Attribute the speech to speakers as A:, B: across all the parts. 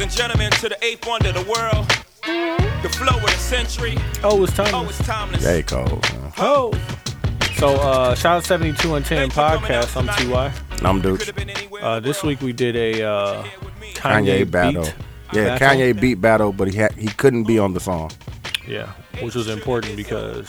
A: and gentlemen, to the eighth wonder of the world,
B: Mm-hmm.
A: the flow of the century.
B: Oh, it's time.
A: Oh, it's timeless.
C: J. Cole. man.
B: Oh. So, uh, shout out 72 and 10
A: Thanks for coming out
B: podcast. I'm
A: tonight.
B: TY.
C: I'm
A: Could
C: Dukes.
A: have been anywhere. in
B: Uh,
A: the
B: this
A: world.
B: week we did a uh,
A: Here with me.
B: Kanye, beat.
C: battle. Yeah,
B: Battle.
C: Kanye beat battle, but he had, he couldn't be on the song.
B: Yeah, which was important because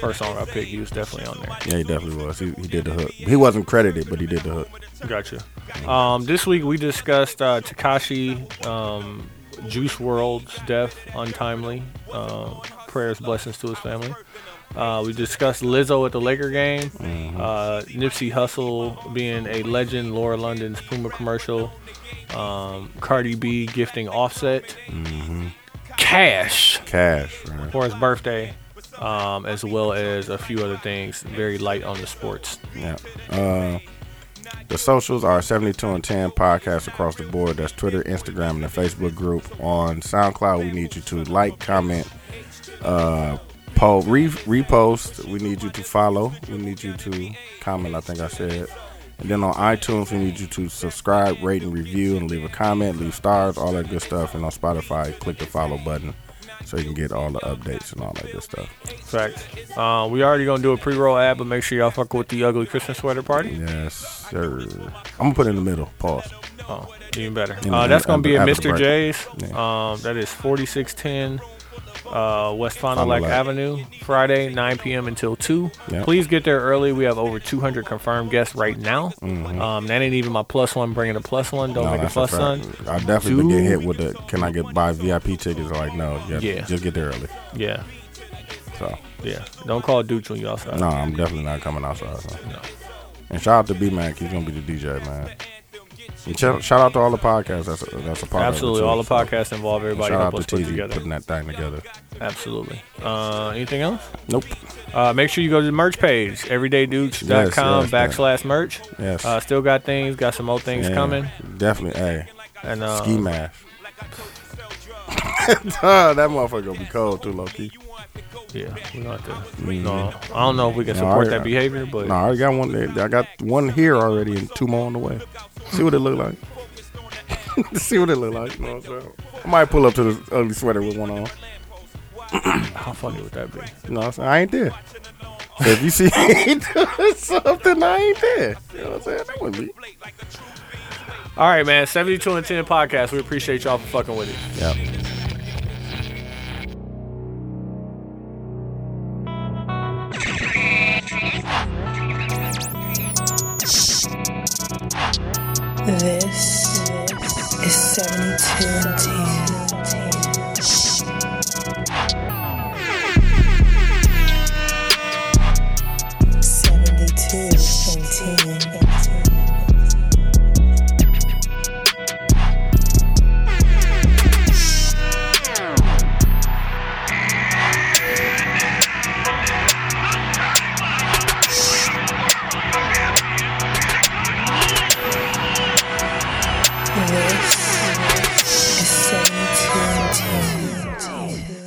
B: first song I picked, he was definitely on there.
C: Yeah, he definitely was. He, he did the hook. He wasn't credited, but he did the hook.
B: Gotcha. Um, this week we discussed uh, Takashi, um, Juice World's death, untimely. Um prayers, blessings to his family. Uh, we discussed Lizzo at the Laker game, uh, Nipsey Hussle being a legend, Laura London's Puma commercial, um, Cardi B gifting Offset, Cash
C: Cash, man.
B: for his birthday, um, as well as a few other things. Very light on the sports.
C: Yeah. Uh, the socials are 72 and 10 podcasts across the board. That's Twitter, Instagram, and the Facebook group. On SoundCloud, we need you to like, comment, uh, poll, re- repost. We need you to follow. We need you to comment, I think I said. And then on iTunes, we need you to subscribe, rate, and review, and leave a comment, leave stars, all that good stuff. And on Spotify, click the follow button so you can get all the updates and all that good stuff.
B: Fact. Uh, we already gonna do a pre-roll ad, but make sure y'all fuck with the ugly Christmas sweater party.
C: Yes, sir. I'm going to put it in the middle. Pause.
B: Oh, even better.
C: And
B: Uh, that's gonna be at
C: after the
B: Mr.
C: break.
B: J's. Um, that is 4610 uh, West Fond du
C: Fond du
B: Lac
C: Lac.
B: Avenue, Friday, 9 p.m. until 2.
C: Yep.
B: Please get there early. We have over 200 confirmed guests right now. Um, that ain't even my plus one bringing a plus one. Don't
C: Mm-hmm. No,
B: make a
C: that's
B: plus
C: fact.
B: one.
C: I definitely been
B: Dude.
C: getting hit with the can I get buy VIP tickets? Like no, you have to-
B: Yeah.
C: just get there early.
B: Yeah,
C: So
B: yeah. Don't call Dooch when you outside.
C: no, I'm definitely not coming outside. So. And shout out to B Mac, he's gonna be the DJ man. And shout, shout out to all the podcasts. That's a, that's a part of it,
B: Absolutely.
C: too.
B: All the
C: So,
B: podcasts involve everybody.
C: Shout
B: Help
C: out
B: us
C: to
B: put it
C: TZ
B: together.
C: putting that thing together.
B: Absolutely. Uh, anything else?
C: Nope.
B: Uh, make sure you go to the merch page,
C: Yes,
B: everydaydudes.com
C: yes, yes.
B: backslash merch.
C: Yes.
B: Uh, still got things, got some old things
C: Yeah,
B: coming.
C: Definitely. Hey,
B: And uh,
C: ski mask. that motherfucker gonna be cold too, low key.
B: yeah, we don't have to. No, I don't know if we can support
C: Mm-hmm. I-
B: that behavior, but
C: No, I already got one. There. I got one here already, and two more on the way. See what it look like. See what it look like. You know what I'm saying? I might pull up to the ugly sweater with one on.
B: how funny would that be?
C: You know what I'm saying? I ain't there. So if you see me doing something, I ain't there. You know what I'm saying? That would be.
B: All right, man. 72 and 10 podcast. We appreciate y'all for fucking with it.
C: Yeah.
D: This is 72 and 10. Seventy-two and ten. This is seventy-two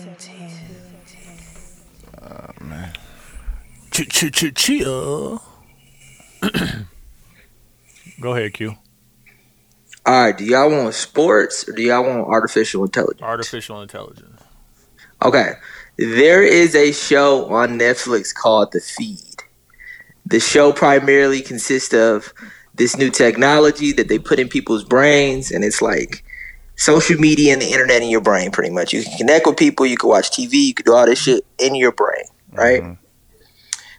D: and ten.
B: Chill. Go ahead, Q.
E: All right, do y'all want sports or do y'all want artificial intelligence?
B: Artificial intelligence.
E: Okay, there is a show on Netflix called The Feed. The show primarily consists of this new technology that they put in people's brains, and it's like social media and the internet in your brain, pretty much. You can connect with people, you can watch TV, you can do all this shit in your brain, right?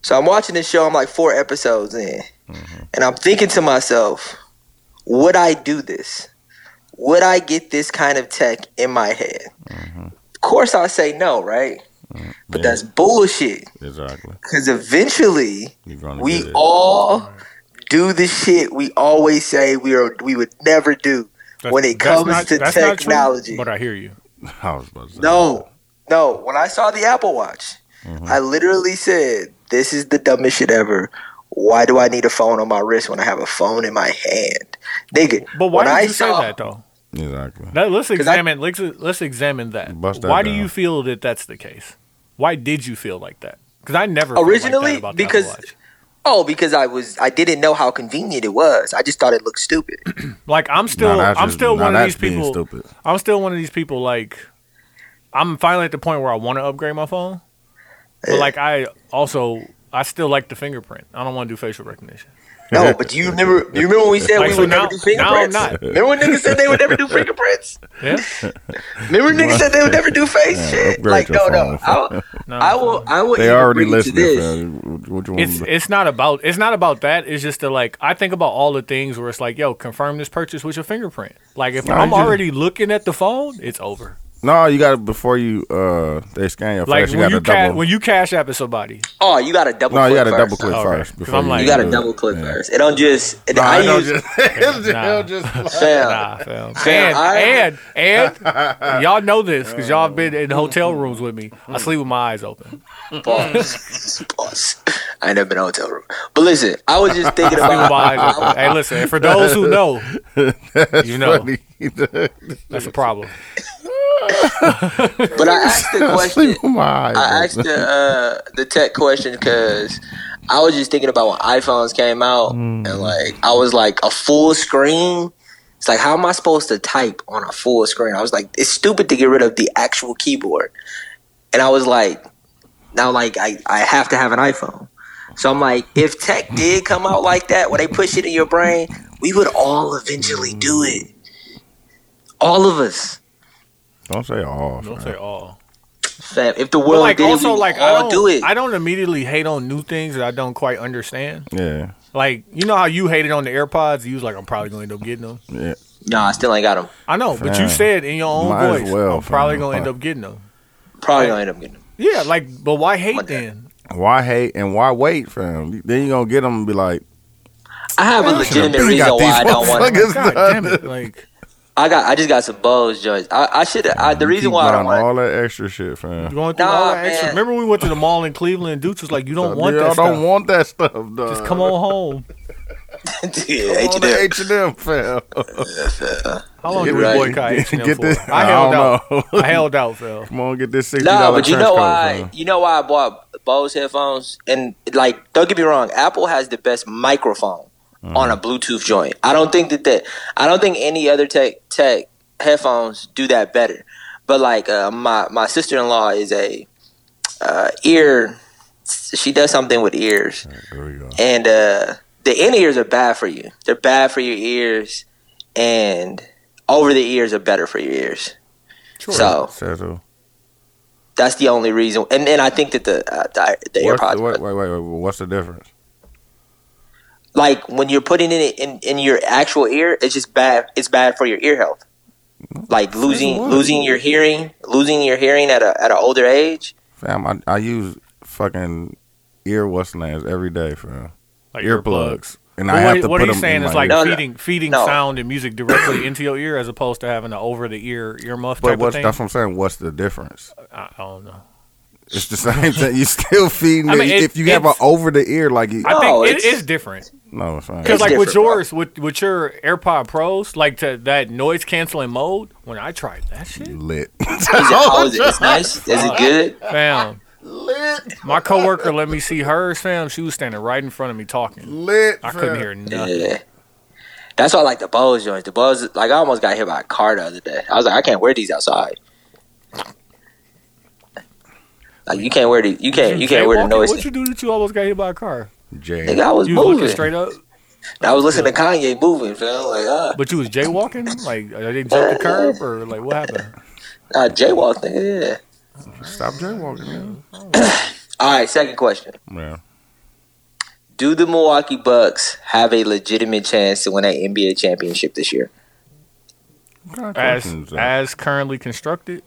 E: So I'm watching this show, I'm like four episodes in, and I'm thinking to myself, would I do this? Would I get this kind of tech in my head? Of course, I say no, right? But
C: Mm, Yeah.
E: that's bullshit.
C: Exactly.
E: Because eventually,
C: You're gonna
E: we
C: get it.
E: all do the shit we always say we are we would never do when it comes to technology.
B: but I hear you.
C: I was about to say
E: no, no. When I saw the Apple Watch,
C: Mm-hmm.
E: I literally said, "This is the dumbest shit ever." Why do I need a phone on my wrist when I have a phone in my hand, nigga?
B: But why
E: when
B: did
E: I
B: you say
E: saw-
B: that though?
C: Exactly.
B: Now, let's
E: 'Cause I-
B: examine. let's, let's examine that.
C: Bust that
B: Why do
C: down.
B: you feel that that's the case? Why did you feel like that? Because I never felt like that
E: Originally,
B: about the Apple
E: because
B: Watch.
E: Oh, because I was I didn't know how convenient it was. I just thought it looked stupid.
B: Like I'm still,
C: that's
B: I'm
C: just-
B: still
C: nah,
B: one of
C: that's
B: these people.
C: being stupid.
B: I'm still one of these people. Like I'm finally at the point where I want to upgrade my phone,
E: Eh.
B: but like I also, I still like the fingerprint. I don't want to do facial recognition.
E: No, but do you remember? Do you remember when we said
B: Like,
E: we
B: so
E: would
B: now-
E: never do
B: now I'm not.
E: fingerprints? Remember when niggas said they would never do fingerprints?
B: Yeah.
E: Remember niggas said they would never do face shit?
C: upgrade
E: Like
C: your
E: no, no.
C: phone.
E: I,
B: No,
E: I will. I will.
C: They
E: even
C: already
E: bring you to
C: listening. fam. What you want?
B: It's it's not about it's not about that. It's just that like I think about all the things where it's like, yo, confirm this purchase with your fingerprint. Like if
C: Nah,
B: I'm
C: you just-
B: already looking at the phone, it's over.
C: no, you got to before you uh they scan your
B: Like
C: face. You
B: when
C: got
B: you
C: to
B: ca-
C: double.
B: when you cash app at somebody,
E: Oh, you got to double.
C: no, you got
E: got
C: to double click
B: Okay.
C: first.
B: 'Cause
C: before uh,
B: I'm like-
E: You
C: do
E: got to
C: it.
E: double click
C: Yeah.
E: first. It don't just. It,
C: Nah,
E: I,
C: I know
E: use
C: just- it's
B: Nah.
C: just like-
E: fam.
B: nah, fam.
E: Fam, I-
B: And, and and y'all know this because y'all been
C: Uh.
B: in hotel rooms with me. I sleep with my eyes open.
E: Pause. Pause. I ain't never been in a hotel room. But listen, I was just thinking
B: Sleep with
E: about.
B: my eyes open. Hey, listen. and For those who know, you know
C: funny.
B: that's a problem.
E: But I asked the question.
C: Sleep with my eyes
E: I
C: open.
E: asked the uh, the tech question because I was just thinking about when iPhones came out,
B: Mm.
E: and like I was like a full screen. It's like how am I supposed to type on a full screen? I was like, it's stupid to get rid of the actual keyboard, and I was like, now like I I have to have an iPhone. So I'm like, if tech did come out like that, where they push it in your brain, we would all eventually do it. All of us.
C: Don't say all.
B: Don't
C: fam.
B: say all.
E: Fam, if the
B: But
E: world
B: like
E: did it, we
B: also
E: would
B: like I
E: all
B: don't
E: do it.
B: I don't immediately hate on new things that I don't quite understand.
C: Yeah,
B: Like you know how you hated on the AirPods, you was like, I'm probably gonna end up getting them.
C: yeah.
E: nah, I still ain't got them.
B: I know, but you
C: Fam.
B: said in your own
C: Might as
B: voice,
C: well,
B: I'm probably
C: fam.
B: gonna end up getting them.
E: Probably gonna end up getting them.
B: Yeah, like, but why hate
E: Like that.
B: then?
C: Why hate and why wait, fam? Then you gonna get them and be like,
E: I have a
C: should've
E: legitimate
C: been
E: reason
C: got
E: why I
C: these
E: don't want.
C: motherfuckers.
E: to
C: It's
B: God
C: not-
B: damn it! Like,
E: I got. I just got some Bose joints. I, I should. I, the
C: you
E: reason
C: keep
E: why I don't
C: buying
E: want.
C: all that extra shit, fam.
B: going through
E: Nah,
B: all that extra.
E: man.
B: Remember we went to the mall in Cleveland? and Dudes was like, you don't want
C: Y'all
B: that
C: don't
B: stuff.
C: want that stuff, dog.
B: Just come on home.
E: Yeah,
C: All
E: H&M.
C: the H and M, fam.
B: How long
E: Get
B: did we
E: right.
B: boycott
C: Get-
B: H&M
C: get
B: for?
C: this-
B: I held
C: I
B: out.
C: don't know.
B: I held out, Phil.
C: Come on, get this sixty
E: No,
C: dollar
E: but you
C: trench
E: know
C: coat,
E: why?
C: fam.
E: You know why I bought Bose headphones? And like, don't get me wrong. Apple has the best microphone
C: Mm.
E: on a Bluetooth joint. I don't think that that. I don't think any other tech tech headphones do that better. But like, uh, my my sister in law is a uh, ear. She does something with ears.
C: There we go.
E: and uh, the in ears are bad for you. They're bad for your ears, and over the ears are better for your ears. So
C: Says who?
E: that's the only reason. And then I think that the uh, the, the
C: What's
E: AirPods,
C: the, wait, wait, wait, wait. What's the difference?
E: like when you're putting it in, in your actual ear, it's just bad. It's bad for your ear health. Like losing
C: what?
E: losing your hearing, losing your hearing at a at an older age.
C: Fam, I, I use fucking ear what's names every day, fam.
B: Like
C: Earplugs, and
B: But
C: I
B: what
C: have to
B: what
C: put
B: are
C: them
B: you saying?
C: in
B: It's
C: my
B: like
C: ear.
E: No, no.
B: feeding feeding
E: No.
B: sound and music directly into your ear, as opposed to having an over the ear earmuff
C: But
B: type of
C: what's
B: thing.
C: that's what I'm saying? What's the difference?
B: I, I don't know.
C: It's the same thing. You still feeding.
B: I mean,
C: it.
B: it-
C: if you have an
B: it's-
C: over the ear, like you,
B: I
E: No,
B: think it
E: it's-
B: is different
C: no, fam.
B: because
E: It's
B: like with
E: different, bro.
B: yours, with with your AirPod Pros, like to that noise canceling mode. When I tried that
E: Mm.
B: shit,
C: lit.
E: Is it, how is it? It's nice. Is it good?
B: fam, my coworker let me see hers, fam. She was standing right in front of me talking.
C: lit.
B: I
C: fam.
B: couldn't hear nothing.
E: Yeah. That's why I like the Bose joints. The Bose, like I almost got hit by a car the other day. I was like, I can't wear these outside. Like you can't wear these. You can't. You can't wear the
B: jaywalking?
E: noise.
B: What you do that you almost got hit by a car?
C: Jay.
E: Nigga, I was
B: You was looking
E: moving.
B: straight up,
E: I was listening to Kanye moving. Fam. Like ah,
B: but you was jaywalking. Like I didn't jump the curb or like what happened?
E: uh, jaywalk. Nigga, yeah.
C: Stop jaywalking, man.
E: All right. Second question:
C: Yeah.
E: Do the Milwaukee Bucks have a legitimate chance to win an NBA championship this year?
C: What kind of
B: as
C: question is that?
B: as currently constructed.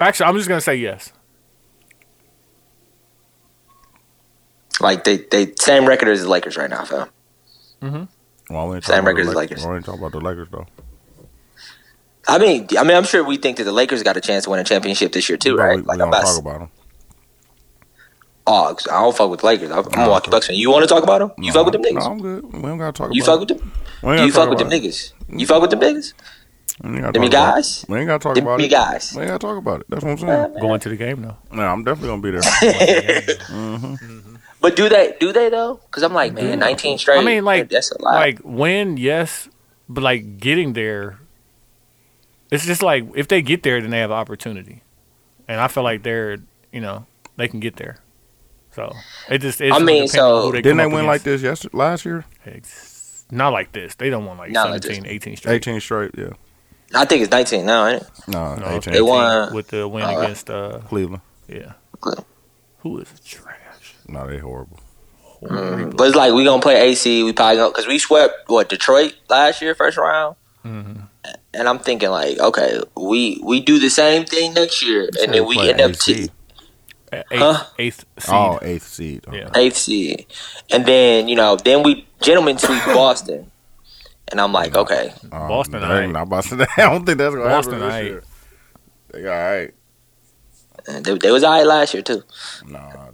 B: Actually, I'm just gonna say yes.
E: Like they, they same record as the Lakers right now, fam.
C: Well, we ain't talking about
E: Same record
C: the Lakers.
E: as Lakers.
C: We ain't talking about the Lakers though.
E: I mean, I mean, I'm sure we think that the Lakers got a chance to win a championship this year too,
C: But
E: right?
C: We,
E: Like
C: we don't
E: I'm not
C: talk about them.
E: Oh, I don't fuck with Lakers. I'm a Milwaukee Bucks fan. You want to talk about them? You fuck with them
C: No,
E: niggas.
C: I'm good. We don't gotta talk about.
E: You fuck with them.
C: We ain't
E: Do
C: gotta
E: you fuck
C: talk
E: with them
C: about it.
E: niggas? You fuck with them niggas.
C: We ain't gotta talk
E: Them
C: about it.
E: guys?
C: We ain't gotta talk
E: Them
C: about it.
E: guys?
C: We ain't gotta talk about it. That's what I'm saying.
B: Going to the game though.
C: No, I'm definitely gonna be there.
E: but But do they? Do they though? Because I'm like, man, 19 straight.
B: I mean, like
E: that's a lot.
B: like when yes, but like getting there. It's just like if they get there, then they have opportunity, and I feel like they're you know they can get there. So it just it's
E: I
B: just
E: mean,
B: depends
E: so-
B: on who they
C: Didn't they
B: come up
C: win like
B: against.
C: this yesterday, last year?
B: It's not like this. They don't want like
E: Not like this.
B: 17, 18 straight.
C: 18 straight, yeah.
E: I think it's 19 now. Ain't it?
C: No,
B: No,
C: 18.
E: They won.
B: with the win
E: Alright.
B: against uh
C: Cleveland.
B: yeah.
E: Okay.
B: Who is trash?
C: No, they horrible.
E: hmm.
B: Horrible.
E: But it's like we gonna play AC. We probably gonna because we swept what Detroit last year first round.
C: Mm-hmm.
E: And I'm thinking like, okay, we we do the same thing next year, and then we
C: Play
E: end up
C: eighth
E: t-
C: seed.
B: eighth,
E: Huh?
B: eighth seed.
C: Oh, eighth seed. Okay.
B: yeah.
E: eighth seed, and then you know, then we gentlemen sweep Boston, and I'm like, okay,
C: Um,
B: Boston,
C: dang,
B: alright.
C: I'm about to say, I don't think that's going to happen
B: Boston,
C: this
B: alright.
C: year. They all right.
E: they, they was all right last year too.
C: No,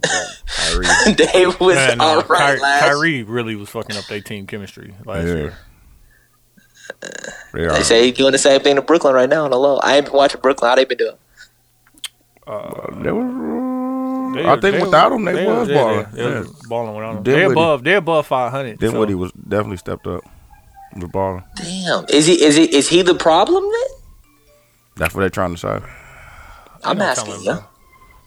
C: Kyrie.
E: they was
B: Yeah, no,
E: all right
B: Kyrie,
E: last year.
B: uh, Kyrie really was fucking up their team chemistry last
C: Yeah.
B: year.
C: They are.
E: They say he's doing the same thing to Brooklyn right now on the low. I ain't been watching Brooklyn. How they been doing?
C: They were,
B: They-
C: I think
B: they-
C: without him, they, was
B: yeah,
C: balling.
B: They, they was balling without him. They
C: Dinwiddie.
B: above. They above five hundred.
C: Then
B: so,
C: Woody was definitely stepped up. Was balling.
E: Damn, is he is he is he the problem then?
C: That's what they're trying to say.
E: I'm
B: don't
E: asking
B: tell
E: you.
B: him,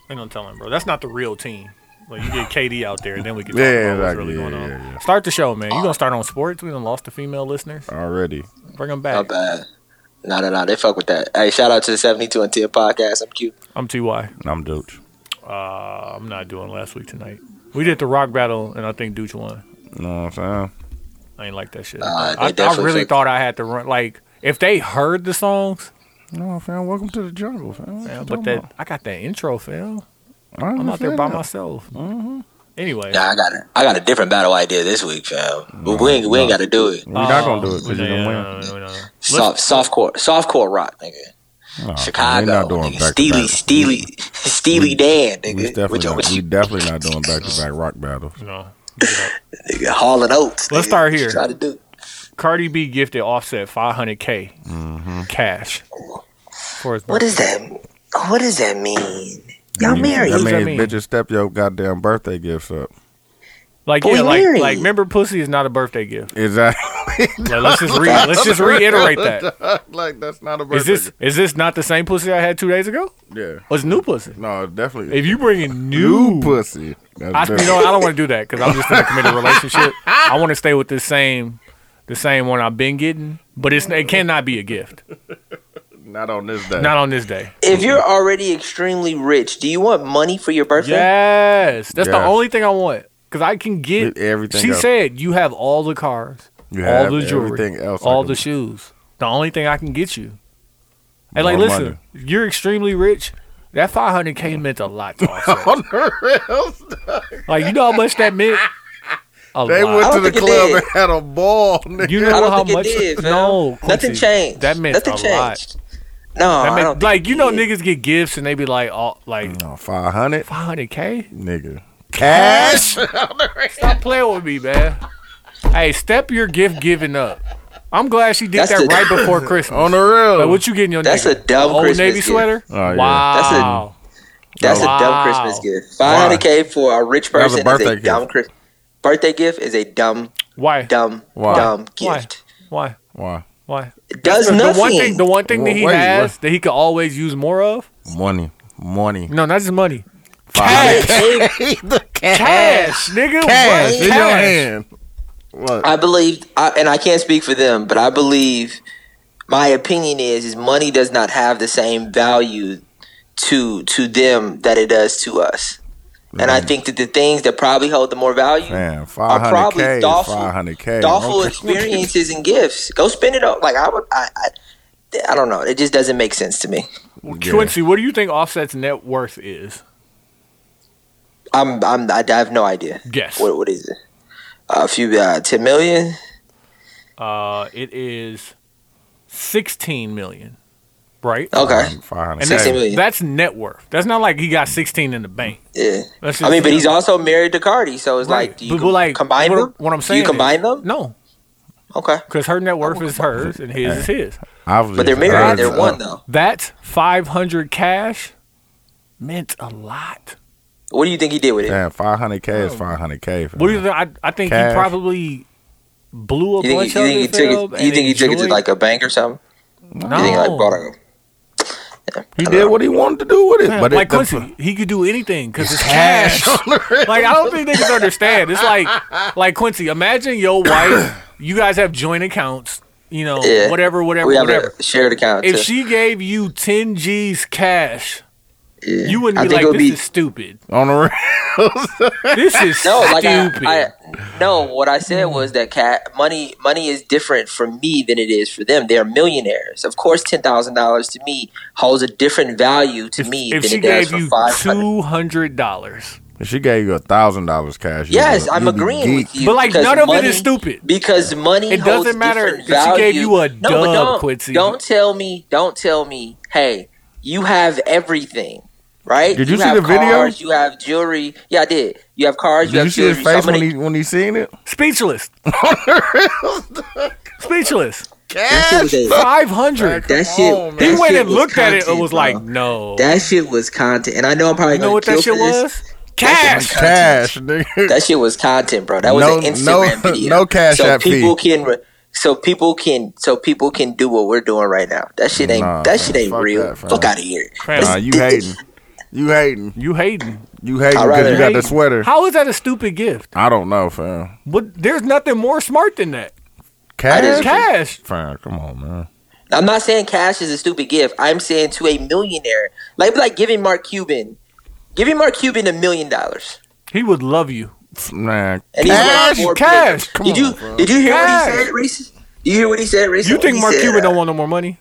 B: They don't tell him, bro. That's not the real team. Like you get KD out there, and then we can talk
C: Yeah,
B: about what's
C: exactly.
B: really
C: Yeah,
B: going on.
C: yeah, yeah.
B: Start the show, man. You gonna start on sports? We done lost the female listeners.
C: Already.
B: Bring them back.
E: Not bad. No, no, no. They fuck with that. Hey, shout out to the 72 and 10 podcast. I'm cute.
B: I'm Ty.
C: And I'm Dooch.
B: Uh, I'm not doing last week tonight. We did the rock battle, and I think Dooch won.
C: You know what I'm saying?
B: I ain't like that shit.
E: Nah,
B: I,
E: they
B: I
E: definitely
B: really
E: should-
B: thought I had to run. Like, if they heard the songs,
C: No, fam. Welcome to the jungle, fam. What you
B: man,
C: talking
B: but that
C: about?
B: I got that intro, Phil.
C: I
B: I'm out there by
C: understand
B: myself.
C: Mm-hmm.
B: Anyway,
E: Nah, I got a, I got a different battle idea this week, fam. But we ain't, we ain't got to do it.
C: that. We're not going to do it because
B: we
C: you're
B: don't-
C: going
B: Uh, yeah,
C: to
B: no, no, no, no.
E: Soft, softcore, softcore rock, nigga.
C: win. Nah, fam,
E: Chicago,
C: We're Uh, not doing
E: nigga.
C: back
E: Steely,
C: to back.
E: Steely, Steely Dan,
C: We
E: nigga.
C: definitely,
E: With your
C: not, we definitely not doing back to back rock battles.
B: No. Give it up.
E: nigga, Hall and Oates.
B: Let's
E: nigga.
B: start
E: What you
B: here.
E: Try to do.
B: Cardi B gifted Offset 500k
C: Mm-hmm.
B: cash for his
E: What
B: birthday.
E: is that? What does that mean? Y'all married?
C: That
B: does that
C: means
B: mean?
C: bitches step your goddamn birthday gifts up.
B: Like
E: But
B: yeah,
E: we
B: like
E: married.
B: like remember, pussy is not a birthday gift.
C: Exactly.
B: Like, let's just re- let's just reiterate that.
C: like that's not a birthday.
B: Is this is this not the same pussy I had two days ago?
C: gift. Yeah.
B: Or it's new pussy?
C: No, definitely.
B: If you bring in
C: new
B: new, pussy.
C: pussy. That's
B: I, you
C: different.
B: know, I don't want to do that because I'm just in a committed relationship. I want to stay with the same, the same one I've been getting. But it's it cannot be a gift.
C: not on this day.
B: Not on this day.
E: If you're already extremely rich, do you want money for your birthday?
B: Yes, that's the
C: Yes.
B: only thing I want because I can get
C: Get everything
B: She
C: else.
B: said you have all the cars,
C: You
B: all
C: have
B: the jewelry,
C: everything else I
B: all
C: can-
B: the shoes. The only thing I can get you. And like,
C: More
B: listen, you're extremely rich. That 500k meant a lot to Offset.
C: on the rails.
B: like, you know how much that meant. A
C: They
B: lot.
C: went to
E: don't
C: the
E: think it
C: club
E: did.
C: and had a ball. Nigga.
B: You know
E: I don't
B: how
E: think it
B: much?
E: did, fam.
B: no,
E: Nothing
B: Quincy,
E: changed.
B: That meant
E: Nothing
B: a lot.
E: changed.
B: That
E: No, I
B: meant-
E: don't think
B: like you
E: it
B: know,
E: did.
B: niggas get gifts and they be like, oh, like
C: no, five hundred,
B: 500k.
C: nigga. Cash.
B: Stop playing with me, man. Hey, step your gift giving up. I'm glad she did
E: That's
B: that
E: the-
B: right before Christmas.
C: on the rail.
B: Like, what you getting your
E: That's
B: nigga?
E: a dumb
B: Old
E: Christmas
B: Navy
E: gift.
B: sweater.
C: Oh, yeah.
E: That's a-
B: Wow.
E: That's
B: Wow.
E: a dumb Christmas gift. Five hundred K for a rich
C: That was a
E: person is a
C: birthday
E: dumb
C: gift.
E: Chris- birthday gift is a dumb,
B: Why?
E: dumb,
C: Why?
E: dumb
B: Why?
E: gift.
B: Why?
C: Why?
B: Why?
E: It does
B: the,
E: nothing.
B: the one thing, the one thing that he
C: Wait,
B: has
C: what?
B: that he could always use more of.
C: Money, money.
B: No, not just money.
C: Five
E: the
B: Cash, nigga.
C: Cash
B: What?
C: in your
B: Cash.
C: hand. What?
E: I believe, I, and I can't speak for them, but I believe my opinion is is money does not have the same value to to them that it does to us. And I think that the things that probably hold the more value
C: Man,
E: are
C: five hundred
E: probably
C: k,
E: thoughtful,
C: five hundred k.
E: thoughtful experiences and gifts. Go spend it all. Like I would, I, I, I don't know. It just doesn't make sense to me.
B: Quincy, what do you think Offset's net worth is?
E: I'm, I'm, I have no idea.
B: Guess.
E: What, what is it? A few, uh, ten million.
B: Uh, it is sixteen million, right?
E: Okay.
C: Five hundred
B: And
C: k.
B: that's,
E: 16 million.
B: that's net worth. That's not like he got sixteen in the bank.
E: Yeah.
B: That's
E: I mean, but
B: just-
E: he's also married to Cardi, so it's
B: Right.
E: like, do you
B: But- but, like,
E: combine
B: what-
E: them?
B: what I'm
E: do
B: saying
E: you
B: is-
E: combine them? Oh
B: No,
E: Okay,
B: because her net worth is hers and his is his.
C: Obviously,
E: but they're married.
C: that's-
E: They're
B: uh,
E: one though.
B: That 500 cash meant a lot.
E: What do you think he did with it?
C: Damn, 500K is 500K. fam.
B: What do you think? I, I think
C: Cash.
B: he probably blew a
E: You think,
B: bunch
E: you
B: of
E: think he
B: it. fam,
E: took it? You
B: and
E: think he took it to
B: enjoyed-
E: like a bank or something?
B: no.
E: You think like bought a?
C: He did what he wanted to do with it.
B: Fam,
C: but
B: like
C: it, the-
B: Quincy, he could do anything because it's cash. like I don't think niggas understand. It's like like Quincy. Imagine your wife. You guys have joint accounts. You know,
E: Yeah.
B: whatever, whatever,
E: We have
B: whatever.
E: a shared account.
B: If
E: too.
B: she gave you 10 G's cash,
E: Yeah.
B: you
E: I
B: wouldn't be
E: think
B: like,
E: it
B: this
E: would be-
B: is stupid.
C: on the
B: This is
E: no, like I,
B: stupid.
E: I, no. What I said was that cat money money is different for me than it is for them. They're millionaires. Of course, ten thousand dollars to me holds a different value to
B: if,
E: me
B: if
E: than
B: she
E: it
B: gave
E: does for
B: you
E: five hundred.
B: $200.
C: If she gave you a thousand dollars cash, you
E: Yes,
C: would-
E: I'm
C: you'd be
E: agreeing
C: geeked.
E: with you.
B: But, like,
E: because
B: none of it
E: money-
B: is stupid.
E: because money.
B: It
E: holds
B: doesn't matter
E: different
B: if she gave
E: value.
B: you a
E: no, but
B: dub,
E: don't,
B: Quincy.
E: Don't tell me. Don't tell me. Hey, you have everything, right?
C: Did you see
E: have
C: the video?
E: Cars, you have jewelry. Yeah, I did. You have cars.
C: Did
E: have
C: you see his
E: jewelry.
C: face
E: Somebody-
C: when he when he seen it?
B: Speechless. Speechless.
E: That shit was a-
B: 500
E: That
C: Come
E: shit.
C: on, man.
E: that
B: He went
E: shit
B: and
E: was
B: looked at it and
E: content,
B: was
E: bro.
B: like, no.
E: "That shit was content." And I know I'm probably
B: You know
E: gonna
B: what
E: kill
B: that shit
E: for this.
B: was? Cash.
C: Cash, nigga.
E: That shit was content, bro. That was
C: No-
E: an Instagram
C: no-
E: video.
C: no Cash
E: so
C: App
E: people can. re- So people can. So people can do what we're doing right now. That shit ain't.
C: Nah,
E: that
C: fam.
E: shit ain't
C: Fuck
E: real.
C: that, fam.
E: Fuck out of here.
B: Crap.
C: Nah, you hating. You hating.
B: You hating.
C: You hating because
E: I'd rather-
C: you got the sweater.
B: How is that a stupid gift?
C: I don't know, fam.
B: But there's nothing more smart than that.
C: Cash,
E: just-
B: Cash.
C: fam. Come on, man.
E: I'm not saying cash is a stupid gift. I'm saying to a millionaire, like like giving Mark Cuban, giving Mark Cuban a million dollars.
B: He would love you.
C: Man,
E: And he's a lot
B: Cash,
E: more
B: cash.
E: privileged. Did you did you hear
B: Cash.
E: what he said, Reese? Did you hear what he said, Reese?
B: You think
E: He
B: Mark
E: said,
B: Cuban
E: uh,
B: don't want no more money?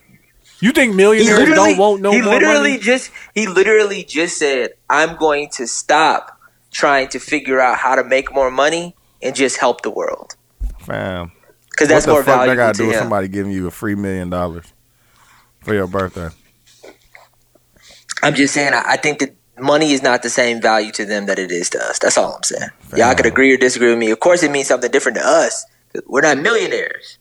B: You think
E: He
B: millionaires
E: literally,
B: don't want no
E: he
B: more
E: literally
B: money?
E: just he literally just said, "I'm going to stop trying to figure out how to make more money and just help the world
C: fam.
E: because that's
C: what
E: more
C: the fuck that
E: valuable
C: got
E: to
C: do with
E: him."
C: somebody giving you a free million dollars for your birthday?
E: I'm just saying, I, I think that money is not the same value to them that it is to us. That's all I'm saying. Y'all could agree or disagree with me. Of course, it means something different to us. 'cause We're not millionaires.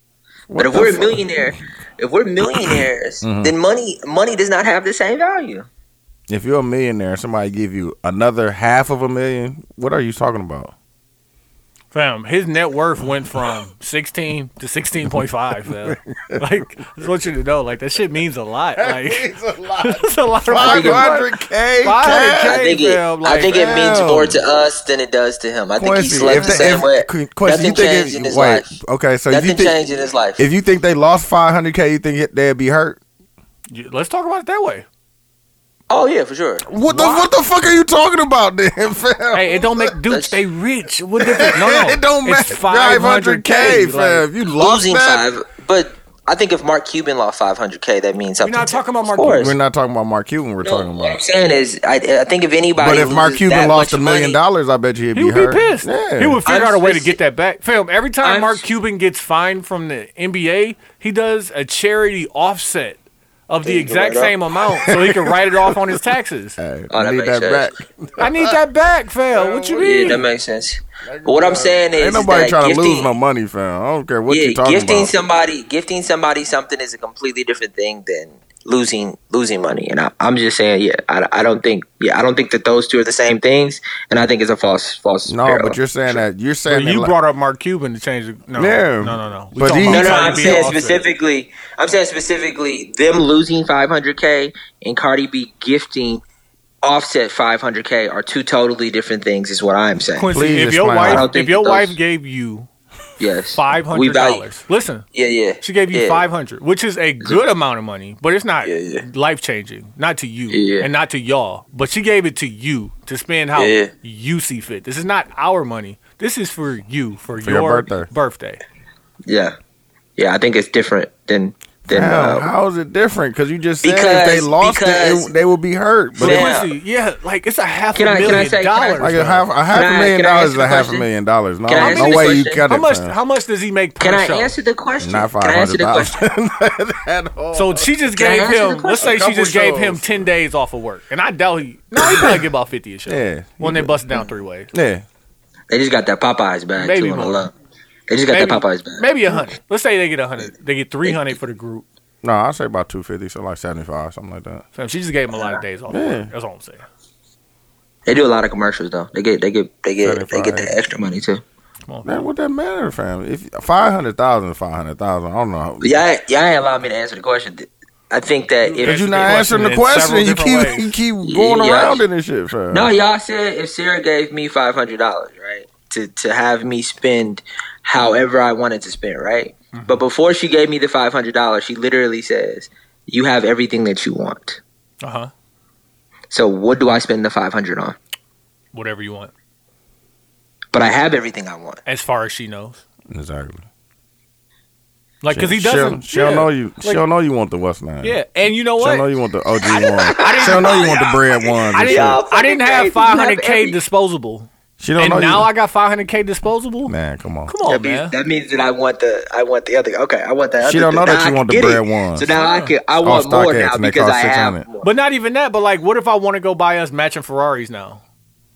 E: but if
C: the
E: we're
C: fuck? Mm-hmm.
E: millionaire, if we're millionaires, then money money does not have the same value.
C: If you're a millionaire, somebody give you another half of a million. What are you talking about?
B: Fam, his net worth went from 16 to 16.5. fam. Like, I just want you to know, like, that shit means a lot. Like,
C: a lot.
B: it's a lot of
C: Five
B: fucking money.
C: hundred k.
B: 500K.
E: I think it,
B: fam, like,
E: I think it means
C: fam.
E: more to us than it does to him. I think he
C: Quincy,
E: slept
C: if
E: the
C: they,
E: same way.
C: if, Quincy, you
E: Nothing
C: think
E: changed in
C: if,
E: his
C: wait,
E: life.
C: okay, so
E: Nothing
C: you think
E: changed in his life.
C: if you think they lost 500k, you think it- they'd be hurt?
B: You- Let's talk about it that way.
E: oh yeah, for sure.
C: What the what the fuck are you talking about, then, fam?
B: Hey, it don't make dudes
E: That's-
B: stay rich. What difference? No, no.
C: it don't
B: It's
C: matter. 500k,
B: like,
C: fam. you lost
E: Losing
C: that.
E: five, but I think if Mark Cuban lost 500k, that
B: We're
E: means something.
B: not
E: to
B: talking
E: him.
B: about
E: Of
B: Mark
E: course.
B: Cuban.
C: We're not talking about Mark Cuban. We're
E: No,
C: talking
E: What I'm
C: about.
E: saying is, I, I think if anybody,
C: But if Mark
E: loses
C: Cuban
E: that
C: lost a
E: much
C: million
E: money,
C: dollars, I bet you he'd
B: He
C: be
B: would be
C: hurt.
B: pissed.
C: Yeah.
B: He would figure
E: I'm
B: out a way to
E: just-
B: get that back. Fam, every time
E: I'm-
B: Mark Cuban gets fined from the NBA, he does a charity offset of the
E: you can
B: exact
E: write
B: same amount so he can write it off on his taxes.
C: Hey,
E: Oh,
C: I
E: that
C: need
E: makes
C: that
E: sense.
C: back.
B: I need that back, fam. What you
E: yeah, that
B: mean?
E: makes sense. But what I'm saying is,
C: uh, Ain't nobody
E: is that
C: trying
E: gifting,
C: to lose no money, fam. I don't care what
E: yeah,
C: you talking
E: gifting
C: about.
E: somebody, gifting somebody something is a completely different thing than losing losing money. And I, I'm just saying, yeah, I, I don't think, yeah, I don't think that those two are the same things. And I think it's a false false.
C: no,
E: parallel.
C: but you're saying that you're
B: But
C: saying that
B: you
C: like-
B: brought up Mark Cuban to change the. No, no,
C: Yeah.
B: no, no. We
C: But
B: talking
C: he-
E: No,
B: about
E: no,
B: trying
E: I'm
B: to be
E: saying
B: offset.
E: specifically. I'm saying specifically them losing 500k and Cardi B gifting offset 500k are two totally different things. Is what I'm saying.
B: Quincy,
C: Please
B: if your
C: explain. I
E: don't
B: wife,
E: think
B: if your
E: those-
B: wife gave you
E: Yes,
B: five
E: We
B: hundred
E: value.
B: dollars, listen,
E: Yeah, yeah.
B: she gave you
E: yeah.
B: five hundred, which is a good amount of money, but it's not
E: Yeah, yeah.
B: life changing. Not to you
E: Yeah, yeah.
B: and not to y'all, but she gave it to you to spend how
E: Yeah, yeah.
B: you see fit. This is not our money. This is for you for,
C: your
B: your,
C: birthday.
B: birthday.
E: Yeah, yeah. I think it's different than than.
C: Damn,
E: Uh,
C: how is it different? Because you just said if
E: Because-
C: they lost it,
E: because-
C: it, they would be hurt. But
B: But
E: Yeah.
C: if-
B: Quincy, yeah, like it's a half
E: Can
B: a
E: I- can I
B: million
E: say- can I-
B: dollars.
C: like a
B: bro.
C: half, a half
E: Can
C: a
E: I-
C: million
E: can I
C: dollars
E: ask
C: is a
E: you a
C: half a
E: question?
C: million dollars. No,
E: Can I ask
C: no
E: you a
C: way you
E: question?
C: cut
B: how
C: it.
B: much?
C: fam.
B: How much does he make per
E: can I
B: show?
E: answer the question?
C: Not
E: Can I
C: five
E: answer
C: hundred
E: the
C: dollars
E: question?
C: at all.
B: So she just
E: Can I
B: gave
E: answer the
B: him. Let's
E: question?
B: say she
C: Couple
B: just gave him
C: shows.
B: ten days off of work, and I doubt he. No, he probably get about fifty a show.
C: Yeah,
B: when they bust down three ways,
C: yeah,
E: They just got that Popeyes back
B: Maybe
E: too. on the
B: more.
E: low. They just got
B: maybe
E: that Popeyes back.
B: maybe a hundred. Let's say they get a hundred. They get three hundred for the group.
C: no, I say about two fifty, so like seventy five, something like that.
B: Fam, she just gave him a lot of days off. of work. That's all I'm saying.
E: They do a lot of commercials though. They get they get they get they get
C: Certified.
E: that extra money too.
C: Man, what that matter, fam? If five hundred thousand, five hundred thousand, I don't know.
E: But y'all y'all ain't allowed me to answer the question. I think that if
C: Cause you're not
B: Answer
C: answering
B: the
C: the
B: question
C: question.
B: in
C: You
B: several
C: keep
B: different
C: you keep
E: ways.
C: going
E: Yeah.
C: around in this shit, fam.
E: No, y'all said if Sarah gave me five hundred dollars, right, to to have me spend however I wanted to spend, right.
B: Mm-hmm.
E: But before she gave me the five hundred dollars, she literally says, "You have everything that you want."
B: Uh huh.
E: So what do I spend the five hundred on?
B: Whatever you want,
E: But I have everything I want.
B: as far as she knows.
C: exactly.
B: Like, cause he
C: She'll-
B: doesn't.
C: She'll,
B: yeah.
C: know you.
B: Like-
C: she'll know you want the West Nine.
B: Yeah, and you know
C: She'll
B: what?
C: know you want the OG one. She'll know you want the bread one.
B: I didn't,
E: Y'all
B: I didn't
E: fucking
B: have
E: crazy. You have
B: 500k
E: every-
B: disposable,
C: She don't
B: and
C: know
B: now
C: you.
B: I got 500k disposable.
C: man, come on.
B: Come on,
E: that means
B: Oh, man.
E: that means that I want the I want the other. Okay, I want that.
C: She
E: other
C: don't know that
E: thing. Now
C: you
E: I can
C: want the
E: get
C: bread
E: it.
C: ones.
E: So now I can I
C: It's
E: want
C: on
E: more
C: StockX,
E: now
C: and they
E: because I
C: cost
E: have.
C: 600.
E: More.
B: But not even that. But like, what if I want to go buy us matching Ferraris now?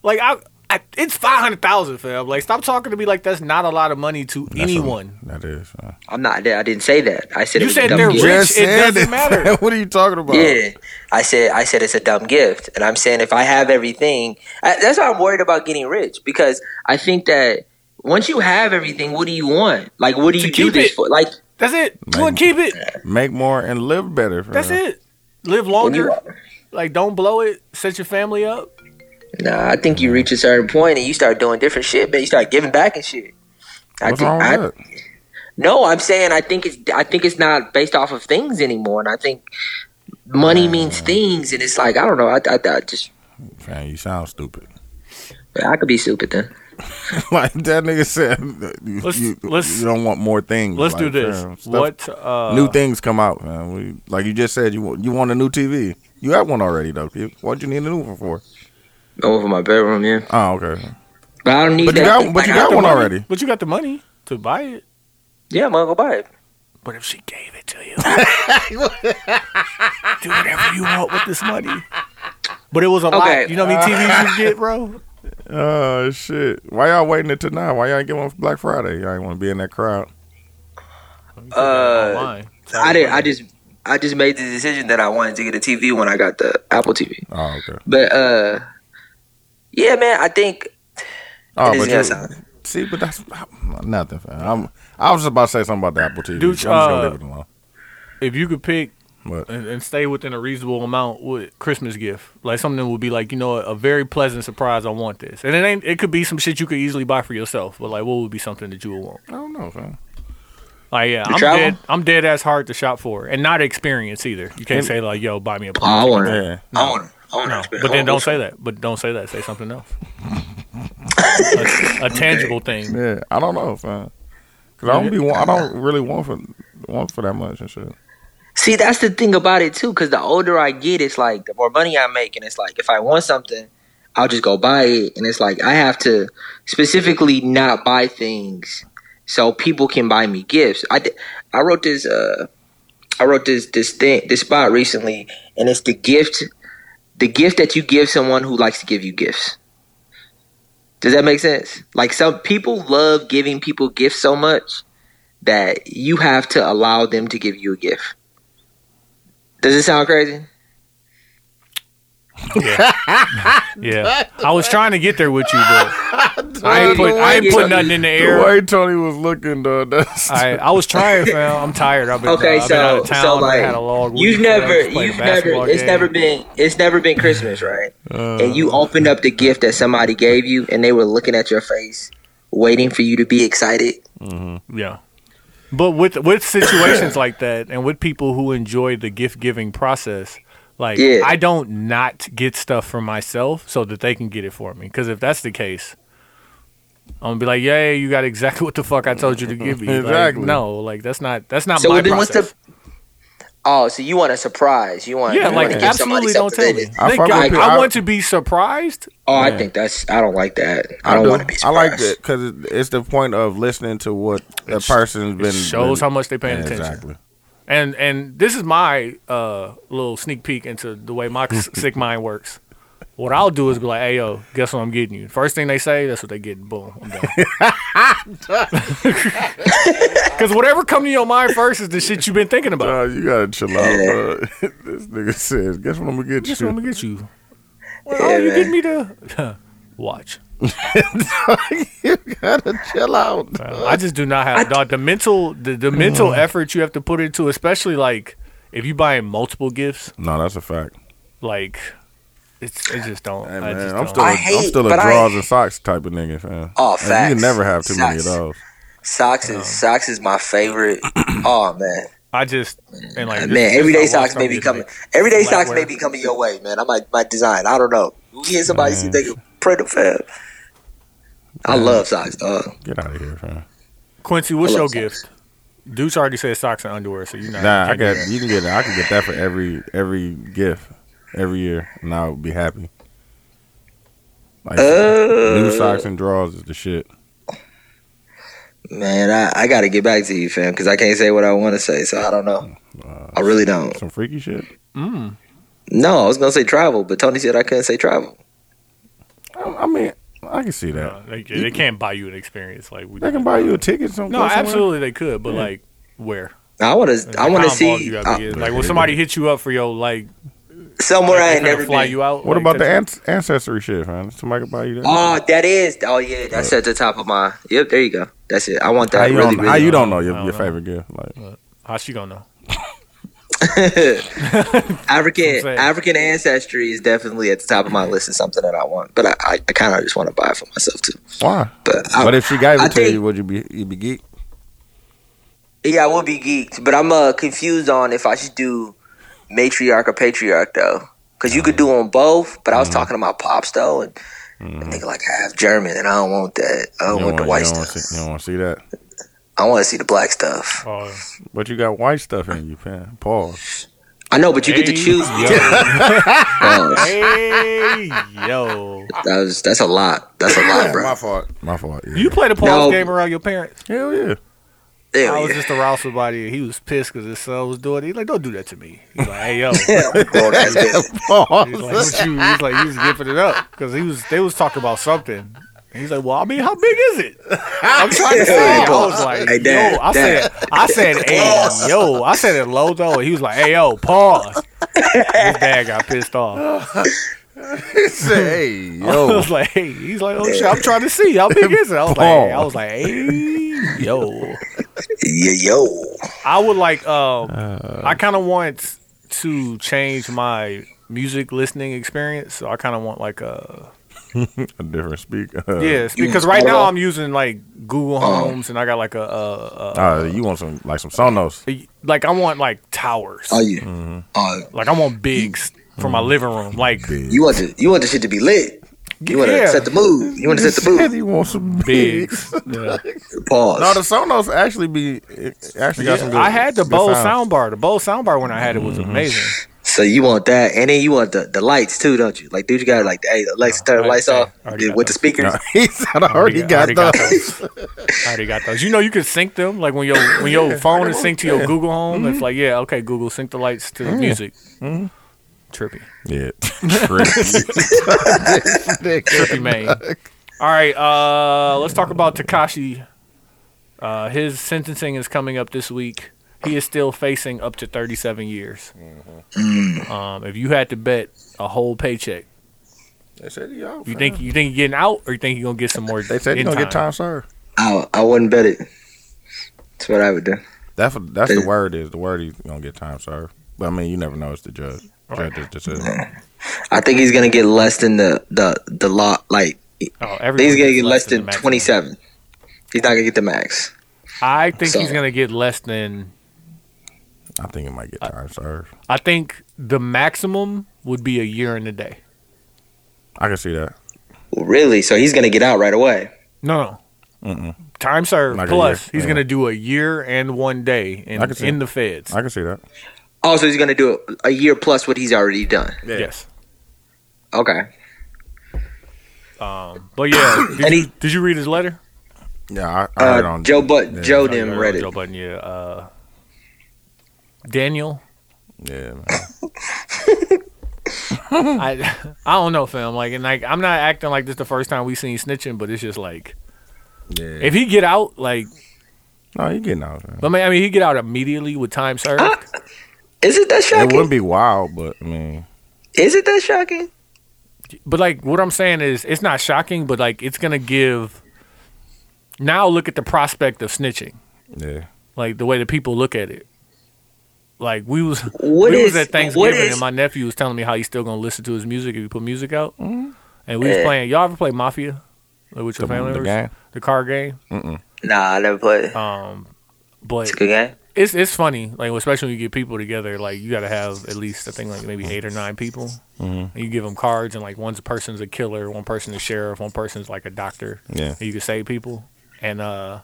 B: Like, I, I it's five hundred thousand, fam. Like, stop talking to me like that's not a lot of money to
C: That's what-
B: anyone.
C: that is. fam.
E: I'm not. I didn't say that. I said
B: You
E: it was a
B: said
E: dumb
B: they're
E: gift.
B: Rich, it doesn't
C: fam.
B: matter.
C: what are you talking about?
E: Yeah, I said I said it's a dumb gift, and I'm saying if I have everything, I, that's why I'm worried about getting rich because I think that once you have everything, what do you want? Like, what do
B: To
E: you do
B: keep
E: this
B: it.
E: for? Like,
B: That's it.
C: Man.
B: Look, keep it.
C: Make more and live better. fam.
B: That's it. Live
E: when
B: longer.
E: you,
B: Like, don't blow it. Set your family up.
E: nah, I think you reach a certain point and you start doing different shit, man. You start giving back and shit. I
C: What's
E: think
C: wrong with
E: I,
C: that?
E: No, I'm saying I think it's I think it's not based off of things anymore, and I think money means things, and it's like I don't know. I, I, I just
C: Fam, you sound stupid.
E: I could be stupid then.
C: like that nigga said, you,
B: Let's-
C: you,
B: let's-
C: you don't want more things.
B: Let's
C: Like,
B: do this.
C: fam, stuff-
B: what? Uh,
C: new things come out, man. We, like you just said, you want you want a new TV. You have one already, though. Q. What'd you need a new one for?
E: Over my bedroom, yeah.
C: Oh, okay.
E: But I don't need.
C: But you
E: that.
C: got, but
E: Like,
C: you
E: I
C: got
E: don't
C: one
E: want-
C: already.
B: But you got the money to buy it.
E: Yeah, I'm gonna go buy it.
B: But if she gave it to you, do whatever you want with this money. But it was a
E: Okay.
B: lot. You know how many TVs you get, bro?
C: Oh shit! Why y'all waiting until now? Why y'all ain't get one for Black Friday? Y'all ain't want to be in that crowd.
E: Uh,
B: Online.
E: I did. I just, I just made the decision that I wanted to get a TV when I got the Apple TV.
C: Oh, okay.
E: But uh, yeah, man, I think
C: Oh,
E: it is
C: but
E: gonna
C: you,
E: sound.
C: see, but that's nothing. Fam. I'm, I was about to say something about the Apple TV.
B: Dude,
C: I'm just gonna
B: uh,
C: leave it alone.
B: If you could pick
C: But
B: and, and stay within a reasonable amount with Christmas gift, like something that would be like you know a, very pleasant surprise. I want this, and it ain't. It could be some shit you could easily buy for yourself. But like, what would be something that you would want?
C: I don't know, fam.
B: Like, yeah,
E: To
B: I'm
E: travel?
B: dead. I'm dead ass hard to shop for, and not experience either. You can't say like, yo, buy me a.
E: Oh, I want it.
C: Yeah.
E: I want it. I want
B: No,
E: it.
B: but then don't say that. But don't say that. Say something else. a, a tangible thing.
C: Yeah, I don't know, fam. Cause I don't be, want, I don't really want for, want for that much and shit.
E: See, that's the thing about it too, because the older I get, it's like the more money I make, and it's like if I want something, I'll just go buy it, and it's like I have to specifically not buy things so people can buy me gifts. I di- I wrote this uh I wrote this this thing this spot recently, and it's the gift the gift that you give someone who likes to give you gifts. Does that make sense? Like some people love giving people gifts so much that you have to allow them to give you a gift. Does it sound crazy?
B: Yeah, I was trying to get there with you, but I ain't put I ain't put nothing in the
C: The
B: air.
C: way Tony was looking, though, that's
B: I I was trying, fam. I'm tired. I've been,
E: Okay,
B: uh, I've been out
E: so
B: of town.
E: so
B: I had a
E: like
B: long
E: you've
B: week, fam.
E: never
B: Just played a
E: you've never
B: basketball Uh,
E: it's
B: game.
E: never been it's never been Christmas, right?
C: uh,
E: and you opened up the gift that somebody gave you, and they were looking at your face, waiting for you to be excited.
B: Yeah. But with with situations like that and with people who enjoy the gift giving process, like
E: Yeah.
B: I don't not get stuff for myself so that they can get it for me. Because if that's the case, I'm gonna be like, yeah, yeah, you got exactly what the fuck I told you to give me. Like,
C: Exactly.
B: no, like that's not that's not
E: So
B: my
E: then,
B: process.
E: what's the? Oh, so you want a surprise? You want?
B: yeah,
E: you
B: like
E: want to give somebody
B: absolutely don't
E: something
B: tell
E: that
B: me.
E: is-
C: I
B: Thank
C: fuck
B: God.
C: with
B: I
C: you.
B: want to be surprised.
E: Oh, I think that's. I don't like that. I don't want to be.
C: I
E: Surprised.
C: like that because it's the point of listening to what the person's been.
B: It shows
C: been-
B: how much they're paying
C: Yeah,
B: attention.
C: Exactly.
B: And and this is my uh, little sneak peek into the way my s- sick mind works. What I'll do is be like, "Hey yo, guess what I'm getting you." First thing they say, that's what they get. Boom, I'm done. Because whatever come to your mind first is the shit you've been thinking about.
C: Uh, you gotta chill out. bro. this nigga says, "Guess what I'm gonna get
B: Guess
C: you?"
B: what I'm gonna get you. Well, oh, you
E: man.
B: didn't need to watch.
C: you gotta chill out.
B: I just do not have dog, the mental the, the mental
C: Mm.
B: effort you have to put into, especially like if you buying multiple gifts,
C: No, that's a fact.
B: like it's I just don't.
C: Hey,
B: I
C: man,
B: just
C: I'm
B: don't.
C: still, a,
E: I
C: am
E: hate,
C: still a
E: but I-
C: drawers and socks type of nigga, fam.
E: Oh,
C: And You
E: facts.
C: can never have too many of
E: Socks.
C: those.
E: Socks is socks is my favorite. oh man,
B: I just and like
E: Uh, man,
B: this-
E: everyday
B: this I watched
E: socks may
B: on
E: be
B: this,
E: coming.
B: like,
E: Everyday
B: flat
E: socks may
B: wear.
E: be coming your way, man. I might might design. I don't know. We get somebody see if they can print them fab. I love socks, dog.
C: Get out of here, fam.
B: Quincy, what's
E: I
B: your
E: love
B: gift? Deuce already said socks and underwear, so you know.
C: Nah, I got you can get I can get that for every every gift every year, and I would be happy. Like
E: Uh.
C: new socks and drawers is the shit.
E: Man, I, I got to get back to you, fam, because I can't say what I want to say, so I don't know. I really don't.
C: Some freaky shit.
B: Mm.
E: No, I was gonna say travel, but Tony said I couldn't say travel.
C: I, I mean, I can see that.
B: Uh, they, they can't buy you an experience like we
C: They can buy you a ticket. Some
B: No,
C: go somewhere.
B: absolutely they could, but like where?
E: I want to. I
B: Like, how
E: want to
B: involved
E: see uh,
B: you gotta
E: I-
B: get. like when somebody hits you up for your like
E: somewhere I
B: they
E: ain't
B: finna
E: never
B: fly
E: been.
B: you out.
C: What
B: like,
C: about the
B: that's-
C: ans- ancestry shit, man? Somebody can buy you that.
E: Oh, that is. Oh yeah, that's at the top of my. Yep, there you go. That's it. I want that.
C: how you
E: really,
C: don't,
E: really.
C: how you don't know your,
B: I don't
C: your
B: know.
C: favorite gift? Like
B: How she gonna know?
E: African
B: saying.
E: African ancestry is definitely at the top of my list. Is something that I want, but I, I, I kind of just want to buy it for myself too.
C: why?
E: But I,
C: But if she gave it
E: I
C: to
E: think-
C: you, would you be you be geek?
E: yeah, I would be geeked, but I'm uh, confused on if I should do matriarch or patriarch though, because you could do them both. But I
C: Mm-hmm.
E: was talking to my pops though, and I think like half German, and I don't want that. I don't,
C: You
E: want,
C: don't
E: Oh,
C: wanna-
E: the white
C: you don't
E: stuff.
C: wanna see- you don't want to see that.
E: I want to see the black stuff.
B: Oh,
C: But you got white stuff in you, fam. Pause.
E: I know, but you get to
B: Hey,
E: choose. between Oh,
B: hey yo,
E: that was, that's a lot. That's a lot, bro.
C: fault. My fault. Yeah.
B: you played a pause
E: No.
B: game around your parents.
C: Hell yeah.
E: Hell
B: I was
E: yeah.
B: just aroused somebody. He was pissed because his son was doing it. He's like, "Don't do that to me." He's like, "Hey yo." He's
E: Grown-ass bitch.
C: Oh,
B: like, what you, he's like, he was giving it up because he was. They was talking about something. And He's like, well, I mean, how big is it? I'm trying to say. I was like,
E: Hey, Dad,
B: yo, I
E: Dad.
B: said, I said, hey, yo, I said it low though. And he was like, hey, yo, pause. His dad got pissed off.
C: hey,
B: I
C: yo.
B: was like, hey, he's like, oh shit, I'm trying to see how big is it. I was like, I
C: Paul.
B: was like, hey, yo,
E: Yeah, yo.
B: I would like, um,
E: Uh.
B: I kind of want to change my music listening experience. So I kind of want like a
C: A different speaker. Uh,
B: yes,
E: you
B: because right now
E: wanna-
B: I'm using like
C: Oh.
B: Google Homes and I got like a, a,
C: Uh, you want some like some Sonos?
B: a like I want like towers,
E: Oh yeah.
C: Mm-hmm.
E: Oh,
B: like I want bigs for
C: Mm.
B: my living room, like
E: you want the you want the shit to be lit. You want to
B: Yeah.
E: set the mood. You want to set the mood.
C: you want some
B: bigs. Yeah.
E: Pause.
C: No, the Sonos actually be it actually got some good.
B: I had the
C: good
B: Bose
C: sounds. Mm-hmm.
B: soundbar. The Bose soundbar when I had it was amazing.
E: so you want that, and then you want the, the lights too, don't you? Like, dude, you got like, hey, Alexa, turn the
B: already-
E: lights off
B: I already got
E: with the
B: those.
E: speakers.
C: he said, "I already, got, those."
B: I already got those. You know, you can sync them. Like when your when your phone is synced to your Google Home,
C: Mm-hmm.
B: it's like, yeah, okay, Google, sync the lights to the music. Trippy,
C: yeah, trippy.
B: trippy man. All right, uh, let's talk about Takashi. Uh, his sentencing is coming up this week. He is still facing up to 37 years.
C: Mm-hmm.
B: Um, if you had to bet a whole paycheck,
C: they said he out.
B: you
C: fam.
B: think you think you're getting out, or you think you're gonna get some more?
C: they said
B: in
C: you gonna get time served?
E: I I wouldn't bet it. That's what I would do.
C: That's what, that's
E: They-
C: the word is the word he's gonna get time served. But I mean, you never know. It's the judge. Judge's decision.
E: I think he's gonna get less than the the the lot. Like,
B: Oh,
E: I think
B: everyone
E: he's gonna
B: gets
E: get less
B: the
E: than
B: maximum.
E: twenty seven. He's not gonna get the max.
B: I think he's
E: So-
B: gonna get less than.
C: I think it might get
B: Uh,
C: time served.
B: I think the maximum would be a year and a day.
C: I can see that.
E: Really? So he's gonna get out right away.
B: No, no. Time served.
C: Like a
B: Plus,
C: year,
B: he's
C: yeah.
B: gonna do a year and one day in,
C: I can see
B: in
C: it.
B: the feds.
C: I can see that.
E: Also, Oh, he's gonna do a, a year plus what he's already done.
B: Yes.
E: Okay.
B: Um, But yeah, did,
E: And
B: you,
E: he-
B: did you read his letter? Oh,
C: Yeah, I, I heard
E: Uh,
C: on
E: Joe but
C: yeah,
E: Joe
C: I
E: didn't
B: Joe-
E: read it.
B: Joe Budden, yeah. Uh, Daniel,
C: Yeah, man.
B: I I don't know, fam. Like, and like, I'm not acting like this the first time we seen snitching, but it's just like
C: yeah.
B: if he get out, like,
C: no, you getting out. Man.
B: I mean, I mean, he get out immediately with time served.
E: Ah. Is it that
C: It
E: shocking?
C: wouldn't be wild, but I mean,
E: Is it that shocking?
B: but like what I'm saying is it's not shocking, but like it's gonna give. Now look at the prospect of snitching,
C: Yeah.
B: like the way that people look at it. Like we was
E: What
B: we
E: is-
B: was at Thanksgiving
E: what is-
B: and my nephew was telling me how he's still gonna listen to his music if you put music out,
E: Mm-hmm.
B: and we was playing. Y'all ever play Mafia? Like with your
C: The-
B: family
C: the
B: members?
C: game?
B: the car game.
E: Nah, I never played. it.
B: Um, but
E: it's a good game.
B: it's it's funny, like especially when you get people together. Like you got to have at least I think like maybe eight or nine people. And
C: Mm-hmm.
B: you give them cards, and like one's a person's a killer, one person's a sheriff, one person's like a doctor.
C: Yeah.
B: and you can save people. And uh,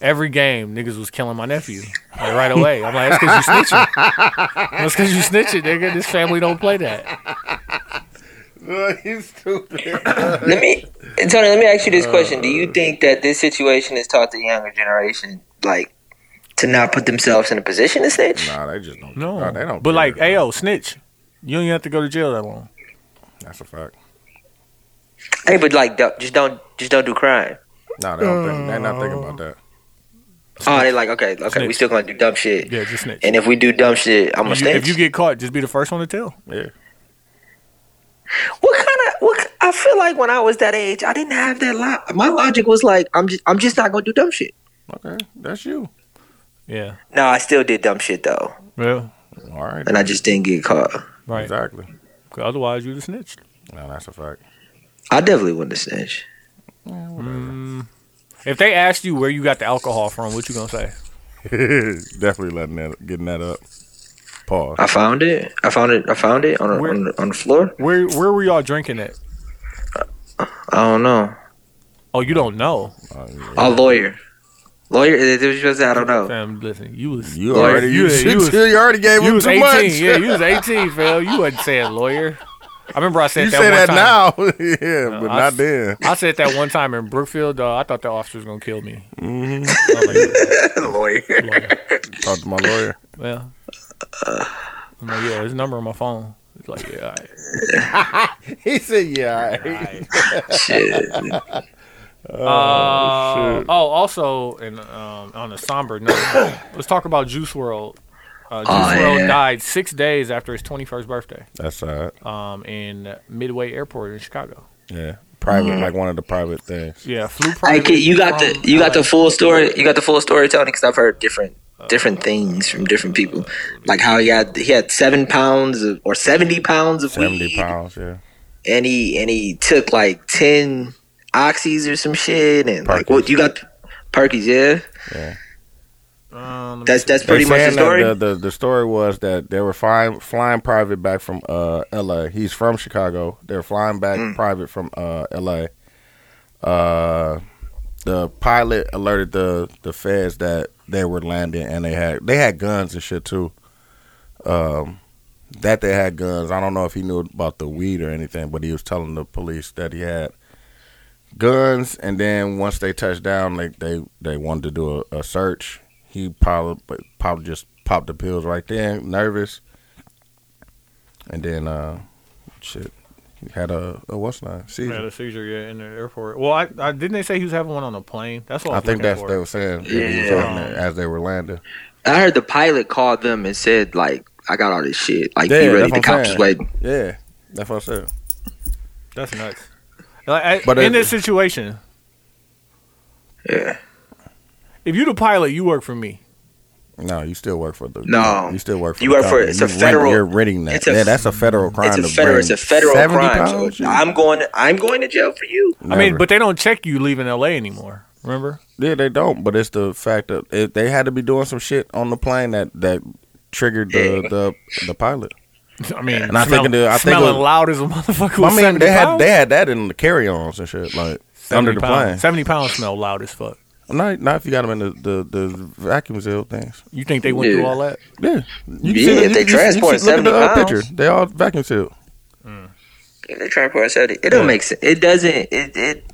B: every game, niggas was killing my nephew like, right away. I'm like, that's because you snitching. that's because you snitching, nigga. This family don't play that.
C: He's stupid.
E: Let me, Tony. Let me ask you
B: Uh,
E: this question: Do you think that this situation has taught the younger generation, like, to not put themselves in a position to snitch?
C: Nah, they just don't.
B: No,
C: nah, Oh, they don't.
B: But
C: care.
B: like, ayo, snitch. You don't even have to go to jail that long.
C: that's a fact.
E: Hey, but like, don't, just don't, just don't do crime.
C: Nah, they don't. Think, they're not thinking about that.
E: Oh, they're like, okay, okay, we
B: Snitch.
E: still gonna do dumb shit,
B: Yeah, just snitch.
E: and if we do dumb shit, I'm gonna
B: You- if
E: snitch.
B: you get caught, just be the first one to tell.
C: Yeah.
E: what kind of? What ki- I feel like when I was that age, I didn't have that. Lo- my logic was like, I'm just, I'm just not gonna do dumb shit.
C: Okay, that's you.
B: Yeah.
E: No, I still did dumb shit though,
B: Yeah.
C: All right.
E: and I just didn't get caught.
B: Right.
C: Exactly.
B: 'Cause Otherwise, you the snitch.
C: No, that's a fact.
E: I definitely wouldn't have snitched.
B: If they asked you where you got the alcohol from, what you gonna say?
C: Definitely letting that, getting that up. Pause.
E: I found it. I found it. I found it on, a,
B: Where-
E: on, the, on the floor.
B: Where Where were y'all drinking at?
E: I don't know.
B: Oh, you don't know.
C: Oh, yeah.
E: A lawyer. Lawyer? It was just, I don't know.
B: Fam, listen, you was
C: You already you,
B: you, you was,
C: you already gave
B: you
C: him
B: was
C: too
B: eighteen.
C: much.
B: Yeah, you was eighteen, Phil. You wasn't saying lawyer. I remember I said
C: you
B: that
C: say
B: one
C: that
B: time.
C: now, yeah, but
B: I
C: not
B: s-
C: then.
B: I said that one time in Brookfield. Dog, I thought the officer was gonna kill me. Mm-hmm. like,
E: lawyer.
C: Talk to my lawyer.
B: well, I'm like, yeah, his number on my phone. It's like, yeah, all right.
C: He said, "Yeah, all right.
E: Shit.
B: Oh, Uh, oh, also, and um, on a somber note, let's talk about Juice World. Uh, Juice
E: Oh,
B: World
E: yeah.
B: died six days after his 21st birthday
C: that's all right."
B: um, in Midway Airport in Chicago.
C: Yeah, Mm. private, like one of the private things.
B: Yeah, flew
E: Hey,
B: private.
E: kid, you got
B: from
E: the you got the
B: LA.
E: full story. You got the full story, Tony, because I've heard different
C: Oh.
E: different things from different people. Like how he had he had seven pounds of, or seventy pounds of
C: Seventy
E: weed,
C: pounds. Yeah,
E: and he and he took like ten oxys or some shit, and like what you got, Perkies, yeah.
B: Um,
E: That's that's
C: They
E: pretty much the
C: saying that
E: story.
C: The, the the story was that they were flying flying private back from uh L.A. He's from Chicago. They're flying back
E: Mm.
C: private from uh L.A. Uh, the pilot alerted the the feds that they were landing and they had they had guns and shit too. Um, that they had guns. I don't know if he knew about the weed or anything, but he was telling the police that he had guns. And then once they touched down, they they they wanted to do a, a search. He probably but probably just popped the pills right then, nervous. And then uh, shit, he had a, a what's not
B: had
C: seizure.
B: a seizure yeah, in the airport. Well, I, I didn't they say he was having one on a plane. That's what I,
C: I
B: was
C: think
B: looking
C: that's
B: for.
C: what they were saying that he was
E: Yeah.
C: having it as they were landing.
E: I heard the pilot called them and said, like, I got all this shit. Like,
C: Yeah,
E: be ready.
C: that's
E: The
C: what I'm
E: cops is
C: saying.
E: waiting.
C: Yeah, that's what I said.
B: That's nuts. Like, I-
C: But uh,
B: in
C: it-
B: this situation,
E: Yeah.
B: if you the pilot, you work for me.
C: No, you still work for the.
E: No.
C: you still work for.
E: You
C: the
E: work for-
C: company.
E: it's a
C: You rent-
E: federal-
C: You're renting that.
E: it's a-
C: yeah, that's a federal crime.
E: It's a
C: to
E: federal.
C: bring
E: It's a federal
C: 70
E: crime.
C: pounds?
E: so I'm going. To, I'm going to jail for you.
B: I mean,
C: Never.
B: but they don't check you leaving LA anymore. Remember?
C: Yeah, they don't. But it's the fact that if they had to be doing some shit on the plane that that triggered the the, the pilot.
B: I mean,
C: And I think it did- I think it
B: smelling
C: was-
B: loud as a motherfucker.
C: I
B: Was
C: mean, they had
B: pounds?
C: they had that in the carry-ons and shit like under the
B: pounds.
C: plane.
B: Seventy pounds smell loud as fuck.
C: Not not if you got them in the the, the vacuum seal things.
B: You think they went
E: Yeah.
B: through all that?
C: Yeah, you
E: Yeah, if they transported
C: look at the,
E: 70
C: uh,
E: pounds.
C: Picture. They all vacuum sealed.
E: If they try for us, it it don't make sense. It doesn't. It, it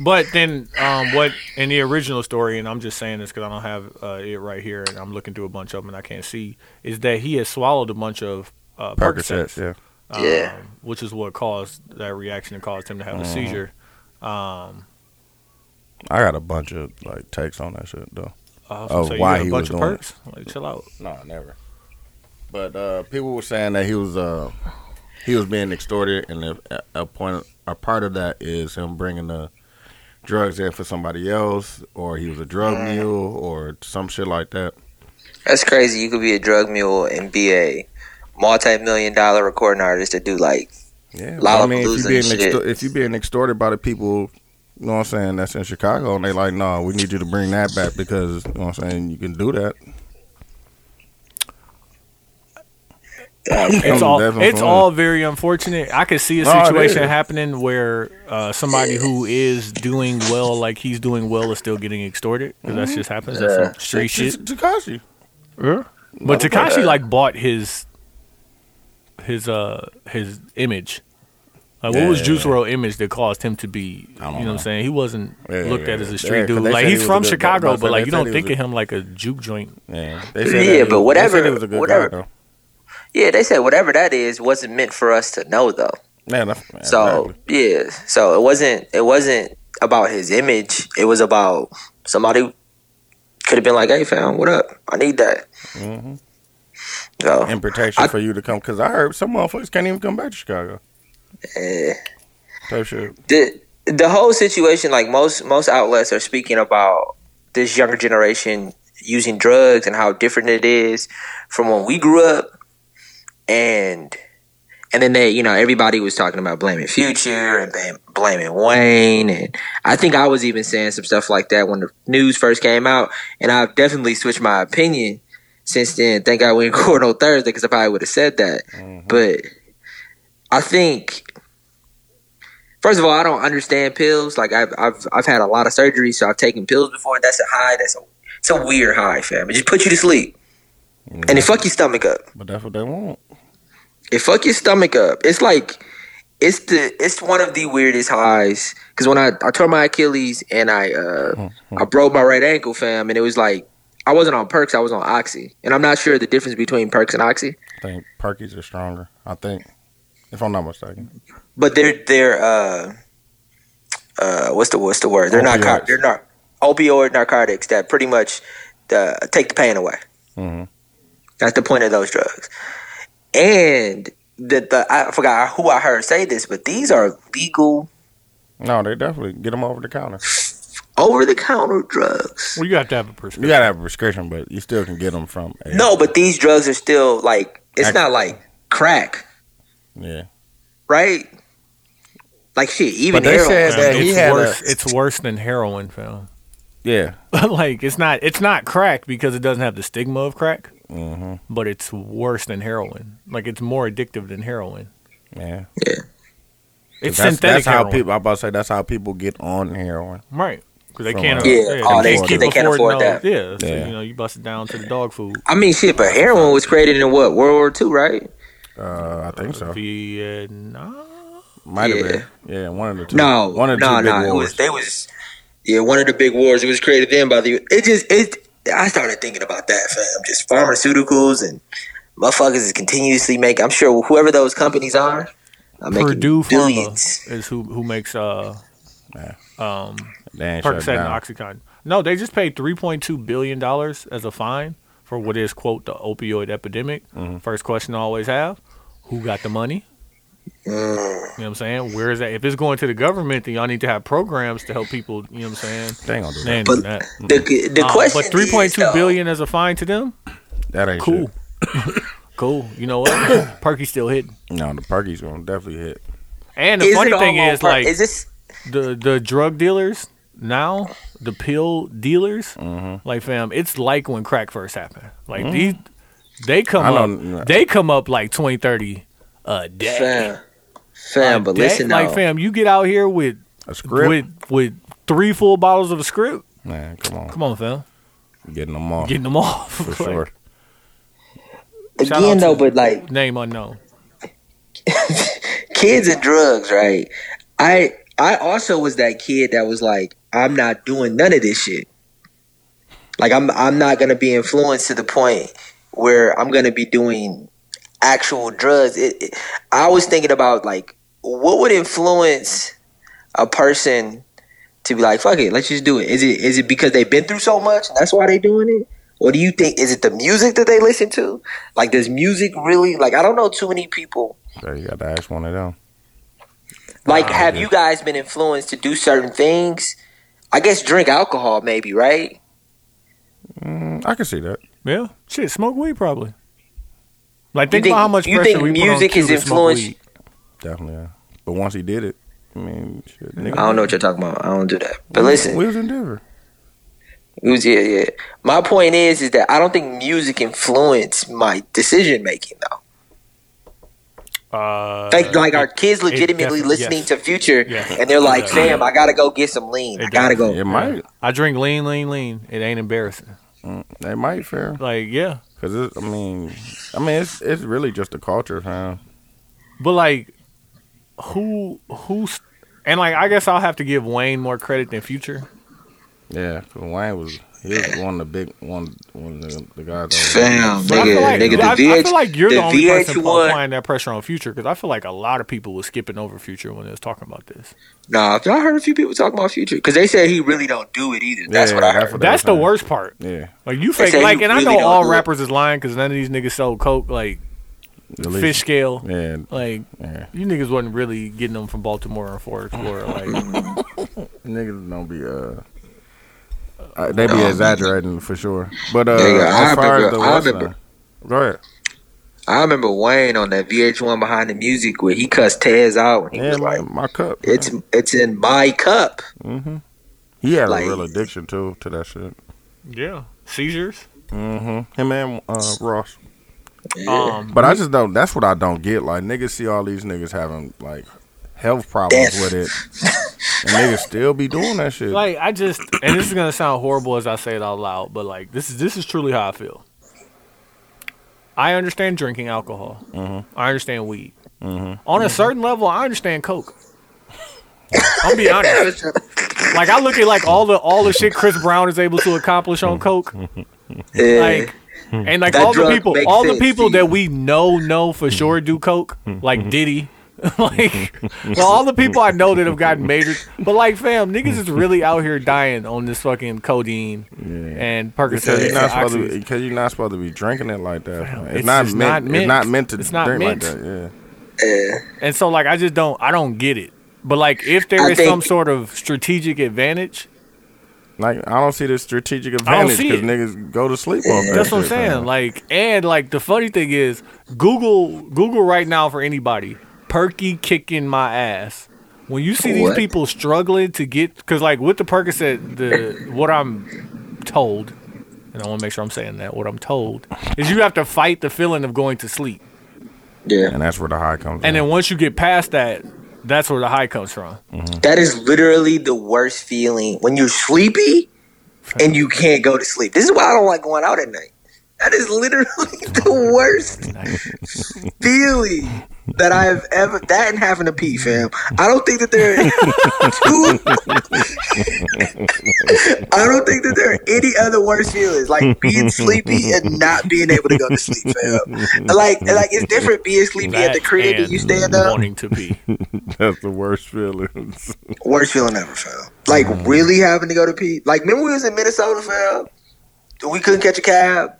B: But then, um, what in the original story, and I'm just saying this because I don't have uh, it right here, and I'm looking through a bunch of them and I can't see, is that he had swallowed a bunch of uh,
C: Percocets.
B: Percocets,
C: Yeah.
B: um,
E: Yeah.
B: which is what caused that reaction and caused him to have
C: Mm-hmm.
B: a seizure. Um,
C: I got a bunch of like takes on that shit though.
B: Uh, I was
C: Oh,
B: gonna say, you
C: why
B: got a
C: he
B: bunch
C: was
B: of
C: doing it.
B: perks? Like, chill out.
C: No, never. But uh, people were saying that he was uh, he was being extorted, and a, a point, a part of that is him bringing the drugs in for somebody else, or he was a drug mule, or some shit like that.
E: That's crazy. You could be a drug mule and be a multi-million dollar recording artist that do like
C: Yeah,
E: Lollapalooza
C: I mean, if you being
E: and
C: extor-
E: shit.
C: if you being extorted by the people, you know what I'm saying, that's in Chicago, and they like, no, we need you to bring that back because you know what I'm saying, you can do that.
E: uh,
C: That's
B: It's all
C: what I'm
B: it's
C: saying.
B: all very unfortunate. I could see a
C: No, it
B: situation
C: is.
B: happening where uh, somebody who is doing well, like he's doing well, is still getting extorted because that just happens. That's
E: Yeah.
B: some street
C: Mm-hmm. It's
B: shit.
C: Takashi.
B: But Takashi like bought his his uh his image. Like what was
C: Yeah.
B: Juice World image that caused him to be? You
C: I
B: know,
C: don't
B: what I'm
C: know.
B: saying? He wasn't
C: Yeah,
B: looked
C: yeah,
B: at as
C: yeah.
B: a street
C: Yeah, 'cause
B: dude.
C: they said
B: Like
C: he
B: he's
C: was
B: from
C: a good-
B: Chicago,
C: they said-
B: but like
C: they
B: you
C: said
B: don't
C: he
B: think
C: was
B: of him like a juke joint.
C: Yeah,
E: Yeah, but whatever- whatever-
C: Guy, though.
E: yeah, they said whatever that is wasn't meant for us to know though.
C: yeah, that's,
E: So
C: exactly.
E: yeah, so it wasn't it wasn't about his image. It was about somebody could have been like, "Hey, fam, what up? I need that."
C: Mhm.
E: So
C: and protection
E: I-
C: for you to come because I heard some motherfuckers can't even come back to Chicago.
E: eh.
C: Type shit.
E: the the whole situation, like most most outlets are speaking about this younger generation using drugs and how different it is from when we grew up, and and then they, you know, everybody was talking about blaming Future and blam- blaming Wayne, and I think I was even saying some stuff like that when the news first came out, and I've definitely switched my opinion since then. Thank God we didn't record on Thursday because I probably would have said that, but I think First of all, I don't understand pills. Like I've I've I've had a lot of surgery, so I've taken pills before. That's a high. That's a it's a weird high, fam. It just puts you to sleep, and it fuck your stomach up.
C: But that's what they want.
E: It fuck your stomach up. It's like it's the it's one of the weirdest highs. Because when I I tore my Achilles and I uh I broke my right ankle, fam, and it was like I wasn't on perks, I was on oxy, and I'm not sure the difference between perks and oxy,
C: I think perkies are stronger. I think, if I'm not mistaken,
E: but they're they're uh uh what's the what's the word? They're not
C: Opioids.
E: not they're not opioid narcotics that pretty much uh, take the pain away.
C: Mhm.
E: That's the point of those drugs. And the, the I forgot who I heard say this, but these are legal
C: no, they definitely get them over the counter.
E: over the counter drugs.
B: Well, you have to have a person.
C: You gotta have a prescription, but you still can get them from. A,
E: No, but these drugs are still like it's
C: Ac-
E: not like crack,
C: yeah.
E: right? Like shit, even
C: But they
E: heroin.
C: said that he
B: it's
C: had
B: worse.
C: a
B: it's worse than heroin, fam.
C: yeah.
B: like it's not it's not crack because it doesn't have the stigma of crack,
C: hmm
B: but it's worse than heroin. Like it's more addictive than heroin.
C: Yeah,
B: It's
C: that's,
B: synthetic
C: that's how
B: heroin.
C: people. I'm about to say that's how people get on heroin.
B: Right. Because they
C: From,
B: can't.
C: uh,
B: yeah,
E: Yeah, oh, they- they can't afford that.
B: Yeah, so,
C: Yeah.
B: you know, you bust it down to the dog food.
E: I mean, shit, but heroin was created in what World War II, right?
C: Uh, I think so.
B: Vietnam.
C: Might have
E: Yeah.
C: been. Yeah, one of the two.
E: No,
C: one of the
E: no,
C: two big
E: no. It was
C: wars.
E: they was yeah one of the big wars. It was created then by the it just it. I started thinking about that, fam. Just pharmaceuticals and motherfuckers is continuously making. I'm sure whoever those companies are, are making
B: Purdue
E: billions.
B: Pharma is who who makes uh um
C: They ain't shut
B: Percocet
C: down.
B: and OxyContin. No, they just paid 3.2 billion dollars as a fine for what is quote the opioid epidemic.
C: Mm-hmm.
B: First question I always have: Who got the money?
E: Uh.
B: You know what I'm saying? Where is that? If it's going to the government, then y'all need to have programs to help people. You know what I'm saying?
C: They ain't gonna do
B: They
C: that.
B: ain't
E: But
B: doing that.
E: The the
B: Uh,
E: question
B: but 3.2
E: is,
B: billion as a fine to them?
C: That ain't
B: Cool.
C: cool.
B: cool. You know what? Perky's still hitting.
C: No, the perky's gonna definitely hit.
B: And
E: though,
B: the
E: is
B: funny
E: it
B: thing
E: all on
B: is,
E: pur-
B: like,
E: is this
B: the the drug dealers now, the pill dealers,
C: Mm-hmm.
B: like fam, it's like when crack first happened. Like these, they come
C: I don't-
B: up, they come up like 20, 30 a day.
E: fam? Fam,
B: A
E: but
B: day.
E: listen
B: like
E: though.
B: fam, you get out here with
C: A script.
B: with with three full bottles of a script.
C: Man, come on,
B: Come on, fam,
C: getting them off
B: getting them off
C: for
B: Like,
C: sure.
B: shout out
E: again though,
B: to-
E: but like
B: Name unknown.
E: kids and drugs, right? I I also was that kid that was like, I'm not doing none of this shit. Like I'm I'm not gonna be influenced to the point where I'm gonna be doing actual drugs. It, it, I was thinking about like what would influence a person to be like, fuck it, let's just do it. Is it is it because they've been through so much? and That's why they doing it. Or do you think is it the music that they listen to? Like, does music really like? I don't know too many people
C: So you got to ask one of them.
E: Like, have you guys been influenced to do certain things? I guess drink alcohol, maybe, right?
C: Mm, I can see that.
B: Yeah, shit, smoke weed probably. Like
E: You
B: think, about how much
E: you
B: pressure
E: think
B: we
E: music
B: put on Q
E: is
B: to smoke
E: influenced?
B: weed.
C: Definitely. Yeah. But once he did it, I mean, shit. Nigga,
E: I don't know what you're talking about. I don't do that. But listen,
C: We was in Denver.
E: It was- yeah, yeah. My point is, is that I don't think music influenced my decision making though.
B: Uh,
E: Like, like our kids legitimately
B: definitely-
E: listening
B: yes.
E: to Future,
B: Yes.
E: and they're like,
B: Yeah.
E: "Fam, I gotta go get some lean.
B: It
E: I gotta go."
C: It might.
B: I drink lean, lean, lean. It ain't embarrassing.
C: It mm, might fair.
B: Like yeah,
C: Cause it, I mean, I mean, it's it's really just a culture, huh?
B: but like who who's and like I guess I'll have to give Wayne more credit than Future.
C: Yeah. 'cause Wayne was he was one of the big one one of the, the guys. That
E: Fam,
B: But I
E: nigga,
B: feel like,
E: nigga,
B: I,
E: the VH,
B: I feel like you're the, only
E: VH1,
B: person applying that pressure on Future because I feel like a lot of people were skipping over Future when they was talking about this.
E: Nah, I heard a few people talking about Future because they said he really don't do it either. That's
C: Yeah,
E: what I
C: that's
E: heard.
C: what
B: That's the
C: saying.
B: worst part.
C: yeah,
B: Like you
E: They
B: fake
E: say
B: like,
E: you
B: and
E: really
B: I know
E: don't
B: all
E: do it.
B: rappers is lying because none of these niggas sold coke like
C: the least-
B: fish scale.
C: Yeah,
B: Like
C: yeah.
B: you niggas wasn't really getting them from Baltimore or Fort Explorer. Like
C: Niggas don't be uh. uh, they be exaggerating for sure, but uh,
E: Nigga, I
C: as far
E: remember-
C: as the
E: I
C: West
E: remember.
C: Side- go ahead.
E: I remember Wayne on that VH1 behind the music where he cussed Tez out and he
C: Yeah,
E: was
C: my,
E: like,
C: my cup.
E: "It's it's in my cup."
C: hmm He had
E: Like-
C: a real addiction too to that shit.
B: yeah, seizures.
C: Mm-hmm. Him and uh, Ross.
B: Um,
C: But I just don't. That's what I don't get. Like niggas see all these niggas having like health problems
E: Death.
C: with it, and niggas still be doing that shit.
B: like I just and this is gonna sound horrible as I say it out loud, but like this is this is truly how I feel. I understand drinking alcohol. I understand weed. On
E: Mm-hmm.
B: a certain level, I understand coke. I'll be honest. like I look at like all the all the shit Chris Brown is able to accomplish on coke.
E: Yeah.
B: Like and like
E: That
B: all the
E: drug
B: people,
E: makes
B: all the
E: sense
B: people
E: to you.
B: that we know know for sure do coke, like Diddy, like well, all the people I know that have gotten major. But like, fam, niggas is really out here dying on this fucking codeine and
C: Because
B: Percocet.
C: you're
B: and
C: not supposed to.
B: oxys.
C: Because you're not supposed to be drinking it like that. man. It's,
B: it's
C: not,
B: just
C: meant,
B: not
C: It's
B: meant.
C: not meant to
B: It's not
C: drink like
B: meant.
C: that.
E: Yeah.
B: And so, like, I just don't, I don't get it. But like, if there
E: I
B: is
E: think-
B: some sort of strategic advantage,
C: Yeah. Like I don't see the strategic advantage
B: see
C: because
B: it.
C: niggas go to sleep off that.
B: That's what I'm
C: shit,
B: saying.
C: man.
B: Like, and like the funny thing is, Google Google right now for anybody. Perky kicking my ass. When you see
E: What?
B: these people struggling to get, because like with the Percocet, the what I'm told, and I want to make sure I'm saying that what I'm told is you have to fight the feeling of going to sleep,
E: Yeah.
C: and that's where the high comes.
B: and
C: in.
B: then once you get past that, that's where the high comes from.
E: That is literally the worst feeling when you're sleepy and you can't go to sleep. This is why I don't like going out at night. That is literally the worst feeling that I have ever. That and having a pee, fam. I don't think that there. Are two- I don't think that there are any other worse feelings like being sleepy and not being able to go to sleep, fam. Like, like it's different being sleepy at the
B: That
E: crib and you stand up.
B: wanting to pee.
C: that's the worst feelings.
E: Worst feeling ever, fam. Like
B: Mm.
E: really having to go to pee. Like remember we was in Minnesota, fam. We couldn't catch a cab.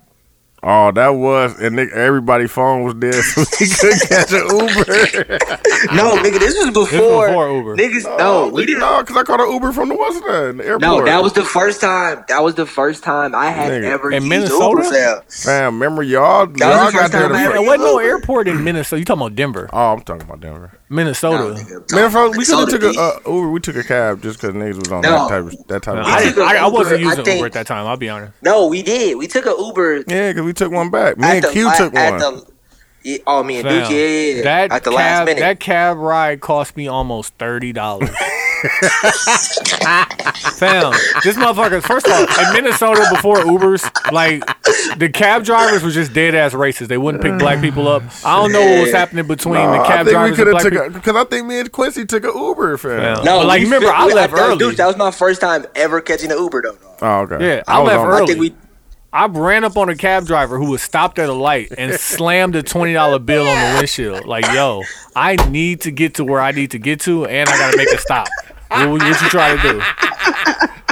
C: oh, that was and nigga, everybody phone was dead. So he could catch an Uber.
E: No, nigga, this was before,
B: before Uber.
E: Niggas,
C: Oh,
E: no, we didn't.
C: No, because I called an Uber from the West End the airport.
E: No, that was the first time. That was the first time I had
C: Nigga.
E: ever
B: In
E: used
B: Minnesota?
E: Uber, fam.
C: Fam, remember y'all?
E: That was
C: y'all
E: the first
C: got there
E: time I
C: to
E: ever-
B: There
C: fuck-
B: wasn't no airport in Minnesota. You talking about Denver,
C: Oh, I'm talking about Denver.
B: Minnesota?
E: No, nigga,
C: Man, folks, we could have
E: Minnesota
C: took a
E: beach.
C: uh, Uber. We took a cab just because niggas was on
E: No.
C: that type of that type.
B: No,
C: of
B: I,
E: took
B: didn't,
E: a
B: I, I wasn't
E: Uber, I
B: using
E: think-
B: Uber at that time. I'll be honest.
E: no, we did. We took an Uber.
C: Yeah, because we took one back. Me
E: at
C: and
E: the
C: Q
E: la-
C: took
E: at
C: one.
E: the- yeah, oh, me and
B: Fam,
E: Duke, yeah, yeah, yeah.
B: That
E: at the
B: cab,
E: last minute.
B: that cab ride cost me almost thirty dollars. Fam, this motherfucker. First of all, in Minnesota before Ubers, like the cab drivers were just dead ass racist. They wouldn't pick black people up. I don't know what was happening between
C: No,
B: the
C: I
B: cab
C: think we
B: drivers and
C: could have
B: black
C: took
B: people.
C: because I think me and Quincy took an Uber, fam.
B: Yeah.
E: no,
B: but, like,
E: we
B: remember,
E: fit-
B: I
E: we-
B: left
E: that was-
B: early.
E: Duke, that was my first time ever catching an Uber, though. dog.
C: Oh, okay.
B: Yeah, I
C: was
B: left
C: on-
E: I
B: early.
E: think we
B: I ran up on a cab driver who was stopped at a light and slammed a twenty dollar bill on the windshield. Like, yo, I need to get to where I need to get to, and I gotta make a stop. What, what you try to do?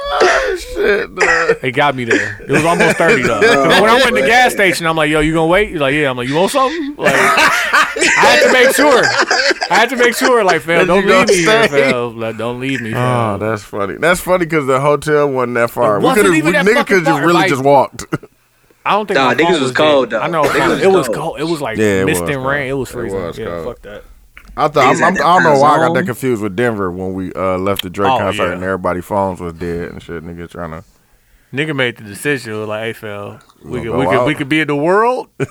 C: Oh, Shit, duh.
B: It got me there. It was almost thirty though. when I went to the gas station, I'm like, "Yo, you gonna wait?" You're like, "Yeah." I'm like, "You want something?" Like, I had to make sure. I had to make sure. Like, fam,
C: That
B: don't
C: you gonna
B: leave me here,
C: stay.
B: fam. Like, don't leave me, fam.
C: Oh, that's funny. That's funny because the hotel wasn't that far.
B: It
C: we
B: wasn't
C: could have,
B: even that
C: nigga
B: fucking
C: could just
B: far,
C: really
B: like-
C: just walked.
B: I don't think
E: Nah,
B: my
E: niggas
B: phone
E: was cold,
B: dead.
E: though.
B: I know.
E: Niggas
B: fam,
E: was
B: it was
E: cold.
B: cold. It was like
C: Yeah, it
B: mist
C: was
B: and rain.
C: cold.
B: It was
C: It
B: freezing.
C: was
B: yeah,
C: cold.
B: fuck that.
C: I thought
E: Niggas
C: I'm,
E: had
C: I'm,
E: that
C: I don't know
E: time
C: why I got
E: zone.
C: that confused with Denver when we uh, left the Drake
B: Oh,
C: concert
B: yeah.
C: and everybody's phones was dead and shit. Nigga trying to
B: Nigga made the decision. It was like, hey, fam, we
C: We'll
B: could
C: go
B: we could
C: out.
B: we could be in the world. We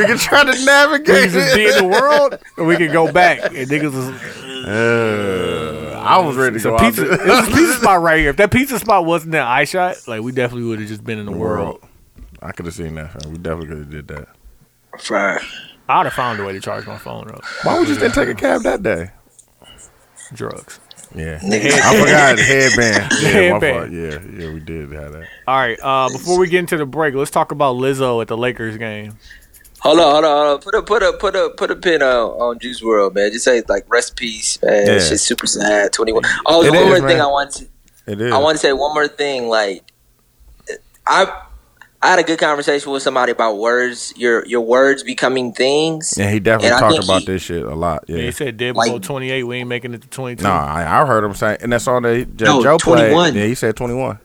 C: we can try to
B: could
C: navigate.
B: just be in the world, and we could go back. And niggas was
C: Uh, I was ready to
B: it's a
C: go
B: pizza.
C: out
B: It
C: there.
B: was a pizza spot right here. If that pizza spot wasn't that eye shot, like we definitely would have just been in the, world.
C: world. I could have seen that. We definitely could have did that.
E: Fire.
B: I'd have found a way to charge my phone up.
C: Why would you didn't take a cab that day?
B: Drugs.
C: Yeah,
E: Niggas.
C: I forgot headband. Yeah,
B: Headband.
C: My fault. yeah, yeah, we did have that.
B: All right. Uh, before we get into the break, let's talk about Lizzo at the Lakers game.
E: Hold on, hold on, hold on. Put a put a put a put a pin on, on Juice World, man. Just say like rest peace, man.
C: Yeah.
E: That Shit's super sad. Twenty one. Oh,
C: It
E: there's one
C: is, man.
E: more thing I want to
C: It is.
E: I want to say one more thing. Like, I I had a good conversation with somebody about words. Your your words becoming things.
C: yeah, he definitely
E: and I
C: talked
E: think
C: about
E: he-
C: this shit a lot. Yeah.
B: They said dead
E: Like-
B: below 28. We ain't making it to 22.
C: Nah, I, I heard him saying, and that's all that he- that
E: No,
C: Joe played.
E: 21.
C: Yeah, he said twenty one.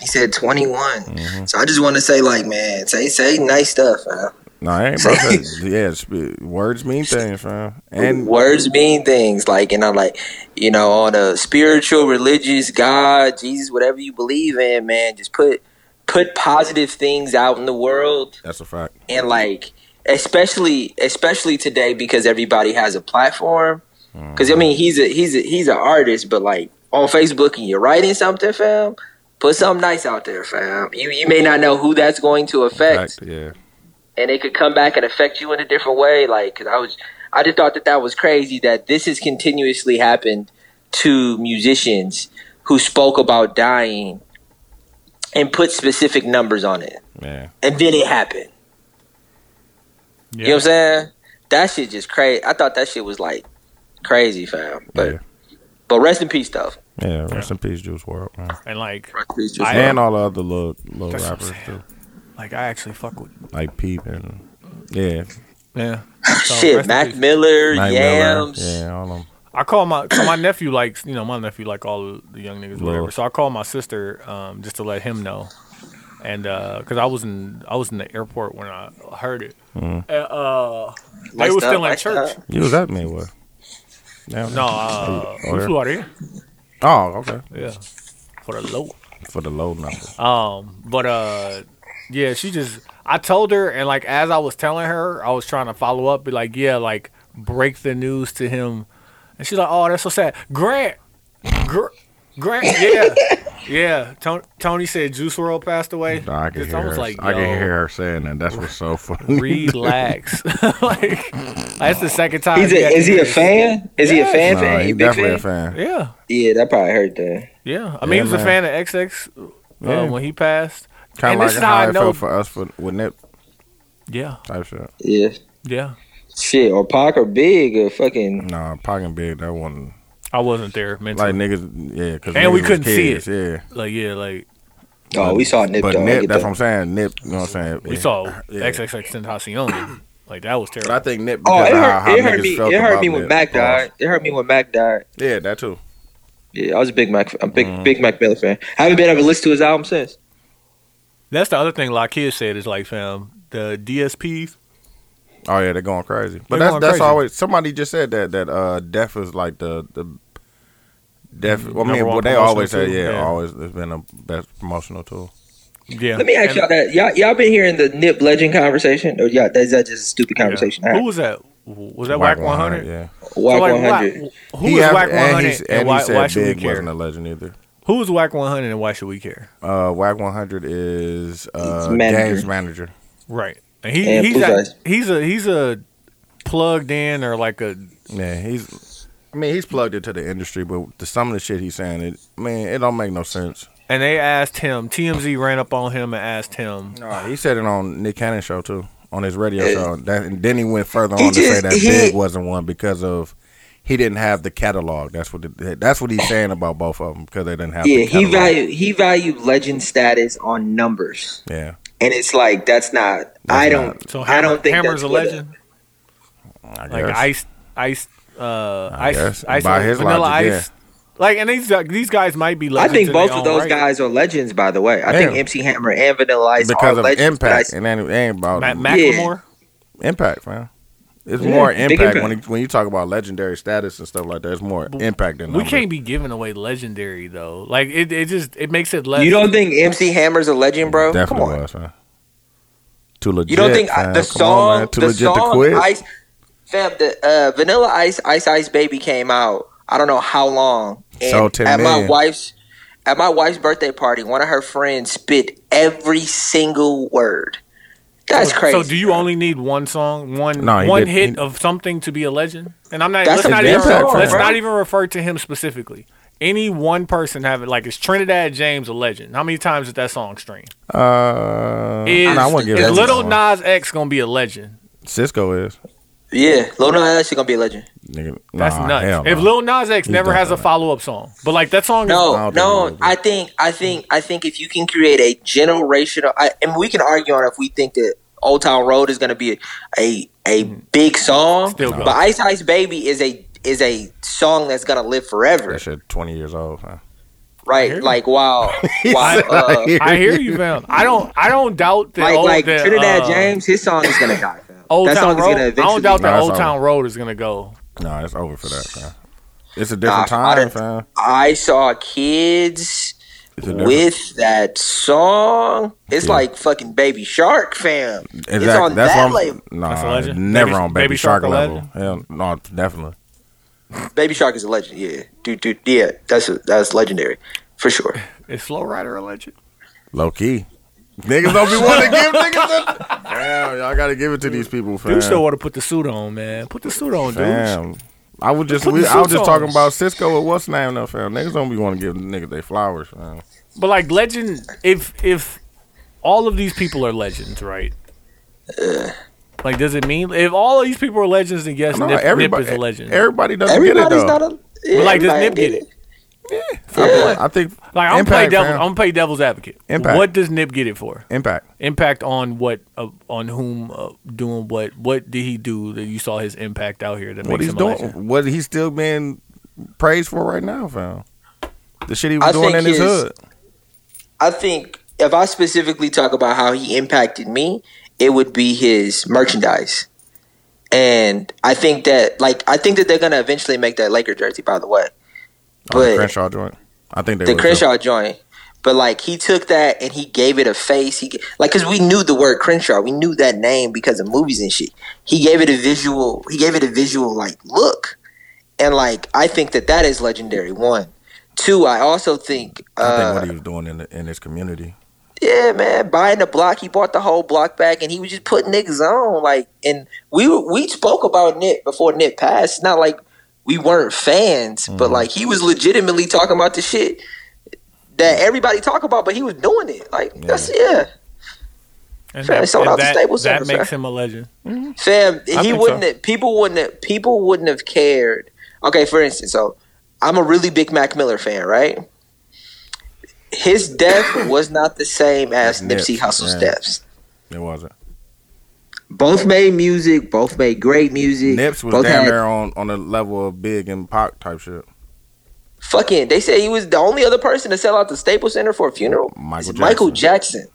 E: He said twenty
C: Mm-hmm.
E: So I just want to say, like, man, say say nice stuff, man.
C: No, I ain't about to. Yeah, sp- words mean things, man. And
E: words mean things like and i'm like you know on a spiritual religious god jesus whatever you believe in man just put put positive things out in the world
C: that's a fact.
E: and like especially especially today because everybody has a platform because i mean he's a he's a he's an artist but like on facebook and you're writing something fam put something nice out there fam you, you may not know who that's going to affect
C: Fact, yeah.
E: and it could come back and affect you in a different way. Like, 'cause I was, I just thought that that was crazy that this has continuously happened to musicians who spoke about dying and put specific numbers on it,
C: Yeah.
E: and then it happened. You know what I'm saying? That shit just crazy. I thought that shit was like crazy, fam. But
C: Yeah.
E: but rest in peace, though.
C: Yeah, rest in peace, Juice World, man.
B: And like,
E: Rest in peace, Juice
B: I-
E: WRLD.
C: and all the other little little
B: That's what I'm
C: rappers too,
B: like I actually fuck with.
C: like Peep and yeah,
B: Yeah. So,
E: Shit,
B: rest in
E: Mac
B: peace.
E: Miller,
C: Mac Miller,
E: Yams.
C: yeah, all them.
B: I call my so my nephew likes you know my nephew like all the young niggas
C: Lil.
B: whatever. So I called my sister um, just to let him know, and because I was in I was in the airport when I heard it.
C: Mm-hmm.
B: And, uh, they
E: Like
B: were
E: that,
B: still in
E: like
B: church.
E: that.
C: You was at me what? Down
B: No,
C: there.
B: uh,
C: Oh,
B: we
C: yeah.
B: flew out of here.
C: Oh, okay.
B: Yeah, for the low.
C: For the low number.
B: Um, but uh, yeah, she just I told her, and like as I was telling her, I was trying to follow up, be like, yeah, like break the news to him, and she's like, oh, that's so sad, Grant, Gr- Grant, yeah, yeah. Tony, Tony said Juice World passed away.
C: Nah, I can
B: It's
C: hear her.
B: almost like,
C: I can
B: yo,
C: hear her saying that. That's what's so funny.
B: Relax. like that's the second time.
E: He's
B: we got
E: a,
B: to
E: is he
B: hear
E: a
B: this.
E: fan? Is he a
B: Yes.
E: fan?
C: Nah,
E: fan?
C: he
E: He big
C: definitely a
E: fan?
C: fan.
B: Yeah,
E: Yeah, that probably hurt that.
B: yeah. I mean, he was a
C: man.
B: fan of XX uh,
C: Yeah.
B: when he passed.
C: Kind
B: And
C: of
B: this
C: like
B: is how
C: how
B: I
C: it
B: know-
C: felt for us for with Nip
B: Yeah,
C: type shit.
E: Yeah.
B: yeah.
E: Shit, or Pac or Big or fucking.
C: Nah, Poggin Big, that one
B: I wasn't there
C: like
B: mentally.
C: niggas, yeah, cause
B: And we
C: niggas was
B: couldn't see
C: kids, Yeah,
B: like yeah, like
E: Oh, we saw Nip
C: but
E: though.
C: Nip, that's what I'm saying. Nip, you know what I'm saying?
B: We
C: Yeah.
B: saw
C: Yeah.
B: XXXTentacion. like that was
C: But I
B: terrible.
C: think Nip.
E: Oh,
C: because
E: it
C: how-
E: hurt,
C: how
E: it hurt
C: niggas
E: me.
C: felt
E: It hurt
C: about
E: me when
C: Nip.
E: Mac died. It hurt me when Mac died.
C: Yeah, that too.
E: Yeah, I was a big Mac. I'm a big
C: Mm-hmm.
E: big Mac Miller fan. I haven't been able to listen to his album since.
B: That's the other thing Lockheed said is like, fam, the DSPs.
C: Oh yeah, they're going crazy.
B: They're
C: But that's
B: going
C: that's
B: crazy.
C: always somebody just said that that uh death is like the the death. I mean,
B: Mm, Number one
C: what they
B: promotional
C: always say,
B: tool,
C: yeah,
B: yeah.
C: always it's been a best promotional tool.
B: Yeah.
E: Let me ask
B: And
E: y'all that. Y'all, y'all been hearing the Nip Legend conversation, or y'all is that just a stupid conversation?
B: Who was that? Was that
C: Whack
B: Whack 100?
C: Yeah,
E: Whack
B: So, like,
E: 100.
B: why- who is
C: had-
B: Whack
C: and
B: 100
C: he's-
B: and,
C: and
B: why,
C: he said
B: why should we
C: Big
B: care?
C: wasn't a legend either.
B: Who is Whack 100 and why should we care?
C: Uh, Whack 100 is uh,
E: He's manager.
C: Games manager.
B: Right. And he,
E: And
B: he's,
E: Blue
B: a,
E: Eyes.
B: he's a he's a plugged in or like a
C: Yeah, he's. I mean, he's plugged into the industry, but the, some of the shit he's saying, it man, it don't make no sense.
B: and they asked him TMZ ran up on him and asked him
C: No, he said it on Nick Cannon show too, on his radio
E: Yeah.
C: show. That, and then he went further on
E: He
C: to say
E: just-
C: that
E: he-
C: Big wasn't one because of he didn't have the catalog. That's what it, that's what he's saying about both of them because they didn't have.
E: Yeah,
C: the
E: he
C: catalog.
E: valued he valued legend status on numbers.
C: Yeah,
E: and it's like that's not. I don't.
B: So
E: I
B: Hammer-
E: don't think
B: Hammer's
E: that's
B: a
E: what
B: legend.
C: I
B: Like
C: guess.
B: ice, ice, uh, ice,
C: guess.
B: ice,
C: By his
B: vanilla
C: logic,
B: ice. Like, and these uh, these guys might be.
E: I
B: Legends
E: think
B: in their
E: both of
B: own
E: those
B: right.
E: guys are legends. By the way, I
C: Yeah.
E: think MC Hammer and Vanilla Ice
C: because
E: are
C: of
E: legends. but I
C: impact
E: s-
C: and ain't, it ain't about
B: Matt
E: Yeah.
B: Macklemore.
C: impact, man. It's more
E: big
C: impact,
E: impact.
C: when you, when you talk about legendary status and stuff like that. It's more impact than
B: We
C: numbers.
B: can't be giving away legendary though. Like it, it just it makes it less.
E: you don't think MC Hammer's a legend, bro?
C: Definitely
E: Come on.
C: was, man. Too legit.
E: You don't think I,
C: fam. Come
E: the
C: on,
E: song,
C: man. too
E: the
C: legit
E: song,
C: to quit?
E: Ice, fam, the uh, Vanilla Ice, Ice Ice Baby came out. I don't know how long. And
C: Sold 10
E: at my
C: million.
E: wife's at my wife's birthday party, one of her friends spit every single word. That's crazy.
B: So do you only need one song, one
C: No, he
B: one
C: did-
B: hit
C: he-
B: of something to be a legend? And I'm not.
E: That's
B: let's
E: a
B: not
E: big
B: even
E: song,
B: let's
E: bro.
B: not even refer to him specifically. Any one person having like is Trinidad James a legend? How many times did that song stream?
C: Uh,
B: Is,
C: no, I wouldn't give
B: is
C: that to
B: Little
C: him.
B: Nas X gonna be a legend?
C: Cisco is.
E: Yeah, Lil Nas X is gonna be a legend.
C: Nigga,
B: That's
C: nah, hell
B: nuts.
C: no.
B: If Lil Nas X
C: He's
B: never
C: done
B: has a
C: that.
B: follow up song, but like that song, is,
E: No,
C: I don't think it
E: no.
C: would be.
E: I think, I think, I think if you can create a generational, I, and we can argue on if we think that Old Town Road is going to be a a
C: Mm.
E: big song,
B: Still goes.
E: but Ice Ice Baby is a is a song that's going to live forever,
C: that shit 20 years old, man.
E: right? Like wow, wow.
C: I
E: Uh,
C: hear
B: I hear you, fam. I don't I don't doubt that.
E: like
B: old,
E: like
B: that,
E: Trinidad
B: uh,
E: James, his song is going to die. fam.
B: Old
E: that
B: Town
E: song is
B: Road.
E: going to
B: I
E: eventually.
B: don't doubt
C: No,
B: that
C: it's
B: Old
C: over.
B: Town Road is gonna go.
C: Nah, it's over for that, man. It's a
E: Nah,
C: different
E: I
C: time,
E: done-
C: fam.
E: I saw kids
C: It's a different-
E: with that song. It's
C: Yeah.
E: like fucking Baby Shark, fam. It's
C: Exactly.
E: on
C: That's
E: that
C: what I'm-
E: label.
C: Nah,
B: That's a legend?
C: never
B: Baby-
C: on Baby,
B: Baby Shark
C: Shark,
B: a
C: level. Hell, no, definitely.
E: Baby Shark is a legend. Yeah, dude, dude, yeah, that's that's legendary for sure.
B: Is Flow Rider a legend?
C: Low key. Niggas don't be want to give niggas a. Damn, y'all gotta give it to these people, fam.
B: Dude still want to put the suit on, man. Put the suit on, dude.
C: Fam. I was just
B: Put the
C: we, I was
B: suits
C: just
B: on.
C: talking about Cisco and what's his name though, fam. Niggas don't be want to give niggas they flowers, fam.
B: But like legend, if if all of these people are legends, right? Like, does it mean if all of these people are legends? Then yes,
C: No,
B: Nip, Nip
C: everybody,
B: is a legend.
C: Everybody doesn't get it
E: Everybody's
C: though.
E: not a
B: but like, does
E: everybody
B: Nip get
E: did
B: it?
C: I, I think
B: Like, I'm play
C: impact,
B: devil. I'm
C: fam.
B: gonna play devil's advocate.
C: Impact.
B: What does Nip get it for?
C: impact.
B: Impact on what? Uh, on whom? Uh, doing what? What did he do that you saw his impact out here? That
C: What
B: makes
C: he's
B: him a
C: doing,
B: legend?
C: what he's still being praised for right now, fam. The shit he was
E: I
C: doing
E: think
C: in his,
E: his-
C: hood.
E: I think if I specifically talk about how he impacted me, it would be his merchandise. And I think that, like, I think that they're gonna eventually make that Laker jersey. By the way,
C: Oh, the
E: but-
C: Crenshaw joint. I think they
E: the
C: will, too.
E: Crenshaw joint. But like he took that and he gave it a face. He g- like because we knew the word Crenshaw, we knew that name because of movies and shit. He gave it a visual. He gave it a visual like look, and like I think that that is legendary. One, two. I also think,
C: I think
E: uh,
C: what he was doing in the, in his community.
E: yeah, man, buying the block. He bought the whole block back and he was just putting niggas on. Like, and we were- we spoke about Nip before Nip passed. It's not like we weren't fans, but like he was legitimately talking about the shit that everybody talk about, but he was doing it. Like, that's yeah,
B: And
E: Fam,
B: that,
E: sold
B: and
E: out the
B: that-
E: Staples
B: that
E: Center,
B: makes him a legend.
E: fam.
C: I
E: he
C: think
E: wouldn't.
C: so.
E: Have, people wouldn't. Have, people wouldn't have cared. Okay, for instance, so I'm a really big Mac Miller fan, right? His death was not the same as
C: Nip's,
E: Nipsey Hussle's
C: yeah.
E: deaths.
C: It wasn't.
E: Both made music. Both made great music.
C: Nips was
E: both
C: down
E: had-
C: there on on the level of Big and Pac type shit.
E: Fucking, they said he was the only other person to sell out the Staples Center for a funeral.
C: Michael
E: It's Michael Jackson.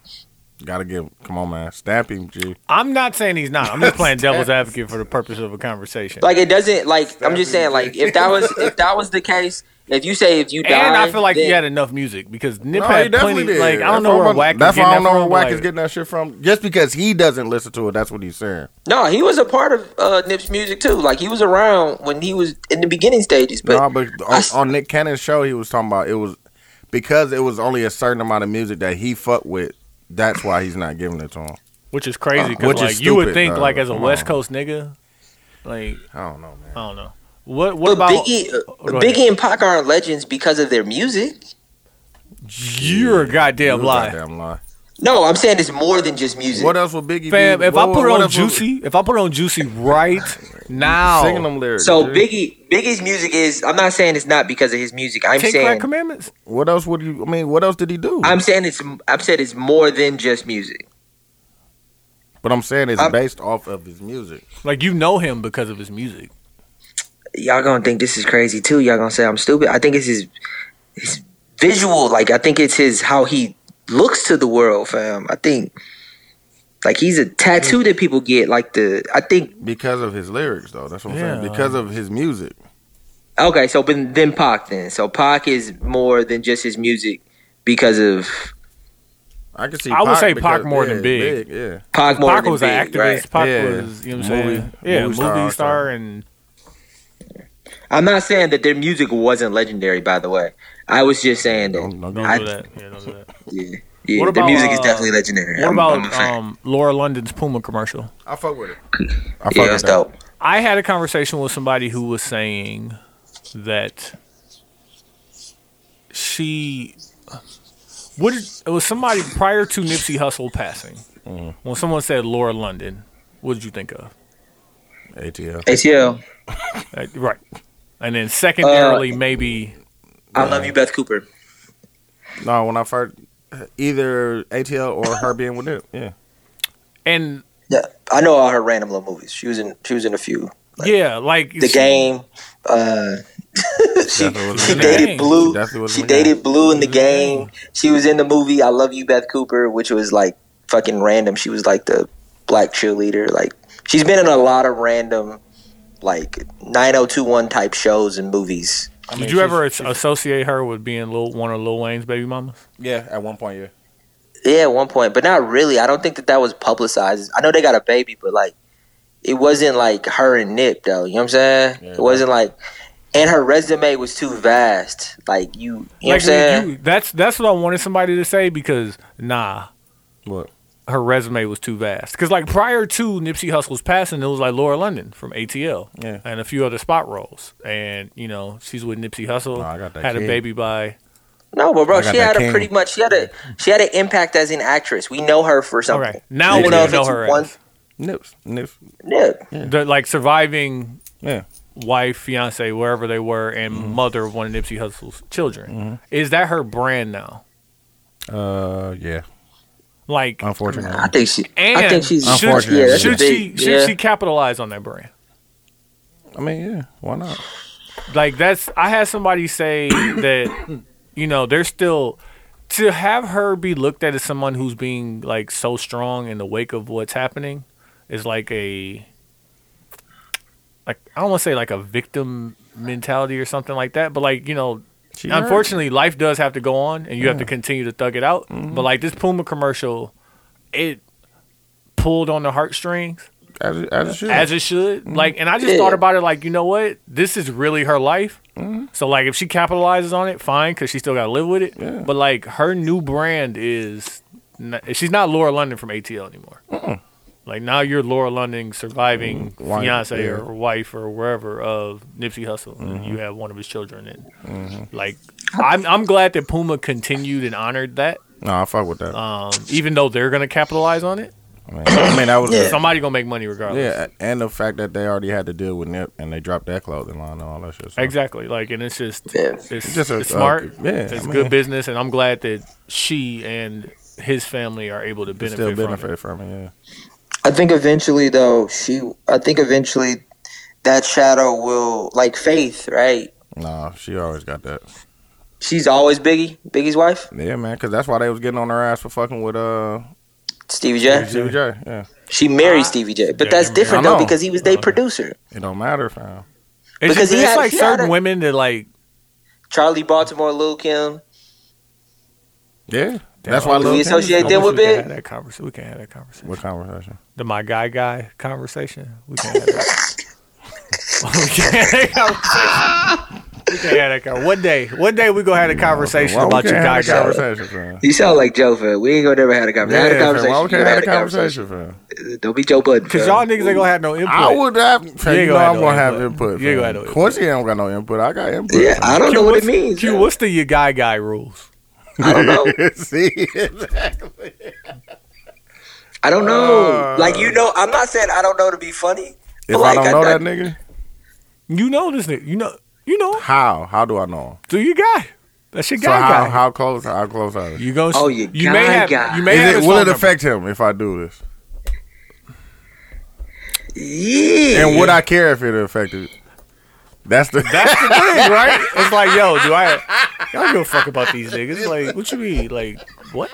C: Gotta give. Come on, man. Stamp him, G.
B: I'm not saying he's not. I'm just playing devil's advocate for the purpose of a conversation.
E: Like it doesn't. Like I'm just saying. Like if that was if that was the case, if you say if you die,
B: and I feel like
E: then,
B: he had enough music because Nip
C: No,
B: had
C: he definitely
B: plenty.
C: did.
B: Like I
C: That's
B: don't know
C: why
B: where
C: I'm-
B: Whack.
C: That's
B: is
C: why I
B: getting
C: don't know
B: that
C: where
B: from,
C: Whack
B: but,
C: is
B: like,
C: getting that shit from. Just because he doesn't listen to it, that's what he's saying.
E: no, he was a part of uh, Nip's music too. Like he was around when he was in the beginning stages. But,
C: no, but
E: I
C: on,
E: s-
C: on Nick Cannon's show, he was talking about it was because it was only a certain amount of music that he fucked with. That's why he's not giving it to him.
B: which is crazy
C: Uh, Which
B: because
C: is
B: like you would
C: stupid,
B: think
C: though.
B: like as a
C: Come
B: West
C: on.
B: Coast nigga, like
C: I don't know, man.
B: I don't know. What what about
E: but
B: Oh,
E: Biggie, uh,
B: go ahead.
E: Biggie and Pac are legends because of their music.
B: You're a goddamn
C: You a
B: lie.
C: goddamn lie.
E: No, I'm saying it's more than just music.
C: What else would Biggie?
B: Fam,
C: be?
B: if
C: what-
B: I put
C: what
B: on
C: else would-
B: Juicy, if I put on Juicy right
C: singing
B: now,
C: them lyrics. G.
E: so Biggie, Biggie's music is. I'm not saying it's not because of his music. I'm
B: Ten
E: saying
B: Crack Commandments.
C: what else would you? I mean, what else did he do?
E: I'm saying it's. I'm saying it's more than just music.
C: But I'm saying it's
E: I'm-
C: based off of his music.
B: Like you know him because of his music.
E: y'all gonna think this is crazy too. Y'all gonna say I'm stupid. I think it's his his visual. Like I think it's his how he looks to the world, fam. I think like he's a tattoo that people get. Like the I think
C: Because of his lyrics, though. That's what I'm
B: Yeah.
C: saying. Because of his music.
E: okay. So then then Pac then. So Pac is more than just his music because of
C: I can see
B: I would say Pac
C: because-
B: more than
C: yeah,
B: Big.
C: Yeah.
E: Pac more
B: Pac
E: than
B: was
E: Big,
B: an activist.
E: right?
B: Pac
C: Yeah.
B: was, you know what I'm
C: Movie-
B: saying? Yeah,
C: movie
B: movie
C: star,
B: star,
C: so-
B: and
E: I'm not saying that their music wasn't legendary. By the way, I was just saying that.
C: Don't- don't
B: don't
E: I-
B: do that. Yeah, don't do that.
E: Yeah, yeah.
B: Oh, What
E: their
B: about,
E: music is
B: uh,
E: definitely legendary.
B: What
E: I'm- I'm a
B: about
E: fan.
B: um, Laura London's Puma commercial?
C: I fuck with it. I fuck
E: yeah,
C: with
E: it's
C: that.
E: dope.
B: I had a conversation with somebody who was saying that she what did, it was somebody prior to Nipsey Hussle passing. When someone said Laura London, what did you think of?
C: ATL.
E: ATL.
B: Uh, right. And then
E: Uh,
B: secondarily, maybe
E: I love you, Beth Cooper.
C: No, when I first either ATL or her being with it. Yeah.
B: and
E: Yeah, I know all her random little movies. She was in. She was in a few.
B: yeah, like
E: The Game. Uh, she
C: Definitely was
E: she
C: in The
B: Game.
E: dated
C: She
E: Blue.
C: definitely was
E: She
C: in The Game.
E: dated Blue in the game. She was in the movie I Love You, Beth Cooper, which was like fucking random. She was like the black cheerleader. Like she's been in a lot of random, like nine zero two one type shows and movies.
B: Did you ever as- associate her with being Lil, one of Lil Wayne's baby mamas?
C: Yeah, at one point, yeah.
E: Yeah, at one point, but not really. I don't think that that was publicized. I know they got a baby, but like, it wasn't like her and Nip though. You know what I'm saying?
C: Yeah.
E: it wasn't like, and her resume was too vast. Like you, you know what I'm
B: Like
E: saying?
B: you, that's that's what I wanted somebody to say because nah,
C: What?
B: her resume was too vast. Because like prior to Nipsey Hussle's passing, it was like Laura London from ATL
C: Yeah.
B: and a few other spot roles, and you know she's with Nipsey Hussle.
C: Nah, I got that
B: had
C: kid.
B: a baby by
E: no, but bro,
C: I got
E: she
C: that
E: had a
C: king.
E: pretty much she had a she had an impact as an actress. We know her for
B: all
E: something.
B: right. Now
E: Even
B: we
E: though
B: know,
E: if it's
B: her
E: one-
B: as
C: Nips. Nips.
E: Nip.
B: the like surviving
C: Yeah.
B: wife, fiance, wherever they were, and mother of one of Nipsey Hussle's children. Is that her brand now?
C: Uh, yeah.
B: Like
C: Unfortunately.
E: I think she.
B: and
E: I think she's.
B: should,
C: Unfortunately.
E: Yeah, that's a
B: should she
E: big,
B: should
E: yeah.
B: she capitalize on that brand?
C: I mean, yeah. Why not?
B: like that's I had somebody say that you know they're still to have her be looked at as someone who's being like so strong in the wake of what's happening is like a like I don't want to say like a victim mentality or something like that, but like you know.
C: She
B: Unfortunately, life does have to go on, and you have to continue to thug it out. But like this Puma commercial, it pulled on the heartstrings,
C: As, it- as it should.
B: as it should. Like, and I just
E: Yeah.
B: thought about it like, you know what? This is really her life.
C: Mm-hmm.
B: So, like, if she capitalizes on it, fine, because she still got to live with it. But, like, her new brand is n she's not Laura London from ATL anymore. Like, now you're Laura London surviving
C: Mm, Wife,
B: fiance or,
C: yeah. Mm-hmm.
B: or wife or wherever of Nipsey Hussle. And you have one of his children. And, like, I'm, I'm glad that Puma continued and honored that,
C: no, I fuck with that.
B: um, even though they're going to capitalize on it.
C: I, mean, I mean, that was
E: Yeah.
B: Somebody going to make money regardless.
C: Yeah, and the fact that they already had to deal with Nip and they dropped that clothing line and all that shit. so-
B: Exactly. Like, and it's just,
E: Yeah.
B: it's,
C: Just a-
B: it's smart.
C: uh, yeah,
B: it's
C: I mean-
B: good business, and I'm glad that she and his family are able to
C: They
B: benefit.
C: still
B: From
C: benefit
B: it.
C: from it. yeah.
E: I think eventually, though, she. I think eventually, that shadow will like Faith, right?
C: Nah, she always got that.
E: She's always Biggie, Biggie's wife,
C: Yeah, man, because that's why they was getting on her ass for fucking with uh
E: Stevie J.
C: Stevie J. Yeah,
E: She married Stevie J, but
B: yeah,
E: that's
B: I
E: different
C: know.
E: though because he was their producer.
C: it don't matter, fam.
B: It's,
E: Because
B: just,
E: he
B: it's
E: had-
B: like
E: he had
B: certain
E: a-
B: women that like
E: Charlie Baltimore, Lil Kim.
C: Yeah, that's why.
B: we
C: Lil Kim-
E: associate
B: I
E: them
B: wish
E: with
B: we could
E: it.
B: have that conversation. We can't have that conversation.
C: What conversation?
B: The my guy guy conversation. We can't have that. we can't have that conversation. We can't have that conversation. One day, one day we gonna have a conversation
C: Why we
B: about your
C: can't
B: guy
C: have a
B: guy.
C: conversation, fam?
E: You sound like Joe, fam. We ain't gonna never had a conversation. had a
C: Yeah, fam,
E: conversation.
C: why we
E: You
C: can't have
E: had
C: a conversation, fam?
E: conversation. Don't be Joe Budden.
B: Cause
E: fam.
B: y'all niggas ain't gonna have no input.
C: I would have. Fam,
B: You ain't
C: you know
B: gonna have
C: I'm
B: no
C: gonna have
B: input.
C: input.
B: You ain't
C: fam.
B: gonna have no input.
C: Quincy ain't got no input. I got input.
E: Yeah, I don't know what
B: what's-
E: it means.
B: Q,
E: fam.
B: what's the your guy guy rules?
E: I don't know.
C: See, exactly.
E: I don't
C: Uh,
E: know. like you know, I'm not saying I don't know to be funny.
C: If
E: like,
C: I
E: I-
C: don't know
E: I-
C: that nigga,
B: You know this nigga. You know. You know. him.
C: how? How do I know? him?
B: Do your guy. That's your
C: So
B: guy.
C: how
B: guy.
C: how close how close are we?
B: you go.
E: Oh, your
B: you may
E: guy
B: have.
E: guy.
B: You may have.
C: Is it
B: his
C: will
B: phone
C: it
B: number.
C: affect him if I do this?
E: Yeah.
C: And would I care if it affected? That's the
B: That's the thing, right? It's like, yo, do I? I don't give a fuck about these niggas. Like, what you mean? Like, what?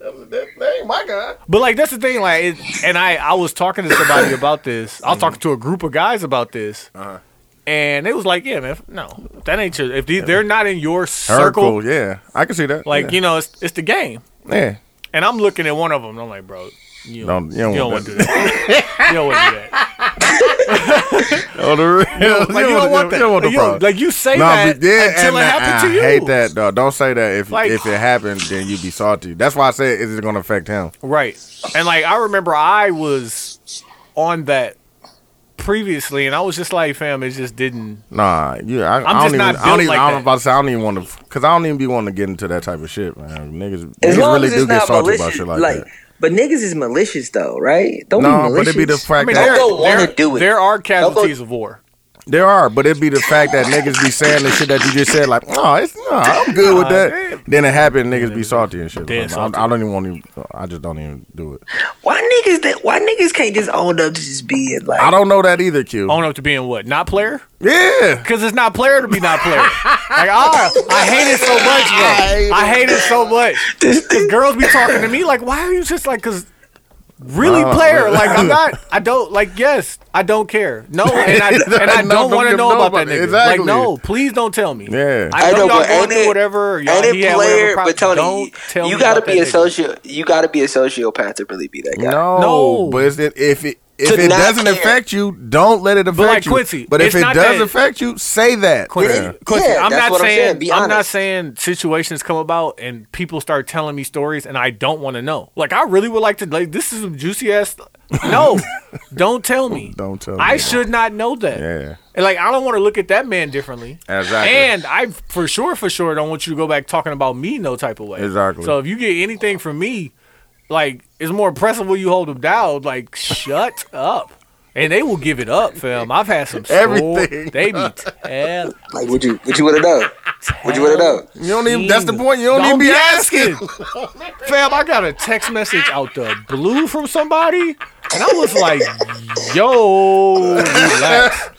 C: that ain't my guy.
B: But like, that's the thing. Like, it, and I, I was talking to somebody about this. I was talking to a group of guys about this,
C: Uh-huh.
B: and it was like, yeah, man, no, that ain't your. If they, they're not in your circle,
C: Circle, yeah, I can see that.
B: like,
C: yeah.
B: you know, it's it's the game.
C: yeah.
B: And I'm looking at one of them. And I'm like, bro, you
C: Don't-
B: don't,
C: you don't
B: you don't want to do
C: want
B: that. you don't want to do that.
C: Oh, the real.
B: Like you don't want that.
C: You don't want the
B: You don't-
C: problem.
B: like you say
C: Nah,
B: that
C: but- yeah,
B: until
C: and
B: it
C: I-
B: happened to you.
C: I hate that, though. Don't say that. If
B: Like-
C: if it happened, then you'd be salty. That's why I said, is it going to affect him?
B: Right. And like I remember I was on that previously and I was just like, fam, it just didn't
C: Nah, yeah, I, I
B: I'm
C: don't
B: just
C: even.
B: not
C: I don't
B: built
C: even.
B: like
C: I'm
B: that.
C: about to say I don't even want to, cause I don't even be wanting to get into that type of shit, man. Niggas,
E: as
C: niggas
E: long
C: really
E: as it's
C: do get
E: not
C: salty
E: malicious,
C: about shit like, that.
E: But niggas is malicious though, right? Don't be
C: No, but
E: Oh, malicious.
C: it be the fact
B: I mean,
C: that
B: there,
E: Don't go wanna
B: there-
E: do it.
B: there are
E: go-
B: casualties of war.
C: There are, but it be the fact that niggas be saying the shit that you just said, like, no, it's no, I'm good with that. Then it happened, niggas be salty and shit.
B: Dead
C: Like,
B: salty.
C: I, I don't even want to. I just don't even do it.
E: why niggas that why niggas can't just own up to just being like
C: I don't know that either, Q.
B: Own up to being what? Not player?
C: yeah,
B: Because it's not player to be not player. like, ah, I hate it so much, bro. I hate it so much.
E: this
B: Cause
E: nigga-
B: girls be talking to me like, why are you just like? Cause really,
C: Nah.
B: player, like I'm not. I don't like. Yes, I don't care. No, and I and I
C: No,
B: don't
C: don't
B: want to
C: give
B: know
C: no
B: about
C: about
B: that
C: it.
B: nigga.
C: Exactly.
B: Like, no, please don't tell me.
C: Yeah.
B: I
E: I
B: know,
E: know,
B: y'all
E: but
B: going
E: ain't
B: through
E: it-
B: whatever. Or y'all,
E: and
B: he
E: it
B: had
E: player,
B: whatever problem.
E: but Tony,
B: don't tell
E: you
B: me
E: gotta
B: about
E: be a
B: that nigga.
E: socio, you gotta be a sociopath to really be that guy.
C: no,
B: No.
C: but it's, it, if it if
E: To
C: it
E: not
C: doesn't
E: care.
C: affect you, don't let it affect
B: like
C: you.
B: Quincy,
C: but if
B: it's
C: it
B: not
C: does
B: that-
C: affect you, say that.
B: Quincy,
C: Yeah.
B: Quincy,
E: Yeah,
B: I'm
E: that's
B: not
E: what I'm
B: saying,
E: saying. Be
B: I'm not
E: honest.
B: saying situations come about and people start telling me stories and I don't want to know. Like I really would like to like this is some juicy ass No. don't tell me.
C: Don't tell
B: I
C: me.
B: should not know that.
C: Yeah.
B: And like I don't want to look at that man differently.
C: Exactly.
B: And I for sure for sure don't want you to go back talking about me no type of way.
C: Exactly.
B: So if you get anything from me, like it's more impressive when you hold them down. Like shut up. And they will give it up, fam. I've had some sore-
C: Everything.
B: They be tell-
E: Like would you would you wanna know? Would you wanna know?
C: You don't even. That's the point. You don't,
B: Don't
C: even
B: be
C: be asking.
B: Fam, I got a text message out the blue from somebody, and I was like, yo, relax.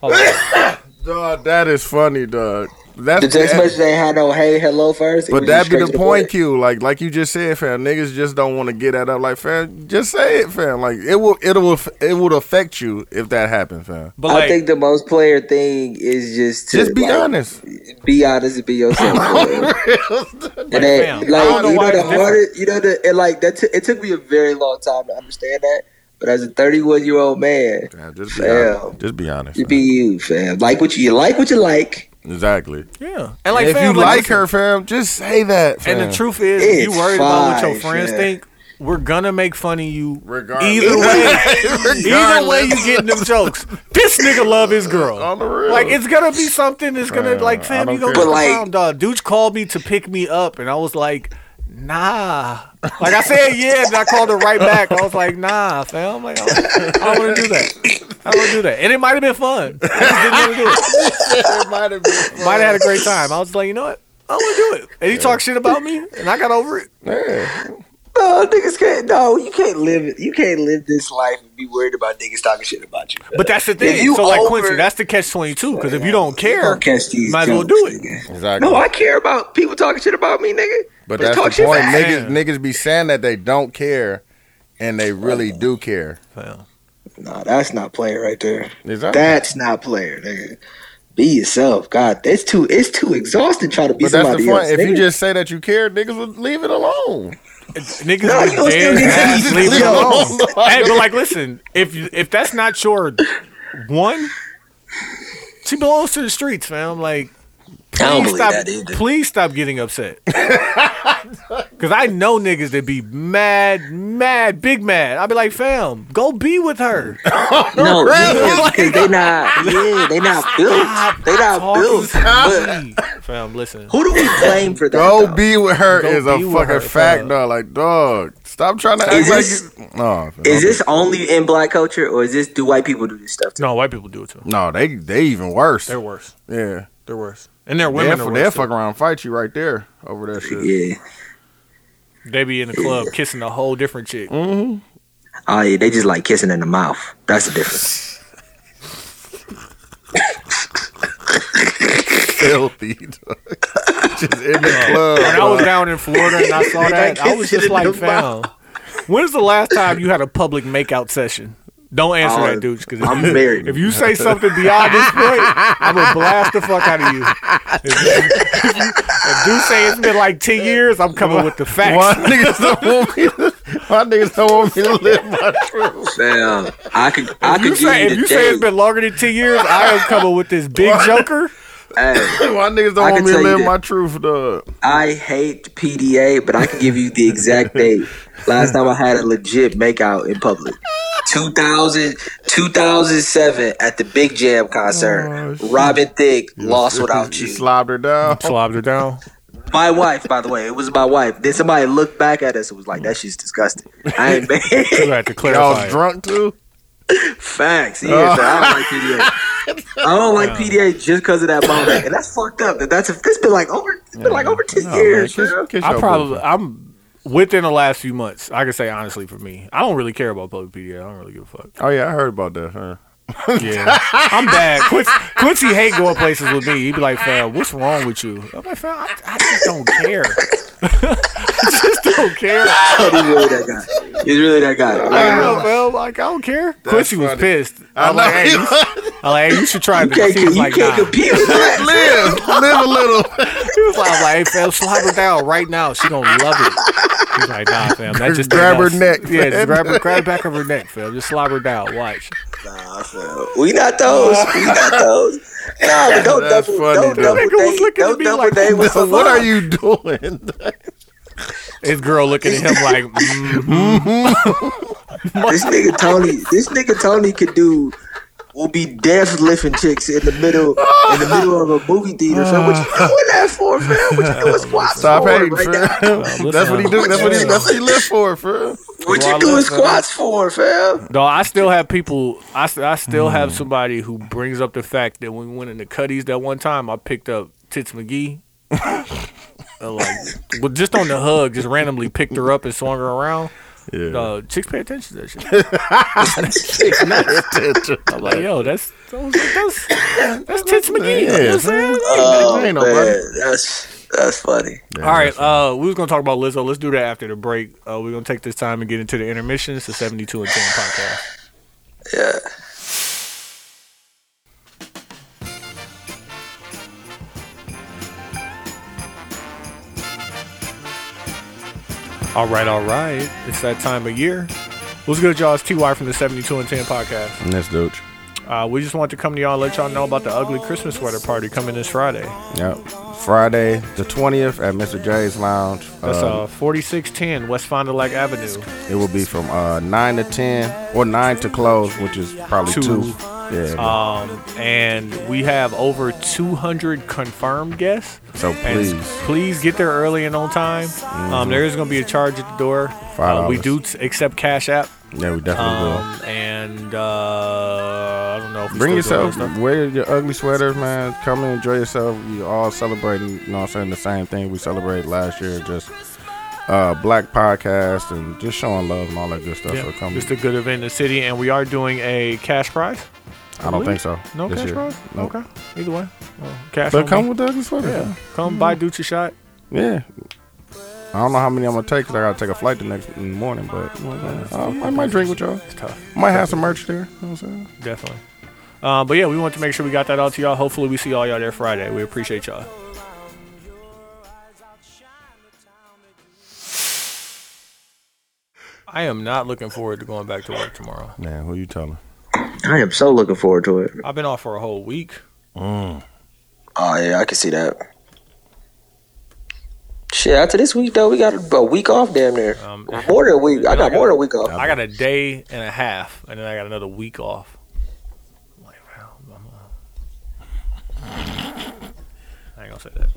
B: Hold on.
C: Dog, that is funny, dog. That's
E: The text message ain't had no hey hello first. It
C: But
E: was
C: that
E: just
C: be
E: straight
C: the
E: to
C: point, Q. Like, like you just said, fam. Niggas just don't want to get that up. Like, fam, just say it, fam. Like, it will, it will, it would affect you if that happened, fam.
B: But
E: I
B: like,
E: think the most player thing is just to
C: Just be
E: like,
C: honest.
E: Be honest and be yourself. and
B: fam,
E: then,
B: I
E: like,
B: don't know
E: you
B: why it's
E: know the
B: different.
E: hardest, you know the and like that. took it took me a very long time to understand that. But as a 31 year old man,
C: Fam, just be
E: Fam.
C: honest. Just be honest.
E: you
C: fam.
E: be you, fam. Like what you, you like what you like.
C: exactly.
B: yeah, and like,
C: if
B: fam,
C: you like
B: listen,
C: her, fam, just say that. Fam.
B: and the truth is, if you
E: It's
B: worried about what your
E: fine,
B: friends
E: fam.
B: think, we're gonna make fun of you
C: Regardless.
B: Either way, either
C: Regardless.
B: way, you getting them jokes. This nigga love his girl.
C: on the real.
B: Like it's gonna be something that's gonna
C: Fam,
B: like
C: I
B: fam, you gonna
C: don't care.
B: get
E: But, like-
B: like, dog. Dude called me to pick me up and I was like, nah. Like I said yeah, and I called her right back. I was like, nah, fam. Like I don't, I don't wanna do that. I don't wanna do that. And it might have been fun. I just didn't wanna do it.
C: it might have been.
B: Might have had a great time. I was like, you know what? I don't wanna do it. And he talked shit about me and I got over it.
E: No, niggas can't. No, you can't live. You can't live this life and be worried about niggas talking shit about you.
B: But that's the
E: If
B: thing.
E: you
B: So like
E: over-
B: Quincy, that's the catch twenty two, because if you don't care,
E: Don't catch these
B: might as well
E: jokes,
B: do it.
E: nigga.
C: Exactly.
E: No, I care about people talking shit about me, nigga.
C: but that's
E: Just
C: the
E: talk shit
C: point.
E: back.
C: Niggas,
B: Yeah.
C: niggas be saying that they don't care, and they really do care.
B: Fam.
E: Nah, that's not player right there.
C: Exactly.
E: That's not player, nigga. Be yourself. God, that's too. It's too exhausting trying to be
C: But that's the
E: somebody
C: point.
E: else.
C: if you
E: nigga.
C: just say that you care, niggas would leave it alone.
B: Niggas
E: No,
B: are
E: you gonna still
B: dead
E: get
B: ass
E: these-
B: leave it
E: Yo.
B: alone. hey, but like, listen, if you- if that's not your one, she belongs to the streets, fam. Like,
E: I
B: please
E: don't believe
B: stop,
E: that either.
B: please stop getting upset. Cause I know niggas that be mad, mad, big mad. I'll be like, fam, go be with her.
E: no, yeah, because they not. Yeah, they not built. They not built. But
B: fam, listen.
E: who do we blame for that?
C: Go
E: though?
C: be with her
B: Go
C: is
B: be
C: a
B: with
C: fucking
B: her,
C: fact,
B: fam.
C: dog. Like, dog, stop trying to act
E: Is
C: like.
E: this-
C: you- No, fam,
E: Is
C: don't
E: this only in black culture, or is this do white people do this stuff? Too?
B: No, white people do it too.
C: be- No, they they even worse.
B: They're worse.
C: yeah,
B: They're worse. And their women
C: they'll
B: are
C: they'll
B: worse. too.
C: fuck around, and fight you right there over that shit.
E: Yeah, Mm.
B: They be in the club kissing a whole different chick.
E: Oh yeah, they just like kissing in the mouth. That's the difference.
C: Filthy. dog. Just in the club.
B: When I
C: dog.
B: was down in Florida and I saw that, I was just like, fam, when's the last time you had a public makeout session? Don't answer
E: Oh,
B: that, dude, because
E: I'm married.
B: If you say something beyond this point, I'm gonna blast the fuck out of you. If, you- if you- if dude say it's been like ten years, I'm coming with the facts.
C: Why niggas don't want me? To, why niggas don't want me to live my truth?
E: Fam, I could I
B: If you
E: could give
B: say,
E: you
B: if
E: the
B: you say
E: day.
B: it's been longer than ten years, I am coming with this big joker.
E: Hey,
C: Why niggas
E: I
C: don't want
E: can
C: me to
E: tell you
C: live
E: that-
C: my truth, dog?
E: I hate PDA, but I can give you the exact date. Last time I had a legit makeout in public. 2000, 2007 at the Big Jam
B: Oh,
E: concert. Robin Thicke lost without
C: He
E: you.
C: slobbed her down.
B: Slobbed her down.
E: My wife, by the way, it was my wife. Then somebody looked back at us and was like, "That shit's disgusting." I ain't
B: You
E: made
B: had to
C: Y'all
B: clarify.
C: was drunk too.
E: facts. Yeah, so I don't like PDA. I don't like PDA just because of that moment, and that's fucked up. That that's that's been like over, it's been like over ten
C: No, Oh, man,
E: years.
C: kiss-
E: bro.
C: kiss
B: I
C: your
B: probably
C: boo.
B: I'm within the last few months. I can say honestly for me, I don't really care about public PDA. I don't really give a fuck.
C: Oh yeah, I heard about that. Huh?
B: Yeah, I'm bad. Quincy, Quincy hate going places with me. He'd be like, "Fam, what's wrong with you?" I'm like, "Fam, I, I just don't care. I just don't care. I
E: He's really that guy. He's really that guy.
B: don't
E: Like,
B: know, fam. Like, I don't care." Quincy was
C: funny.
B: pissed.
C: I
B: I'm
C: know.
B: like, hey, you- I'm like, hey, you should try
E: you
B: this.
E: can't,
B: He was
E: you
B: like,
E: can't
B: nah.
E: compete with that.
C: live, live a little.
B: He was like, I'm like, hey, fam, slap her down right now. She gonna love it. He's like, nah, fam. That just
C: Grab her
B: enough."
C: neck,
B: Yeah,
C: fam.
B: just grab her, grab the back of her neck, fam. Just slap her down. Watch.
E: Nah, fam. We not those. We not those. Nah, but don't
C: That's
E: double,
C: funny,
E: don't
C: though.
E: double
B: Nigga was
E: date.
B: looking at
E: Don't
B: me
E: double
B: like,
E: date with
C: what
E: someone.
C: are you doing?
B: His girl looking at him like, mm,
E: This nigga Tony, this nigga Tony could do will be death-lifting chicks in the middle in the middle of a movie theater. Fam, what you doing that for, fam? What you doing? Squats
C: Stop
E: for
C: hating,
E: right
C: fam.
E: now?
C: that's what he do. That's what he.
E: Yeah.
C: That's what he live for, fam.
E: What you doing squats for, fam?
B: No, I still have people. I, st- I still
C: Hmm.
B: have somebody who brings up the fact that when we went into Cuddies that one time, I picked up Tits McGee. Uh, like, well, just on the hug, just randomly picked her up and swung her around.
C: Yeah.
B: Uh, chicks pay attention to that shit. Chicks nuts. I'm like, yo, that's that's that's, that's Tits McGee. You know what I'm
C: Yes.
B: saying?
E: Oh
C: ain't
E: man,
C: no money.
E: that's that's funny.
B: All right, uh, we was gonna talk about Lizzo. Let's do that after the break. Uh, we're gonna take this time and get into the intermission. It's the 72 and 10 podcast.
E: Yeah.
B: All right, all right. It's that time of year. What's good, y'all? It's TY from the 72 and 10 podcast.
C: And that's dope.
B: Uh, we just wanted to come to y'all and let y'all know about the ugly Christmas sweater party coming this Friday.
C: Yep. Friday the twentieth at Mr. J's Lounge.
B: That's
C: Um,
B: uh, 4610 West Fond du Lac Avenue.
C: It will be from uh, nine to ten or nine to close, which is probably
B: Two.
C: two. Yeah.
B: Um, and we have over 200 confirmed guests.
C: so
B: And
C: please, Mm-hmm.
B: please get there early and on time. Um, there is going to be a charge at the door.
C: Five
B: Uh, we
C: dollars.
B: do t- accept Cash App.
C: yeah, we definitely
B: Um, and uh, I don't know if we
C: will. Bring
B: still doing
C: yourself,
B: stuff.
C: wear your ugly sweaters, man. Come and enjoy yourself. You all celebrating, you know what I'm saying, the same thing we celebrated last year, just uh, black podcast and just showing love and all that good stuff.
B: Yeah,
C: So come.
B: just a good event in the city, and we are doing a cash prize.
C: I don't think so.
B: No
C: this
B: cash
C: year.
B: prize.
C: Nope.
B: Okay, either way, well, cash.
C: But
B: on
C: come
B: me.
C: with the ugly sweater. Yeah.
B: come buy Ducha shot.
C: Yeah. I don't know how many I'm gonna take 'cause I gotta take a flight the next in the morning, but you know what I'm saying? I, I might drink with y'all.
B: It's tough,
C: Might have some merch there. You know what I'm saying?
B: definitely. Uh, but yeah, we want to make sure we got that out to y'all. Hopefully, we see all y'all there Friday. We appreciate y'all. I am not looking forward to going back to work tomorrow.
C: Man, who you telling?
E: I am so looking forward to it.
B: I've been off for a whole week.
E: Oh yeah, I can see that. Shit, after this week though, we got a week off damn near.
B: Um,
E: more than a week. I got more than a week off.
B: I got a day and a half, and then I got another week off. I'm like, wow, I'm, uh, I ain't gonna say that.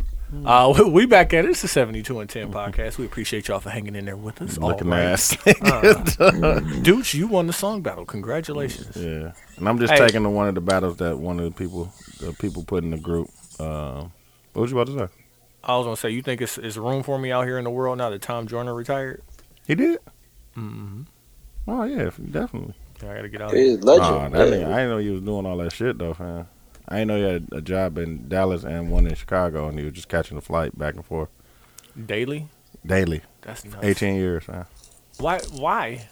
B: Uh, we- we back at it. It's the 72 and 10 podcast. We appreciate y'all for hanging in there with us. All
C: Looking
B: right.
C: ass.
B: Dooch, you won the song battle. Congratulations.
C: yeah. And I'm just
B: Hey.
C: taking the one of the battles that one of the people the people put in the group. Um what was you about to say?
B: I was gonna say, you think it's, it's room for me out here in the world now that Tom Joyner retired?
C: He did? Oh yeah, definitely.
B: I gotta get out.
E: It is
C: Nah,
E: legend.
C: that nigga, I didn't know you was doing all that shit though, fam. I didn't know you had a job in Dallas and one in Chicago, and you were just catching a flight back and forth
B: Daily?
C: daily.
B: That's nuts.
C: Eighteen years, man.
B: Why? Why?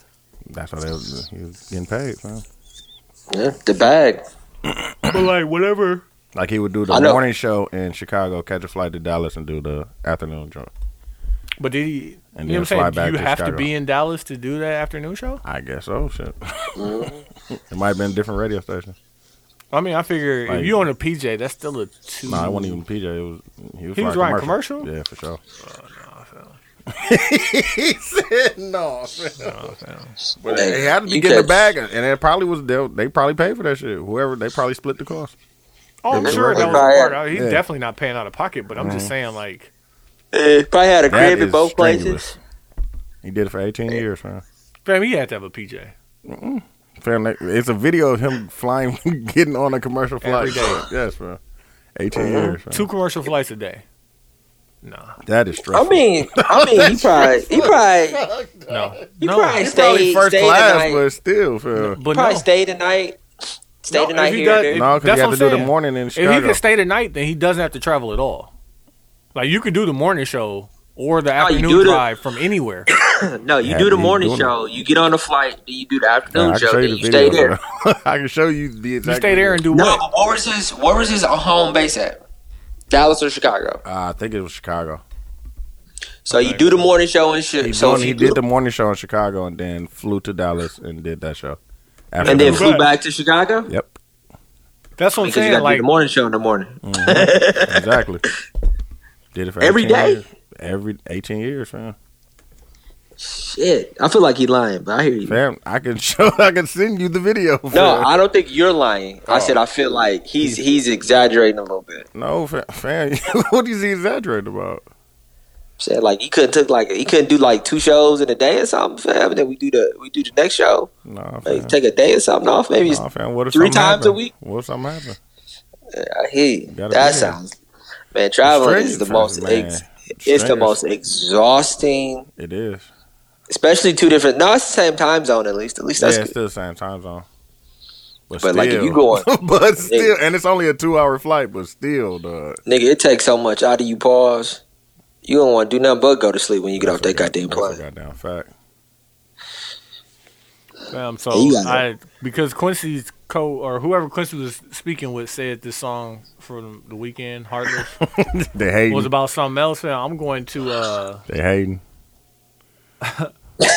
C: That's how they was, he was getting paid, man.
E: yeah, the bag.
B: but like, whatever.
C: Like he would do the
E: I know.
C: morning show in Chicago, catch a flight to Dallas, and do the afternoon joint.
B: But did he?
C: And
B: you know what
C: then
B: I'm saying?
C: fly
B: Do
C: back
B: you
C: to
B: have to
C: Chicago.
B: be in Dallas to do that afternoon show?
C: I guess so. Shit,
E: Mm-hmm.
C: it might have been a different radio station.
B: I mean, I figure
C: Like-
B: if you on a PJ, that's still a two.
C: No, nah, it wasn't even PJ. It was he was,
B: He was
C: flying
B: riding commercial?
C: Yeah, for sure. But
E: Hey,
C: they had to
E: you
C: get in the
E: catch-
C: bag, and it probably was they, they probably paid for that shit. Whoever they probably split the cost.
B: Oh, I'm
C: Yeah,
B: sure that was a
E: right.
B: part. of it. He's
C: Yeah. Mm-hmm.
B: definitely not paying out of pocket, but I'm just saying, like,
E: Eh, probably had a
C: That
E: crib in
C: is
E: both
C: strenuous.
E: places.
C: He did it for 18 years, man.
B: fam, he had to have a PJ
C: Fam, that- It's a video of him flying, getting on a commercial flight.
B: Every day. Mm-hmm.
C: Yes, bro. 18 years. fam.
B: two commercial flights a day. Nah,
C: That is
E: I
C: stressful.
E: mean, I mean, he probably, he probably,
B: no,
E: he
B: no.
E: probably
C: He's probably
E: stayed,
C: first
E: stayed the
C: class,
E: night.
C: but still, fam.
B: But
E: probably
B: no.
E: stayed the night, stayed
B: No,
E: the
B: if
E: night
B: he
E: here.
B: does-
E: and there.
C: No, because
B: That's
C: he had
B: what
C: to
B: I'm
C: do the
B: saying.
C: morning in
B: if he
C: Chicago.
B: can stay the night, then he doesn't have to travel at all. Like you could do the morning show or the
E: you
B: afternoon
E: do the-
B: drive from anywhere.
E: No, you
C: Yeah,
E: do the
C: he's
E: morning
C: doing
E: show. You get on the flight. Then you do the
C: Nah,
E: afternoon
C: I can
E: show.
C: show
E: Then
C: you
E: you
C: the
E: stay
C: video.
E: there.
C: bro. I can show you the exact.
B: You stay there and
C: video.
B: do
E: No,
B: what?
E: but where was his where was his home base at? Dallas or Chicago?
C: Uh, I think it was Chicago.
E: So you do the morning show and shit.
C: He,
E: so
C: done-
E: if
C: he
E: you
C: did
E: do-
C: the morning show in Chicago and then flew to Dallas and did that show.
E: and then
C: Afternoon.
E: flew back to Chicago
C: Yep,
B: That's what I'm
E: because you
B: saying.
E: got to
B: Like
E: do the morning show in the morning.
C: exactly. Did it for
E: Every
C: 18
E: day?
C: years. Every 18 years, fam.
E: Shit, I feel like he lying, but I hear you.
C: Fam, I can show, I can send you the video. Fam.
E: No, I don't think you're lying.
C: Oh.
E: I said I feel like he's he's exaggerating a little bit.
C: no, fam. fam what is he exaggerating about?
E: Said like he couldn't took like he couldn't do like two shows in a day or something. Fam. And then we do the we do the next show.
C: No, fam.
E: Like, Take a day or something off. Maybe it's
C: Nah, fam. What if
E: three
C: something
E: times a
C: happened?
E: week?
C: What if something happened?
E: I hear you.
C: Gotta
E: That
C: be.
E: sounds man. Traveling
C: Strangers,
E: is the most
C: man.
E: ex, it's the
C: Strangers.
E: most exhausting,
C: It is.
E: especially two different. No, it's the same time zone at least. At least that's
C: yeah,
E: good.
C: it's still the same time zone.
E: But, like, if
C: still-
E: you going-
C: but still, and it's only a two-hour flight, but still, dog.
E: nigga. It takes so much out of you. Pause. You don't want to do nothing but go to sleep when you get off that goddamn
C: That's a
E: plane.
C: goddamn fact.
B: Um, so
E: You got
B: I because Quincy's co or whoever Quincy was speaking with said this song from the weekend Heartless
C: They hating.
B: was about something else. Man, I'm going to uh
C: they hating.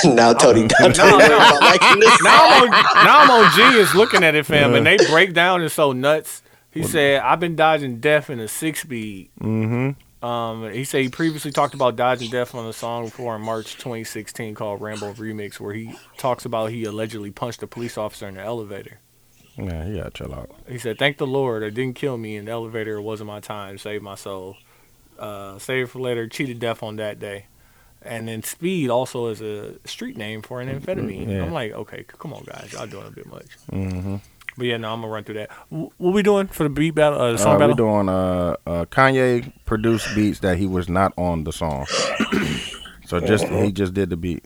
E: now Tony, Tony, like, listen,
B: now I'm on now I'm on genius looking at it, fam, and they break down and so nuts. He said I've been dodging death in a six speed.
C: Mm-hmm.
B: Um, he said he previously talked about dodging death on a song before in March 2016 called Rambo Remix, where he talks about he allegedly punched a police officer in the elevator.
C: Yeah, he gotta chill out.
B: He said, "Thank the Lord, it didn't kill me in the elevator. It wasn't my time. Saved my soul. Uh, saved for later. Cheated death on that day." And then speed also is a street name for an amphetamine.
C: Mm, yeah.
B: I'm like, okay, c- come on, guys, y'all doing a bit much.
C: Mm-hmm.
B: But yeah, no, I'm gonna run through that. W- what we doing for the beat battle? Uh, the song
C: Uh, we're
B: battle.
C: doing uh, uh, Kanye produced beats that he was not on the song. so just he just did the beat.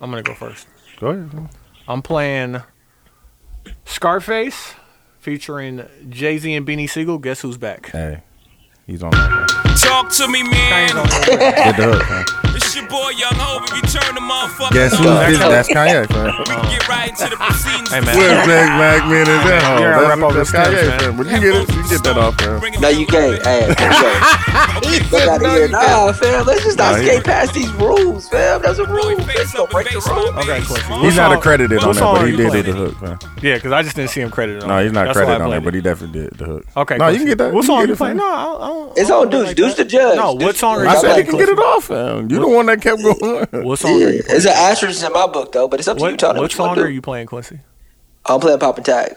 B: I'm gonna go first.
C: Go ahead. man.
B: I'm playing Scarface featuring Jay Z and Beanie Siegel. Guess who's back?
C: Hey, he's on. That man.
A: Talk to me, man.
C: Hit the hook. man.
A: It's your boy Young Hope. If you turn the motherfucker
C: Guess who?
A: up,
C: This- That's Kanye. Man.
A: we can get right into the proceedings.
B: Hey, man.
C: Where's Black Black Men
B: You
C: at?
B: gotta
C: That's-
B: wrap up
C: that's
B: the stems,
C: Kanye,
B: man.
C: fam. But you get it. You get that off, man.
E: no, you gay. Hey, you gay. Fuck out of here. Nah, fam. Let's just
C: Nah,
E: not
C: he-
E: skate past these rules, fam. That's a rule. Let's
A: Face
E: go
A: up and
E: break the
A: face
E: rules.
A: on Okay,
C: He's
B: What
C: not
B: song-
C: accredited
B: what
C: on that,
B: song
C: but
B: are
C: he
B: you
C: did
B: playing?
C: do the hook, man.
B: Yeah, because I just didn't see him credited. on
C: No,
B: it.
C: he's not
B: That's why I
C: credited on
B: played
C: that,
B: it.
C: but he definitely did the hook.
B: Okay.
C: No,
B: Quincy.
C: you can get that.
B: What
C: you
B: song
C: can
B: you
C: get it,
B: playing? No,
C: fam.
B: I don't, I don't,
E: It's
B: I don't
E: on
B: know
E: Deuce.
B: like
E: Deuce
B: that.
E: the judge.
B: No,
E: Deuce
B: what
E: the
B: song are
E: judge.
B: you
C: I said he
E: I'm like,
C: can get it off, fam. You the one that kept going.
B: What song are you
E: Yeah, It's an asterisk in my book though, but it's up to you,
B: what,
E: Tony.
B: what
E: you wanna
B: song
E: do.
B: are you playing, Quincy?
E: I'm playing Pop and Tag.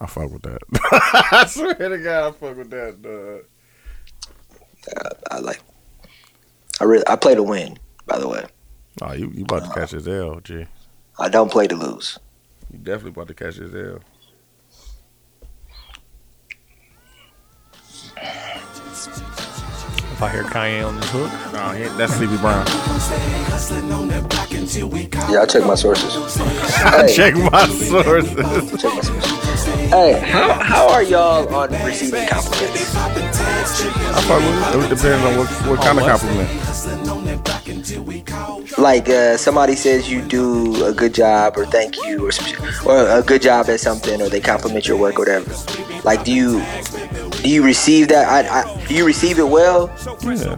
C: I fuck with that. I swear to God, I fuck with that, dog.
E: I like. I really I play to win. By the way,
C: Oh, you, you about to catch his L, G. You
E: I don't play to lose.
C: definitely about to catch his L.
B: If
A: I hear Kanye on this hook.
C: Nah, he- that's Sleepy Brown.
F: Yeah, I check my sources. hey,
C: Check my sources.
F: check my sources. Hey,
E: How, how are y'all on receiving compliments?
C: I fuck with it. It depends on what, Oh, what kind of compliment.
F: like,
E: Like uh, somebody says you do a good job, or thank you, or some shit, or a good job at something, or they compliment your work, or whatever. Like, do you do you receive that? I, I, do you receive it well,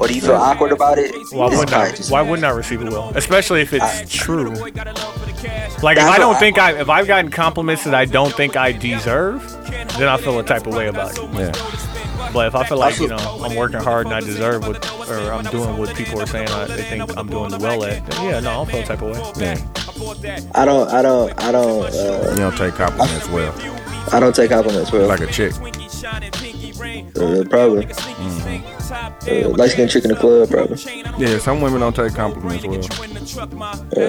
E: or do you feel awkward about it?
A: Why
E: It's
A: wouldn't
E: fine,
A: I?
E: just-
A: Why wouldn't I receive it well? Especially if it's true. Like if
E: That's
A: I don't
E: what I-
A: think I, if I've gotten compliments that I don't think I deserve, then I feel a type of way about it.
C: Yeah.
A: But if I feel like you know I'm working hard and I deserve what, or I'm doing what people are saying I, they think I'm doing well at, then yeah, no, I don't feel a type of way.
C: yeah.
E: I don't. I don't. I don't. Uh,
C: You don't take compliments well.
E: I don't take compliments well.
C: Like a chick.
E: Uh, probably. Uh, light skinned chick in the club, probably.
C: Mm-hmm. Yeah, some women don't take compliments well.
E: Yeah.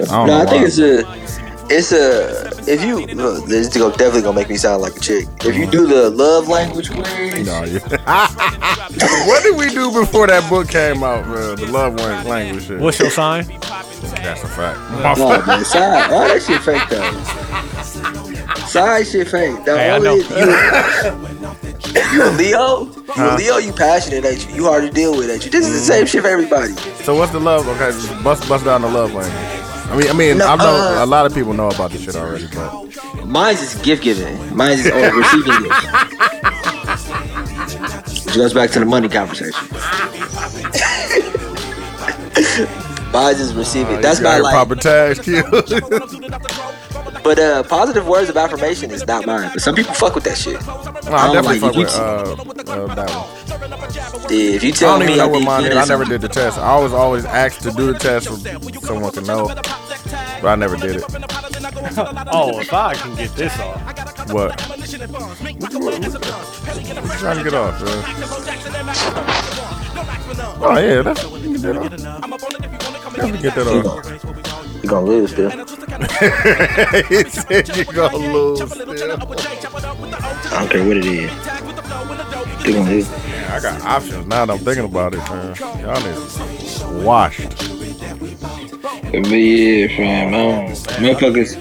C: I don't
E: Uh, no,
C: know
E: I think
C: why.
E: it's a, it's a. If you look, this is gonna- definitely gonna make me sound like a chick. If you do the love language quiz,
C: No, yeah. what did we do before that book came out, bro? The love one language shit.
A: What's your sign?
C: That's a fact.
E: no, man, side, all that shit fake though. Side shit fake. The
A: Hey, I
E: only,
A: know.
E: You, you a Leo? You a Leo? You passionate? Ain't you? You hard to deal with? Ain't you? This is the same shit for everybody.
C: So what's the love? Okay, just bust bust down the love language. I mean, I mean, I know
E: uh,
C: a lot of people know about this shit already, but
E: Mine's is gift giving. Mine's is oh, receiving gifts. Which goes back to the money conversation. Mine's is
A: Oh,
E: receiving. That's
C: Uh, You out
E: my
C: here
E: like.
C: Papa Tags cute.
E: But uh, positive words of affirmation is not mine. But some people fuck with that shit.
C: No, I,
E: I don't
C: definitely
E: like it.
C: fuck with uh, uh, that one.
E: Yeah, if you
C: I
E: tell
C: don't
E: me
C: even know what
E: did
C: mine
E: good
C: is.
E: at
C: I never did
E: something-
C: the test. I was always asked to do the test so someone could know, but I never did it.
A: Oh, if I can get this off,
C: What? What you, what you- what you trying to get off, bro? Oh yeah, that's you can get that off. Definitely get that off.
E: You gonna lose, dude.
C: he said you gonna lose. Still.
E: I don't care what it is. You gonna lose.
C: I got options now that I'm thinking about it, man. Y'all is washed.
E: But yeah, fam, I don't, motherfuckers,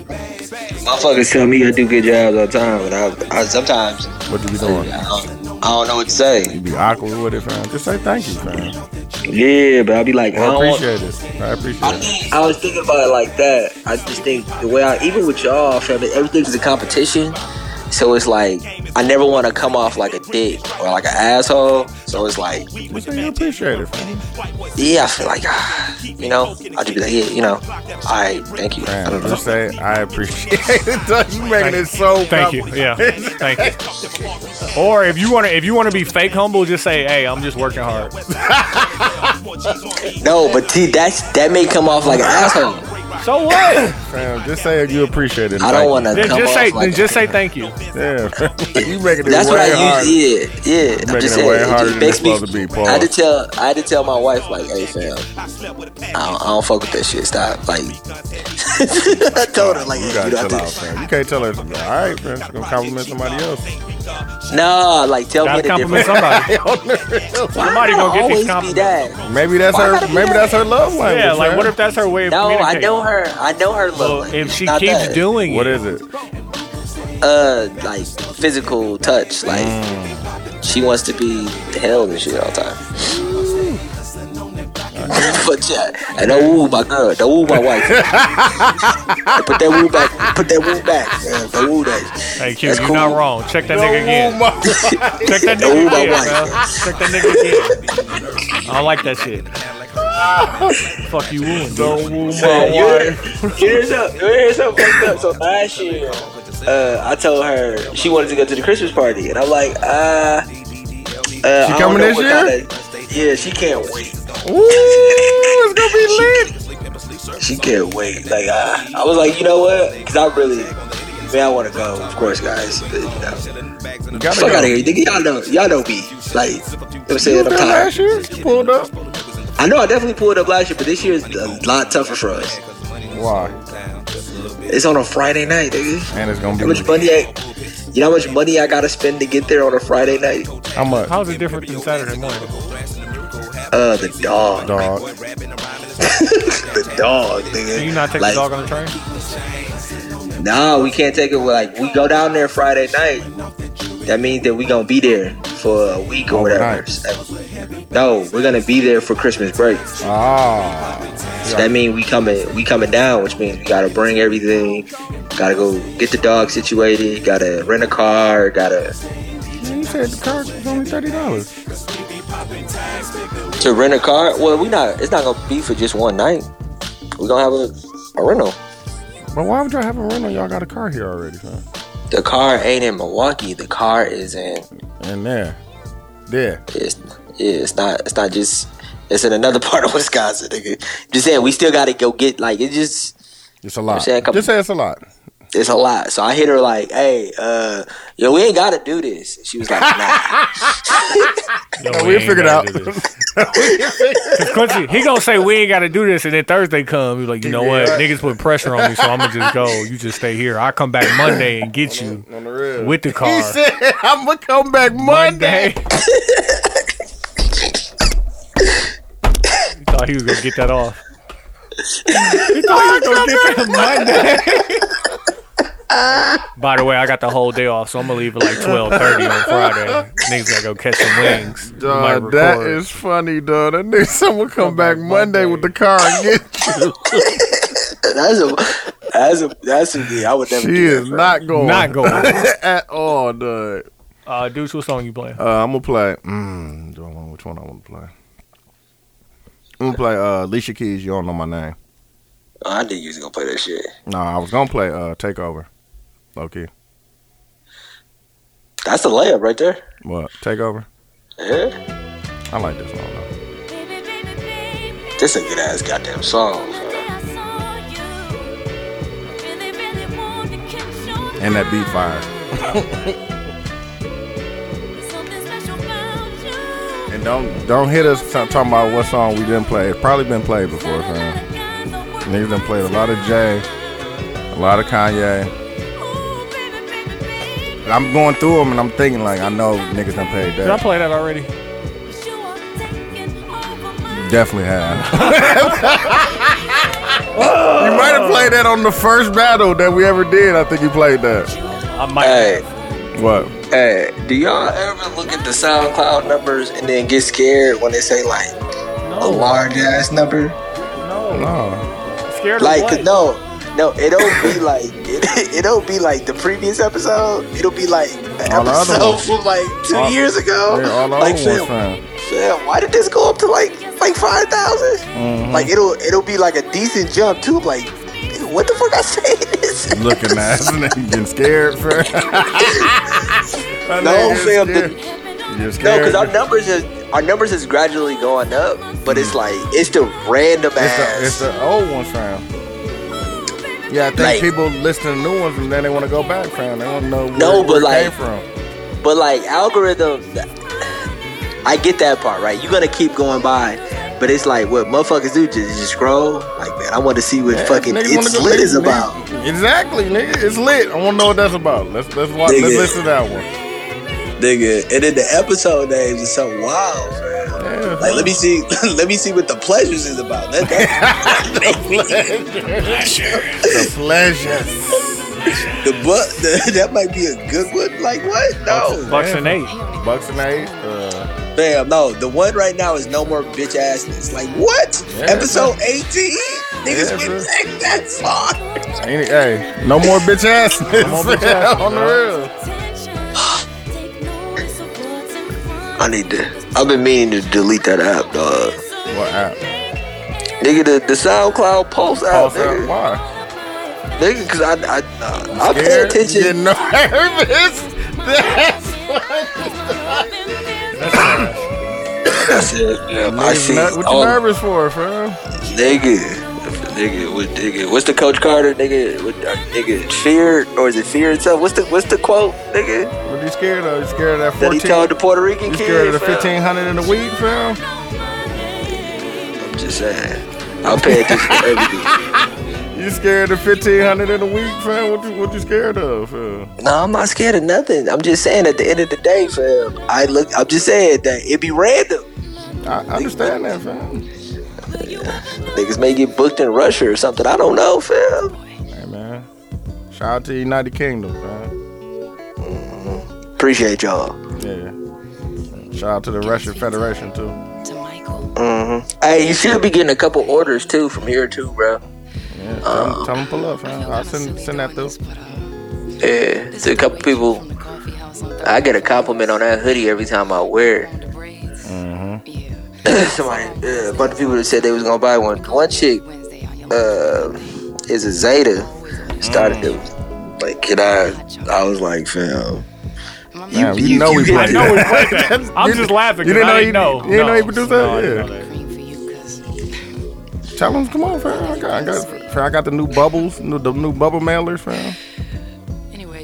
E: motherfuckers tell me I do good jobs all the time, but I, I sometimes
C: What you be doing?
E: I don't, I don't know what to say.
C: You be awkward with it, fam. Just say thank you, fam.
E: Yeah, but I'll be like, I
C: I
E: don't want-
C: appreciate it. I appreciate
E: I
C: it.
E: think I was thinking about it like that. I just think the way I, even with y'all, fam, everything's a competition. So it's like I never want to come off like a dick or like an asshole. So it's like,
C: Just say you appreciate it, fam.
E: yeah, I feel like, ah, you know, I'll just be like, yeah, you know, all right, thank you. I
C: Man,
E: don't know.
C: just say I appreciate it. you making it so.
A: thank you. Yeah, thank you. Or if you wanna, if you wanna be fake humble, just say, hey, I'm just working hard.
E: No, but see, that's that may come off like an asshole.
A: So what?
C: Fam, just say you appreciate it.
E: I don't want to
A: Then
E: come
A: just
E: off
A: say,
E: like
A: then
E: that.
A: just say thank you.
C: Yeah, fam. you making it
E: That's
C: way
E: what I
C: hard.
E: usually yeah yeah. I'm
C: making
E: just
C: it
E: saying
C: way
E: it
C: harder
E: just
C: than
E: makes
C: it's
E: me.
C: supposed to be, Paul.
E: I had to tell I had to tell my wife like, hey fam, I don't, I don't fuck with that shit. Stop. Like I told her like
C: You
E: you,
C: gotta chill
E: don't have
C: out,
E: to.
C: fam. You can't tell her. All right, fam. She's gonna compliment somebody else.
E: No, like tell me
A: Gotta
E: the
A: compliment
E: difference.
A: somebody. Somebody
E: Why
A: gonna get
E: always
A: these
E: be
A: compliments.
E: that?
C: Maybe that's
E: Why
C: her.
E: gotta be
C: Maybe
E: that?
C: that's her love language.
A: Yeah, like
C: fam.
A: what if that's her way of
E: No, I
A: communicating?
E: know her. I know her
A: Well,
E: love.
A: if she
E: Not
A: keeps
E: that.
A: doing
C: What
A: it,
C: is it?
E: uh like physical touch, like she wants to be held and shit all the time. but yeah, and don't woo my girl, don't woo my wife. put that woo back, put that woo back, man. Don't woo that.
A: hey Q,
E: That's
A: you're not
E: cool.
A: wrong. Check that nigga again. Check that
E: Don't woo
A: nigga
E: my
A: again,
E: wife.
A: man. Check that nigga again. I don't like that shit. Fuck you, wooing, dude.
C: Don't woo
E: Man, Oh, you
C: my wife.
E: hear- you hear something- you hear something fucked up. So last year, uh, I told her she wanted to go to the Christmas party, and I'm like, uh, uh she
C: coming this year?
E: yeah, she can't wait.
C: Ooh, it's gonna be lit.
E: She can't wait. Like uh, I, I was like, you know what? Because I really, man, I want to go. Of course, guys. But, you know,
C: You gotta
E: fuck
C: go.
E: out of here, nigga. Y'all know, y'all know me. Like, you know what I'm saying? I'm
C: Remember
E: tired.
C: last year? You pulled up.
E: I know I definitely pulled up last year, but this year is a lot tougher for us.
C: Why?
E: It's on a Friday night, nigga.
C: And it's gonna
E: How
C: be.
E: much money I, you know how much money I gotta spend to get there on a Friday night?
C: How much?
A: How's it different than Saturday morning?
E: Uh, the dog.
C: Dog.
E: The dog, nigga.
B: Can you not take
E: Like,
B: the dog on the train?
E: Nah, we can't take it. Like we go down there Friday night. That means that we gonna be there for a week or whatever.
C: Overnight.
E: So- No, we're gonna be there for Christmas break. So
C: Ah,
E: that means we coming, we coming down, which means we gotta bring everything. Gotta go get the dog situated. Gotta rent a car. Gotta
C: you said the car was only thirty dollars.
E: to rent a car. Well, we not. It's not gonna be for just one night. We gonna have a, a rental.
C: But why would y'all have a rental? Y'all got a car here already, huh?
E: The car ain't in Milwaukee. The car is in.
C: And there, there.
E: It's yeah, it's not it's not just it's in another part of Wisconsin, nigga. Just saying we still gotta go get like it just
C: It's a lot.
E: saying a couple-
C: Just say it's a lot.
E: it's a lot. So I hit her like, hey, uh, yo, we ain't gotta do this. She was like, nah.
C: No, we'll figure it out.
B: Quincy, he gonna say we ain't gotta do this, and then Thursday come. He's like, you know what,
C: Yeah.
B: niggas put pressure on me, so I'm gonna just go. You just stay here. I come back Monday and get you
C: On the real.
B: with the car.
C: he said, "I'm gonna come back Monday."
B: he thought he was gonna get that off. he thought he was gonna get that Monday. By the way, I got the whole day off, so I'm gonna leave at like twelve thirty on Friday. Niggas gotta go catch some wings. We might
C: Dog, that
B: record.
C: is funny, dog. That nigga, someone come, back, Monday, with the car and get you.
E: That's a that's a that's a yeah, I would never
C: she
E: do that,
C: is
E: bro.
C: not going.
B: not going.
C: at all, dog.
B: Uh, Deuce, what song you playing?
C: Uh, I'm gonna play. Mm, do I want which one I want to play? I'm gonna play uh, Alicia Keys. You don't know my name.
E: Oh, I knew you was gonna play that shit.
C: No, I was gonna play uh, Takeover. Okay,
E: That's a layup right there.
C: what Takeover?
E: Yeah.
C: I like this one though.
E: This a good ass goddamn song.
C: And that beat fire. And don't don't hit us t- talking about what song we didn't play. It's probably been played before, fam. Niggas done played a lot of Jay, a lot of Kanye. And I'm going through them and I'm thinking like I know niggas done played
B: Did I
C: that.
B: play that already?
C: Definitely have. you might have played that on the first battle that we ever did. I think you played that.
B: I might.
E: Hey,
C: What?
E: hey, do y'all ever look at the SoundCloud numbers and then get scared when they say like a large ass number?
C: No.
B: Scared of
E: like
B: what?
E: no no it don't be like it, it don't be like the previous episode it'll be like the
C: All the other
E: episode
C: ones.
E: from like two
C: All-
E: years ago
C: Yeah, all the
E: like
C: old ones,
E: fam,
C: fam.
E: fam, why did this go up to like like 5000
C: Mm-hmm.
E: like it'll it'll be like a decent jump too like nigga, what the fuck i say this
C: Looking at us and then getting scared, fam. That
E: No,
C: nigga
E: fam, the-
C: scared. You're
E: no
C: scared.
E: because our numbers is our numbers is gradually going up but it's like it's the random
C: It's
E: ass
C: the, it's the old ones, fam. Yeah, I think
E: Like-
C: people listen to new ones and then they want to go back, fam. They want to know where,
E: No,
C: where
E: but
C: it
E: like-
C: came from.
E: But like algorithm, I get that part, right? You're gonna keep going by, but it's like what motherfuckers do just, just scroll. Like man, I want to see what fucking
C: Niggas wanna
E: it's
C: go
E: lit
C: listen,
E: is
C: nigga.
E: about.
C: Exactly, nigga. It's lit. I want to know what that's about. Let's let's watch.
E: Nigga.
C: Let's listen to that one.
E: Nigga, and then the episode names is something wild, man.
C: Yeah.
E: Like let me see, let me see what the pleasures is about. That, that,
C: The pleasure.
E: the butt, the, that might be a good one. Like what? No,
B: Bucks and eight.
C: Bucks and eight. Uh,
E: damn, no. The one right now is no more bitch assness. Like what?
C: Yeah,
E: episode 18, niggas
C: Yeah,
E: went
C: bro.
E: back that far.
C: any, hey, no more bitch ass.
B: more bitch ass,
C: on the real.
E: I need to. I've been meaning to delete that app, dog.
C: What app?
E: Nigga, the, the SoundCloud post out,
C: Pause
E: nigga.
C: app. Why?
E: Nigga, cause I, I, uh, I pay
C: Scared?
E: attention.
C: Getting nervous. That's
E: That's it. Yeah, I
C: Niggas
E: see. Oh.
C: nut- what you
E: all-
C: nervous for, fam?
E: nigga, nigga, what, nigga, what's the Coach Carter, nigga, what, uh, nigga, fear or is it fear itself? What's the what's the quote, nigga,
C: What you scared of? You scared of that
E: that
C: 14?
E: he told the Puerto Rican
C: You
E: kid?
C: scared of the
E: fam?
C: 1500 in the week, fam?
E: I'm just saying. I'll pay attention to everything.
C: You scared of 1500 in a week, fam? What you, what you scared of, fam?
E: No, I'm not scared of nothing. I'm just saying. At the end of the day, fam, I look. I'm just saying that it be random.
C: I understand that, fam.
E: Niggas may get booked in Russia or something. I don't know, fam.
C: Hey, man. Shout out to the United Kingdom, man.
E: Appreciate y'all.
C: Yeah. Shout out to the Russian Federation, too.
E: Hey, you should be getting a couple orders too from here too, bro.
C: Yeah, tell, them, tell them pull up, fam. I'll send, send that through.
E: Yeah, to a couple people. I get a compliment on that hoodie every time I wear it. Somebody, uh, a bunch of people that said they was gonna buy one. One chick uh, is a Zeta. Started to like, can I? I was like, fam. You,
C: Man, we know we
E: get
C: played
E: to-
C: that.
B: I'm
C: You-
B: just laughing.
C: You
B: 'cause
C: didn't know
B: I
C: he
B: know.
C: You didn't know he
B: No,
C: produced
B: no, I
C: that.
B: didn't know
C: Yeah. Tell him, come on, fam. I got, I got, fam, I got the new bubbles, new, the new bubble mailers, fam.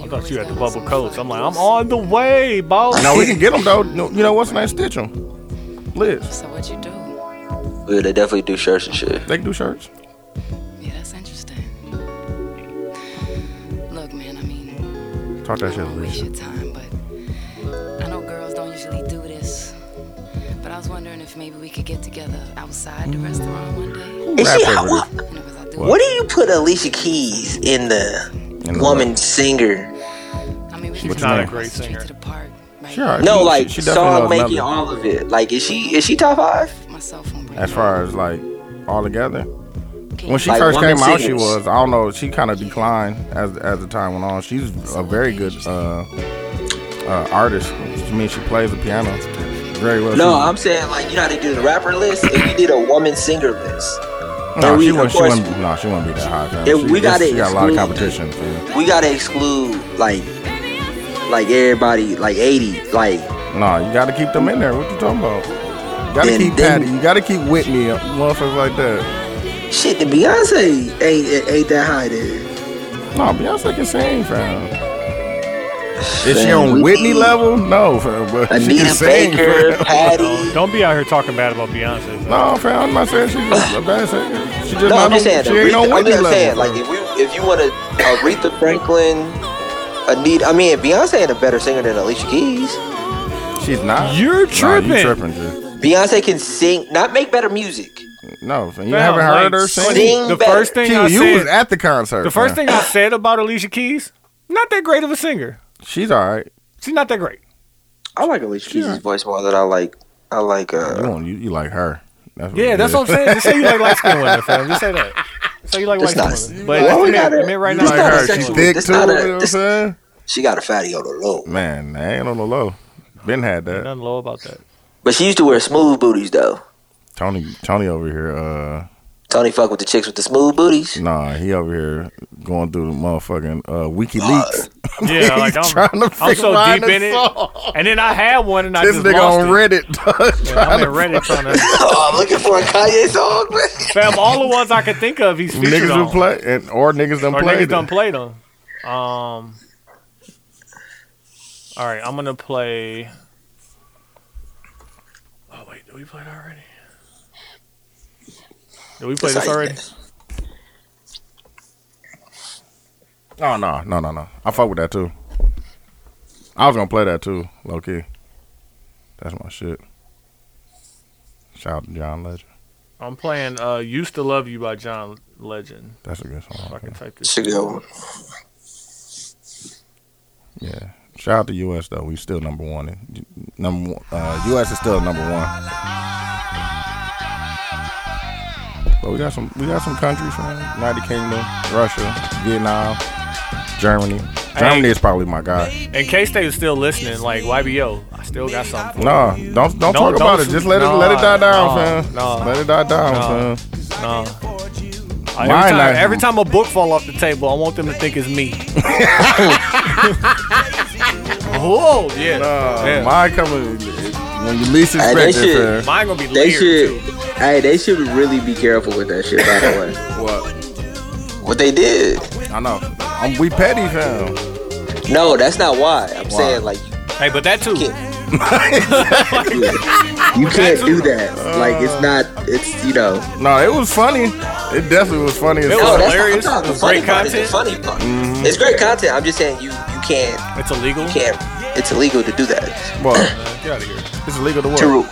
B: I thought you had the bubble coats. I'm like, I'm on the way, boss.
C: No, we can get them though. No, You know what's nice? Stitch them. Liz,
G: So what you do? Yeah,
E: Yeah, they definitely do shirts and shit.
C: they can do shirts.
G: that's interesting. Look, man, I mean,
C: Talk that
G: I
C: shit,
G: don't waste
C: Liz.
G: your time, but I know girls don't usually do this. But I was wondering if maybe we could get together outside the restaurant one day.
E: Is
C: Rap
E: she,
C: over
E: what,
G: You know, 'cause I do.
E: what do you put Alicia Keys in the
C: In the
E: woman singer?
G: I mean, we
C: She's
G: could
C: not a
G: walk
B: great
G: straight
B: singer.
G: To the park, right?
C: Sure.
E: No,
C: she-
E: like
C: she definitely
E: song
C: knows
E: making,
C: nothing.
E: all of it. Like, is she is she top five?
G: My cell phone
C: As far as like all together. When she
E: Like
C: first
E: women
C: came out, she
E: singers.
C: was. I don't know. She kind of declined as as the time went on. She's a very good uh, uh, artist. I mean, she plays the piano very well.
E: No,
C: Oh, She-
E: I'm saying like you know how they do the rapper list. If you did a woman singer list,
C: No,
E: And
C: she
E: we-
C: wouldn't.
E: of
C: She
E: course-
C: wouldn't. No, she wouldn't be that high. fam.
E: Yeah,
C: she,
E: we
C: that's-
E: gotta
C: She got a lot of
E: exclude-
C: competition. fam.
E: we gotta exclude like like everybody like 80 like
C: No, you gotta keep them in there. What you talking about? You gotta
E: And
C: keep
E: then-
C: Patty. You gotta keep Whitney. uh, Motherfuckers like that.
E: shit. The Beyonce ain't ain't that high there.
C: No, Beyonce can sing, fam. Is she
E: Fam,
C: on
E: we-
C: Whitney level? No, fam. But she can
E: Anita
C: sing,
E: Baker,
C: fam.
E: Patty.
B: Don't be out here talking bad about Beyonce.
C: No, fam. I'm not saying she's a bad singer. She just
E: No,
C: not
E: I'm just
C: on-
E: saying.
C: she ain't on
E: Aretha, I'm
C: Whitney
E: just
C: level.
E: saying like
C: fam.
E: if you if you want to Aretha Franklin, Anita. I mean Beyonce ain't a better singer than Alicia Keys.
C: she's not.
B: You're tripping.
C: Nah, you tripping, Drew.
E: Beyonce can sing, not make better music.
C: No, fam. You
B: Fam,
C: haven't
B: like,
C: heard her sing.
E: sing
B: The
E: better.
B: first thing
C: Q,
B: I
C: you was
B: said,
C: at the concert.
B: the first
C: fam.
B: thing I said about Alicia Keys, not that great of a singer.
C: She's all right.
B: She's not that great.
E: I like Alicia Keys'
C: Sure.
E: voice more than I like. I like
C: You,
E: uh.
C: don't- you, you like her. That's what
B: Yeah,
C: it
B: that's
C: is.
B: what I'm saying. Just say you like light skinned women, fam. Just say that. So you like
E: That's
B: white
E: not-
B: women. But
E: Why
B: that's
E: we
B: the
E: gotta-
B: man- man right
E: that's
B: now.
E: not
B: I
E: a
C: her.
B: like
E: sexual-
C: She's
B: women.
C: thick
E: This
C: too.
E: not a-
C: you know what I'm
E: this-
C: saying?
E: She got a fatty on the low,
C: Man, I ain't on the low. Ben had that.
B: Nothing low about that.
E: but she used to wear smooth booties though.
C: Tony, Tony over here. Uh,
E: Tony fuck with the chicks with the smooth booties.
C: nah, he over here going through the motherfucking uh, WikiLeaks.
B: Yeah, like
C: He's
B: I'm,
C: trying to
B: I'm
C: figure
B: so
C: out
B: deep in
C: the
B: it.
C: song.
B: And then I had one and I
C: This
B: just
C: nigga
B: lost
C: on
B: it.
C: Reddit. dog,
B: Yeah, I'm
C: trying
B: in
C: to-
B: Reddit trying to
E: oh, I'm looking for a Kanye song, man.
B: Fam, all the ones I could think of, he's featured
C: Niggas
B: on.
C: done play and or niggas done
B: or
C: play.
B: niggas done played them. Um. All right, I'm gonna play. Oh wait, did we play it already? Did we play
E: That's
B: this
E: how you-
B: already?
C: Oh no, no, no, no. I fuck with that too. I was gonna play that too, low key. That's my shit. Shout out to John Legend.
B: I'm playing uh, "Used to Love You" by John Legend.
C: That's a good song.
B: If I can type this.
E: She go,
C: Yeah. Shout out to US though. We still number one. in- Number one, uh, US is still number one. But we got some we got some countries from United Kingdom, Russia, Vietnam, Germany. Germany is probably my guy.
B: In case they was still listening, like YBO, I still got something.
C: No, don't don't, talk
B: don't-
C: about it. Just let it let it die down,
B: nah,
C: fam.
B: nah.
C: let it die down,
B: Nah.
C: fam.
B: No.
C: Mine
B: every, time,
C: not-
B: every time a book fall off the table, I want them to think it's me. oh yeah,
C: Nah,
B: yeah.
C: Mine coming when you least
E: Hey,
C: expect
E: that
C: it,
E: shit-
C: fam.
B: Mine gonna be
E: they
B: layered
E: should.
B: too.
E: Hey, they should really be careful with that shit. By the
C: What?
E: way, what they did.
C: I know. I'm, we petty, fam.
E: No, that's not why. I'm
C: Why?
E: saying like
B: Hey, but that too.
E: Yeah. you can't do that. Like it's not. It's you know.
C: No, it was funny. It definitely was funny as
B: It
C: fuck.
B: was
E: No, that's
B: hilarious.
E: not. I'm talking
B: It's
E: funny
B: great Mm-hmm.
E: part is the funny part. It's great content. I'm just saying you you can't
B: It's illegal.
E: can't. It's illegal to do that.
C: Well, get out of here. It's illegal to what?
E: To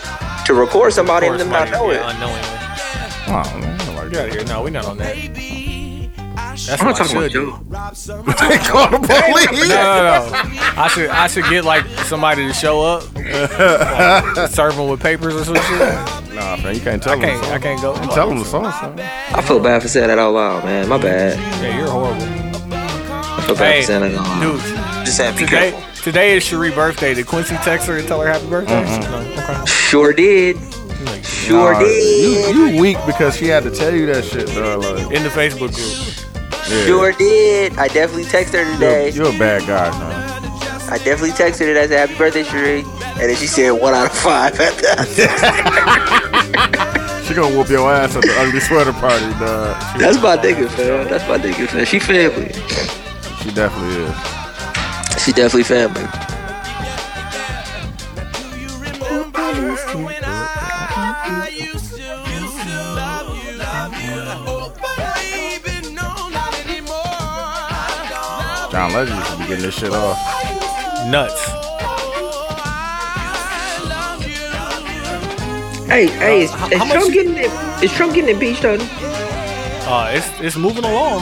E: to record somebody and them not
B: Somebody-
E: know it.
B: yeah, unknowingly.
C: Oh, man, nobody
B: Get out of
C: got it.
B: here. No, we're not on that. That's
E: I'm
B: what
E: not
B: I
E: talking about
B: should do.
E: you.
C: They call the police.
B: No, no, no. I should I should get like somebody to show up, like, serve them with papers or some shit.
C: Nah, man, you can't tell
B: I can't
C: them. the
B: I
C: song.
B: can't go.
C: You Tell them the song. son.
E: I feel bad for saying that out loud, man. My bad.
B: Yeah, you're horrible.
E: I feel bad
B: Hey,
E: for saying that out loud.
B: dude,
E: Just saying, be
B: today
E: careful.
B: today is Cherie birthday. Did Quincy text her and tell her happy birthday? No,
E: Sure did. Sure
C: Nah,
E: did.
C: you, you weak because she had to tell you that shit, bro. Like,
B: okay. In the Facebook group.
C: yeah.
E: Sure did. I definitely texted her
C: You're,
E: today.
C: you're a bad guy, man.
E: I definitely texted her that I said happy birthday, Cherie. And then she said one out of five at that.
C: She gonna whoop your ass at the ugly sweater party, dog.
E: That's my nigga, fam. That's my nigga, fam. She family.
C: She, she definitely is.
E: She definitely family.
C: John Legend used to be getting this shit off.
B: Nuts.
E: Hey, hey, is, is
B: how much-
E: Trump getting it? Is Trump getting impeached on?
B: Uh, it's it's moving along.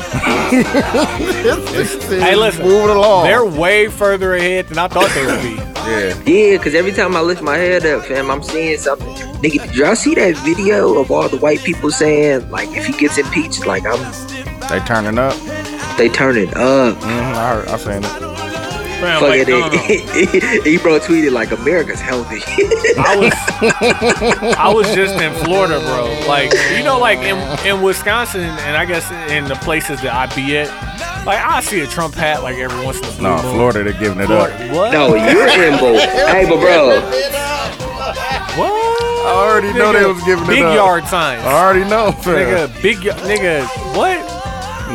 C: hey,
B: listen.
C: moving along.
B: They're way further ahead than I thought they would be.
C: yeah,
E: Yeah, because every time I lift my head up, fam, I'm seeing something. Nigga, did y'all see that video of all the white people saying like if he gets impeached, like I'm
C: they turning up. hmm
E: they turn it up.
C: I heard, I seen it.
B: Man,
E: Fuck
B: like,
E: it.
B: no, no, no.
E: he bro tweeted like America's healthy.
B: I was I was just in Florida, bro. Like you know, like in, in Wisconsin, and I guess in the places that I be at, like I see a Trump hat like every once in a blue
C: No,
B: moon.
C: Florida, they're giving it up.
B: Florida. What?
E: no, you're in bull. hey, but bro,
B: What?
C: I already know they
B: Nigga,
C: was giving it
B: big
C: up.
B: yard signs.
C: I already know, fam.
B: Nigga, big y- nigga, what?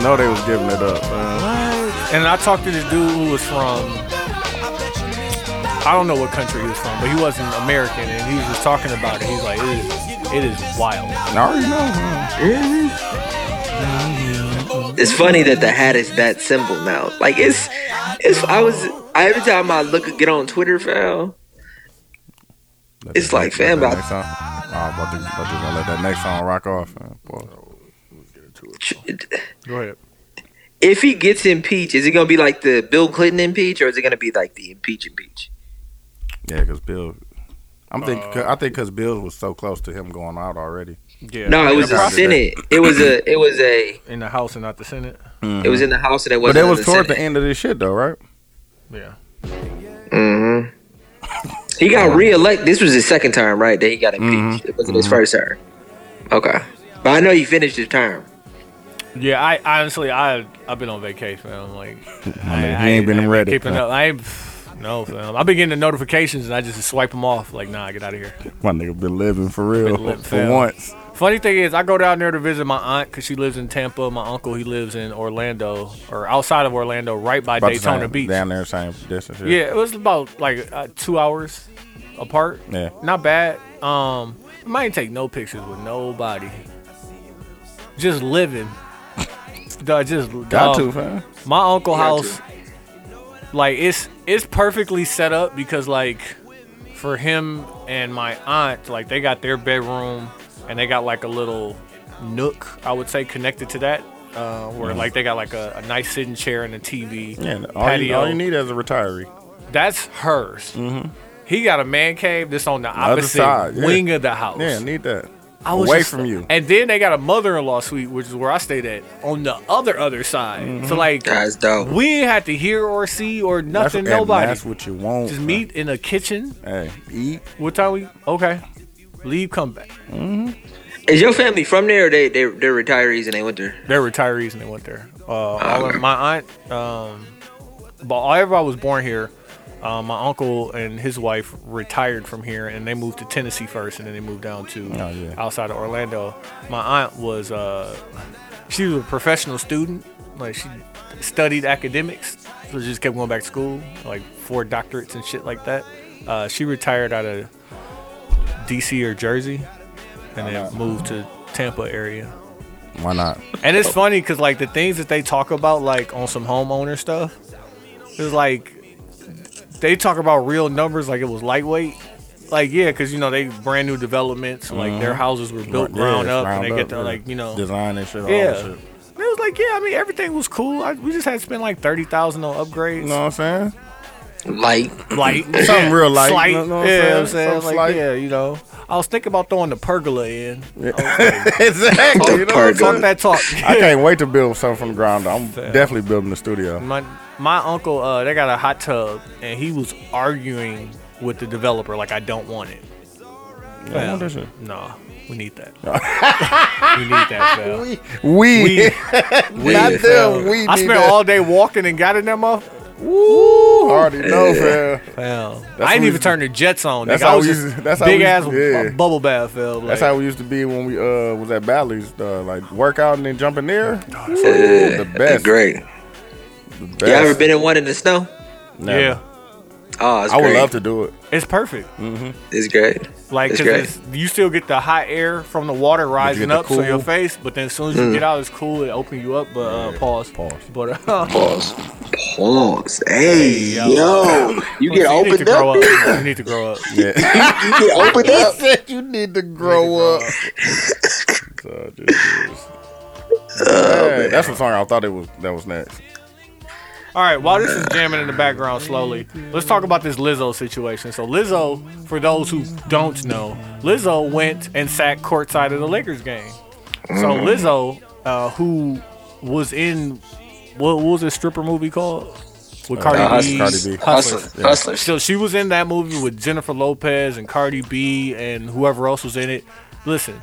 C: No, they was giving it up, fam.
B: And I talked to this dude who was from I don't know what country he was from, but he wasn't American, and he was just talking about it. He's like, it is, it is wild.
C: I already know. Man.
E: it's funny that the hat is that symbol now. Like it's, it's. I was I, every time I look get on Twitter, fam. It's like, fam,
C: That
E: I-
C: next song. Oh, I'm about to, I'm just gonna let that next song rock off, fam. Boy.
B: Go ahead.
E: If he gets impeached, is it gonna be like the Bill Clinton impeach, or is it gonna be like the impeach impeach?
C: Yeah, because Bill. I'm think I think because Bill was so close to him going out already.
B: Yeah.
E: No, it
B: in
E: was
B: the
E: the
B: process-
E: Senate. It was a. It was a.
B: in the House and not the Senate.
E: It was in the House, and it
C: Mm-hmm. But
E: wasn't.
C: that was
E: in
C: toward
E: the
C: the end of this shit, though, right?
B: Yeah.
E: hmm He got reelected. This was his second term, right? That he got impeached.
C: Mm-hmm.
E: It wasn't his first term. Okay, but I know he finished his term.
B: Yeah, I honestly, I I've been on vacation, man. I'm like, I,
C: he
B: I
C: ain't been
B: I
C: ready,
B: Keeping
C: man.
B: up, I ain't. No, fam. I've been getting the notifications and I just swipe them off. Like, nah, get out of here.
C: My nigga been living for real
B: Been living,
C: for
B: fam.
C: once.
B: Funny thing is, I go down there to visit my aunt because she lives in Tampa. My uncle, he lives in Orlando or outside of Orlando, right by
C: About the
B: Daytona
C: same-
B: Beach.
C: down there, same distance.
B: Yeah, it was about like uh, two hours apart.
C: Yeah.
B: Not bad. Um, might take no pictures with nobody. Just living. Dog, just
C: got
B: dog,
C: to, fam.
B: my uncle
E: Got
B: house like it's it's perfectly set up because like for him and my aunt like they got their bedroom and they got like a little nook i would say connected to that uh, where like they got like a, a nice sitting chair and a tv
C: Yeah, all you,
B: patio
C: all you need is a retiree.
B: that's hers he got a man cave that's on the
C: Mm-hmm. Other
B: opposite
C: side, yeah.
B: wing of the house
C: Yeah, need that.
B: I was
C: Away
B: just-
C: from you.
B: and then they got a mother-in-law suite which is where i stayed at on the other other side so like
E: That's dope.
B: we ain't had to hear or see or
C: Mm-hmm. That's,
B: nothing,
C: and
B: nobody.
C: That's what you want.
B: Just
C: fam.
B: meet in a kitchen.
C: Hey, eat.
B: What time we? Okay. Leave, come back.
E: Is your family from there? Or they they they're retirees and they went there.
B: They're retirees and they went there. Uh, all of, my aunt, um, but all- everybody was born here. Uh, my uncle and his wife retired from here and they moved to Tennessee first and then they moved down to
C: Oh, yeah.
B: outside of Orlando. My aunt was, uh, she was a professional student. Like she studied academics, so she just kept going back to school, like four doctorates and shit like that. Uh, she retired out of DC or Jersey, and then moved to Tampa area.
C: Why not?
B: And it's funny because like the things that they talk about, like on some homeowner stuff, is like they talk about real numbers, like it was lightweight. like yeah, because you know they brand new developments, like their houses were built
C: Mm-hmm. Yeah,
B: ground
C: it's
B: up, and
C: round
B: they
C: up,
B: get to
C: yeah.
B: like you know.
C: design and shit. All
B: Yeah.
C: that shit.
B: And It was like, yeah, I mean, everything was cool. I, we just had to spend like thirty thousand on upgrades,
C: You know what I'm saying?
E: Like,
B: like
C: Something real light,
B: slight.
C: you know what I'm
B: yeah,
C: saying?
B: I'm saying,
C: Something
B: like,
C: slight.
B: yeah, you know. I was thinking about throwing the pergola in.
C: exactly.
E: The
C: You know what I'm
E: pergola.
B: Fuck
C: saying?
B: that talk.
C: I can't wait to build something from the ground up. I'm definitely building the studio.
B: My my uncle, uh, they got a hot tub, and he was arguing with the developer like, I don't want it.
C: Oh, I want that shit.
B: Nah, we need that. we need that, fam.
C: We,
B: We-
C: not
E: we-
C: them. We
B: I
C: need
B: spent
C: that.
B: all day walking and got in that motherfucker.
C: already know, fam.
B: Fam. I
C: what
B: didn't
C: we
B: even
C: used to-
B: turn the jets on.
C: that's
B: nigga. I
C: how
B: was
C: we
B: just
C: used to- that's how
B: big
C: we
B: ass
C: used to- yeah.
B: bu- bubble bath, fam. Like,
C: That's how we used to be when we uh was at Bally's, uh, like work out and then jump in there. Ooh, the best.
E: Uh, great.
C: The best.
E: You ever been in one in the snow?
C: Never.
B: yeah,
E: Oh, it's
C: I would
E: great.
C: love to do it.
B: it's perfect.
E: It's great.
B: Like,
E: It's
B: 'cause
E: great.
B: it's- you still get the hot air from the water rising
C: the
B: up to your
C: cool- Mm.
B: face, but then as soon as you get out, it's cool. It opens you up. But uh, pause,
C: Pause.
B: But uh,
E: Pause. Pause. Hey,
B: yo.
E: yo. You get
B: you need to
E: opened
B: grow
E: up.
B: up.
E: You
B: you need to grow up.
C: Yeah.
E: get opened up.
C: said you need to grow up. So, just- just- Hey, that's the song I thought it was. That was next.
B: All right, while this is jamming in the background slowly, let's talk about this Lizzo situation. So Lizzo, for those who don't know, Lizzo went and sat courtside at the Lakers game. So
C: Mm.
B: Lizzo, uh, who was in what, what was this stripper movie called with Cardi,
C: Uh,
B: B,
C: Cardi B.
B: Hustlers.
E: Hustlers. Hustlers.
B: So she was in that movie with Jennifer Lopez and Cardi B and whoever else was in it. Listen,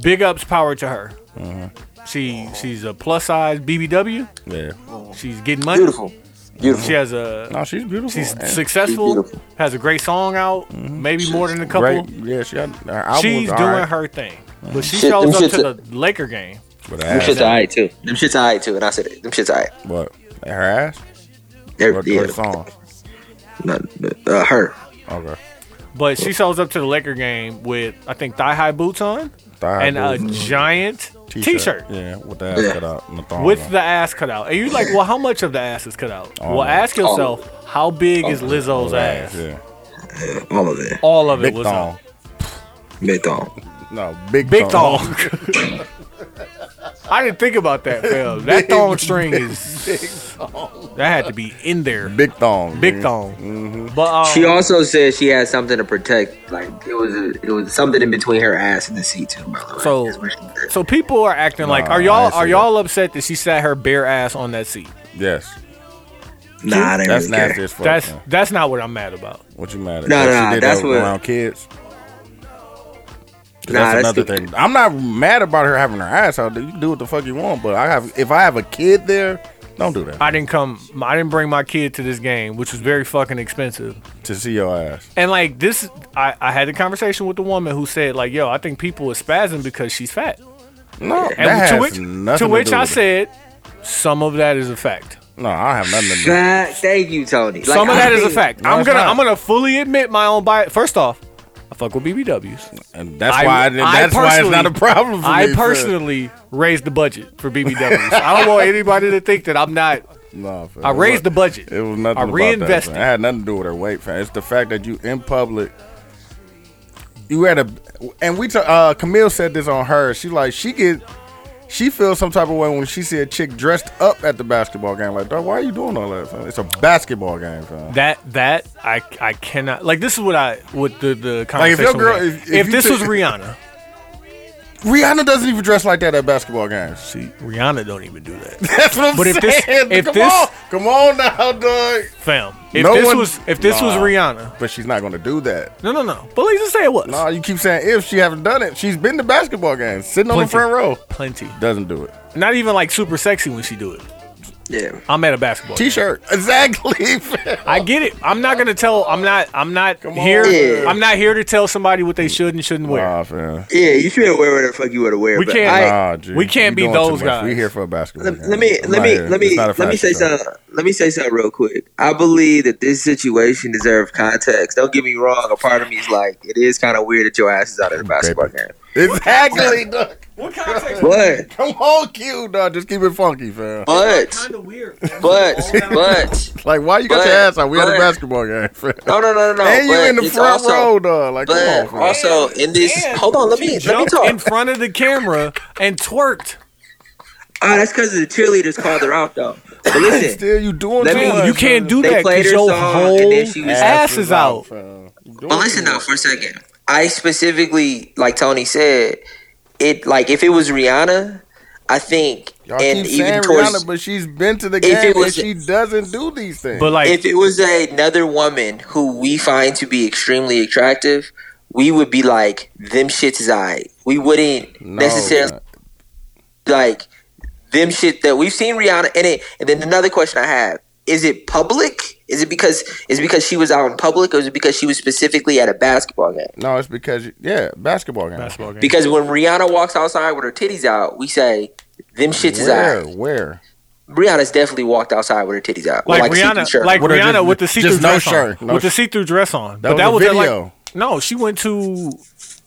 B: big ups power to her.
C: Mm-hmm.
B: She she's a plus size BBW.
C: Yeah.
B: She's getting money.
E: Beautiful. Beautiful.
B: She has a
C: No, Oh, she's beautiful.
B: she's
C: and
B: successful,
E: beautiful.
B: has a great song out, maybe more than a couple.
C: Great. Yeah, she got her album.
B: She's
C: was
B: doing
C: alright,
B: her thing, but she
E: Shit,
B: shows
E: them
B: up to
E: shits-
B: the Laker game.
C: But her
E: Them
C: ass.
E: shits alright too. Them shits alright too. And I said it. Them shits alright.
C: What? Her ass.
E: They're
C: Or
E: yeah.
C: her song.
E: Not, uh, her.
C: Okay.
B: But she shows up to the Laker game with I think thigh high boots on
C: Thigh
B: and a
C: boots,
B: giant T-shirt.
C: Yeah, with the ass
E: Yeah.
C: cut out and the thong.
B: With
C: on.
B: the ass cut out, and you're like, well, how much of the ass is cut out?
C: All
B: well,
C: of it.
B: ask yourself, how big is Lizzo's ass?
C: Yeah.
E: All of it.
B: All of it
C: Big
B: was
C: thong.
B: out.
E: Big thong.
C: No, big
B: big thong. I didn't think about that, Phil. That thong string is that had to be in there.
C: Big thong.
B: Big
C: nigga.
B: thong.
C: Mm-hmm.
B: But um,
E: She also said she had something to protect. Like it was, a, it was something in between her ass and the seat too. By the way.
B: So-
E: That's what she did.
B: so people are acting like,
C: Nah,
B: are
C: I
B: y'all
C: ain't
B: are
C: see
B: y'all upset that she sat her bare ass on that seat?
C: Yes.
E: nah, I didn't
C: That's
E: really care.
C: nasty as fuck.
B: That's
C: man.
B: that's not what I'm mad about.
C: what you mad at? That
E: No, no,
C: she
E: no,
C: did
E: that's
C: that
E: what-
C: around kids. that's,
E: Nah, that's
C: another
E: stupid.
C: thing. I'm not mad about her having her ass out. there. You do what the fuck you want, but I have if I have a kid there, don't do that
B: I didn't come. I didn't bring my kid to this game, which was very fucking expensive.
C: to see your ass.
B: And like this, I, I had a conversation with the woman who said like, "Yo, I think people are spazzing because she's fat."
C: No, that
B: And
C: has
B: to which
C: nothing
B: to which
C: do
B: I
C: with it.
B: said, some of that is a fact.
C: no, I don't have nothing to do. with it.
E: That, thank you, Tony. Like,
B: Some of
E: I
B: that is a
E: think-
B: fact.
C: No,
B: I'm
C: it's
B: gonna
C: not.
B: I'm gonna fully admit my own bias. First off, I fuck with BBWs.
C: And that's
B: I-
C: why I, didn't-
B: I
C: that's why it's not a
B: personally-
C: problem for me.
B: I
C: son.
B: personally raised the budget for BBWs. I don't want anybody to think that I'm not.
C: No, fam.
B: I raised the budget.
C: It was nothing.
B: I
C: about
B: reinvested.
C: That, fam. it had nothing to do with her weight, fam. It's the fact that you in public. You had a, and we ta- uh Camille said this on her. She like she get, she feels some type of way when she see a chick dressed up at the basketball game. Like, dog, why are you doing all that? Fam? It's a basketball game, fam.
B: That that I I cannot like. This is what I what the the conversation.
C: Like, if your girl-
B: was at.
C: if- if you
B: this
C: took-
B: was Rihanna,
C: Rihanna doesn't even dress like that at basketball games.
B: see Rihanna don't even do that,
C: That's what I'm
B: But
C: saying.
B: if this- if
C: come
B: this-
C: on, come on now, dog.
B: fam. If
C: No
B: this
C: one-
B: was if this was
C: Nah.
B: Rihanna,
C: But she's not gonna do that.
B: no no no. But let's just say it was
C: No, you keep saying if she haven't done it, she's been to basketball games, sitting on the
B: Plenty.
C: front row.
B: plenty.
C: Doesn't do it.
B: Not even like super sexy when she do it.
E: Yeah.
B: I'm at a basketball. game.
C: T-shirt, exactly. fam.
B: I get it. I'm not gonna tell. I'm not. I'm not
C: on.
B: here.
E: Yeah.
B: I'm not here to tell somebody what they should and shouldn't wear.
C: Nah, fam.
E: Yeah, you should wear whatever the fuck you want to wear.
B: We
E: but
B: can't-
E: I-
C: Nah, G.
B: we can't
C: You
B: be
C: doing
B: those
C: too much.
B: guys.
C: We here for a basketball.
E: let,
C: game.
E: let me
C: I'm
E: let
C: not
E: me
C: here.
E: let
C: It's
E: me
C: not a
E: let me
C: fashion
E: say
C: show.
E: something. Let me say something real quick. I believe that this situation deserves context. Don't get me wrong. A part of me is like, it is kind of weird that your ass is out at a basketball game.
C: Exactly, dog.
A: What context?
E: But
C: Come on, Q, dog. Just keep it funky, fam.
E: but
A: of weird.
E: but but
C: Like, why you got
E: But-
C: your ass out? We had a
E: but-
C: basketball game, fam.
E: no no no no no.
C: and you
E: but
C: in the
E: it's
C: front
E: also,
C: row, dog. Like, come on,
E: But
C: fam.
E: also in this, hold on, let me let me
B: Jumped
E: talk.
B: in front of the camera and twerked.
E: Ah, that's because the cheerleaders called her out though. But listen,
C: Still, you doing
E: Let
C: too
E: me- uh,
C: much.
B: You can't do
E: They
B: that
E: played
B: because
E: her
B: your
E: song, and
B: whole
E: then she was-
B: ass is out.
C: fam. You doing
E: Well,
C: too
E: listen though
C: much.
E: for a second. I specifically, like Tony said, it like if it was Rihanna, I think,
C: Y'all
E: and
C: keep saying
E: even towards
C: Rihanna, but she's been to the
E: it
C: game
E: was-
C: and she doesn't do these things.
B: But like,
E: if it was another woman who we find to be extremely attractive, we would be like them shits is alright. We wouldn't
C: No,
E: necessarily
C: man.
E: like them shit that we've seen Rihanna in it. And then another question I have: Is it public? Is it because is it because she was out in public, or is it because she was specifically at a basketball game?
C: no, it's because you- yeah, basketball game.
B: basketball game.
E: Because when Rihanna walks outside with her titties out, we say them shits is
C: Where?
E: out.
C: Where?
E: Rihanna's definitely walked outside with her titties out,
B: Like,
E: see-through
B: Rihanna,
E: shirt.
B: like
C: With her
B: Rihanna
C: just-
B: with the
C: just
B: see-through
C: no
B: dress
C: shirt,
B: on,
C: no
B: with the
C: sh-
B: see-through dress on.
C: That
B: but that
C: was
B: was
C: a
B: at, like,
C: video.
B: no, she went to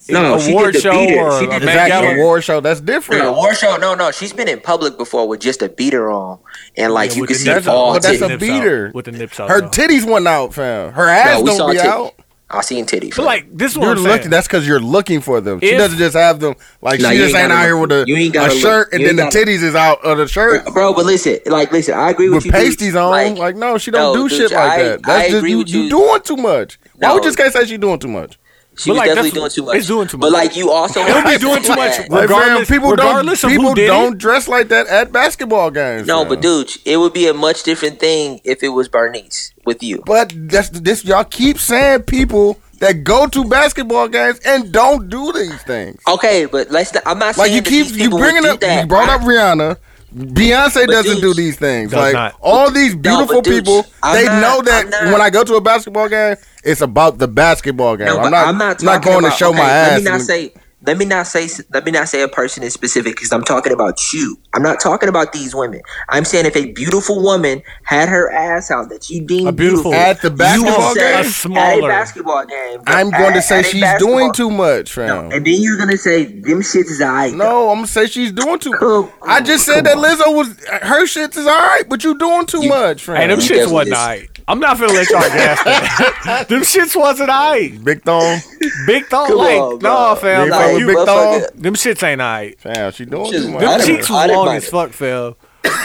E: No,
B: an
E: she
B: award
E: did the
B: show
E: beater.
B: or
E: She
B: a
E: did the
B: Met
C: Exactly.
B: Gala.
E: beater.
C: Award show. That's different.
E: No, war show. No, no, she's been in public before with just a beater on, and like
B: Yeah,
E: you
B: with
E: can
B: the
E: see
B: nips
E: all
C: But
B: out.
C: that's
E: titties.
B: With
C: a
B: the nips
C: beater.
B: out. with the nips out.
C: Her
B: though.
C: titties went out, fam. Her ass
E: we saw
C: don't be
E: titties.
C: out.
E: I seen titties.
B: But like this
C: You're
B: one,
C: looking. That's because you're looking for them. she
B: If-
C: doesn't just have them. Like
E: Nah,
C: she
E: you
C: just
E: ain't
C: ain't
E: gotta
C: out here
E: look.
C: with a,
E: You ain't
C: a
E: gotta look.
C: shirt, and
E: You
C: then
E: ain't
C: the
E: gotta-
C: titties is out of the shirt
E: bro, but listen, like listen, I agree with
C: with
E: you. dude.
C: pasties on. Like, no, she don't
E: no,
C: do
E: dude,
C: shit like
E: I-
C: that.
E: I
C: That's just
E: agree
C: you,
E: with
C: you.
E: you.
C: doing too much. Why
E: No.
C: we just can't say she doing too much?
E: she
B: but,
E: was
B: like,
E: definitely doing
B: that's-
E: too much.
B: it's doing too
E: But
B: much.
E: like you also,
B: It'll be doing too much.
C: Like, fam,
B: Regardless-
C: people
B: regardless
C: don't
B: of who
C: people
B: did it.
C: don't dress like that at basketball games.
E: No,
C: fam.
E: but dude, it would be a much different thing if it was Bernice with you.
C: But that's this. Y'all keep saying people that go to basketball games and don't do these things.
E: Okay, but let's. Not, I'm not
C: Like
E: saying
C: you
E: that
C: keep
E: these
C: you
E: people would
C: bringing
E: do
C: up,
E: that.
C: you brought up Rihanna. Beyonce
E: But
C: doesn't do
E: dudes-
C: these things.
B: Does
C: like
B: not.
C: all these
E: No,
C: beautiful
E: but dudes,
C: people,
E: I'm
C: they
E: not-
C: know that
E: I'm not-
C: when I go to a basketball game, it's about the basketball game.
E: No,
C: I'm
E: but
C: not. I'm not
E: talking
C: going to
E: about-
C: show
E: okay,
C: my ass.
E: Let me not
C: and-
E: say. Let me not say. Let me not say a person is specific because I'm talking about you. I'm not talking about these women. I'm saying if a beautiful woman had her ass out that you deemed
B: A beautiful-
E: beautiful,
C: at the
E: you would
C: basketball
E: say
B: a
C: game,
E: at a
B: smaller-
E: basketball game.
C: I'm
E: at-
C: going to
E: at
C: say
E: a
C: she's
E: basketball-
C: doing too much, fam.
E: And then you're gonna say them shits is alright. though."
C: No, I'm gonna say she's doing too.
E: Come
C: I just
E: on,
C: said that
E: come
C: Lizzo was her shit is all right, but you doing too much,
B: Hey,
C: fam.
B: them
E: You
B: shits
E: definitely
B: wasn't
E: just-
B: aight. I'm not finna let y'all gas that. them shits wasn't aight.
C: Big thong,
B: Big thought
E: Come
B: like,
E: on,
B: nah,
E: bro.
B: fam.
C: You
B: like,
C: fuck with
B: you-
C: big
E: motherfucker.
C: dog?
B: them shits ain't aight.
C: fam. She doing
E: She's-
C: too much.
E: I
B: Them
E: didn't-
B: cheeks
E: I
B: was
E: didn't
B: long
E: mind
B: as
E: it.
B: fuck, fam.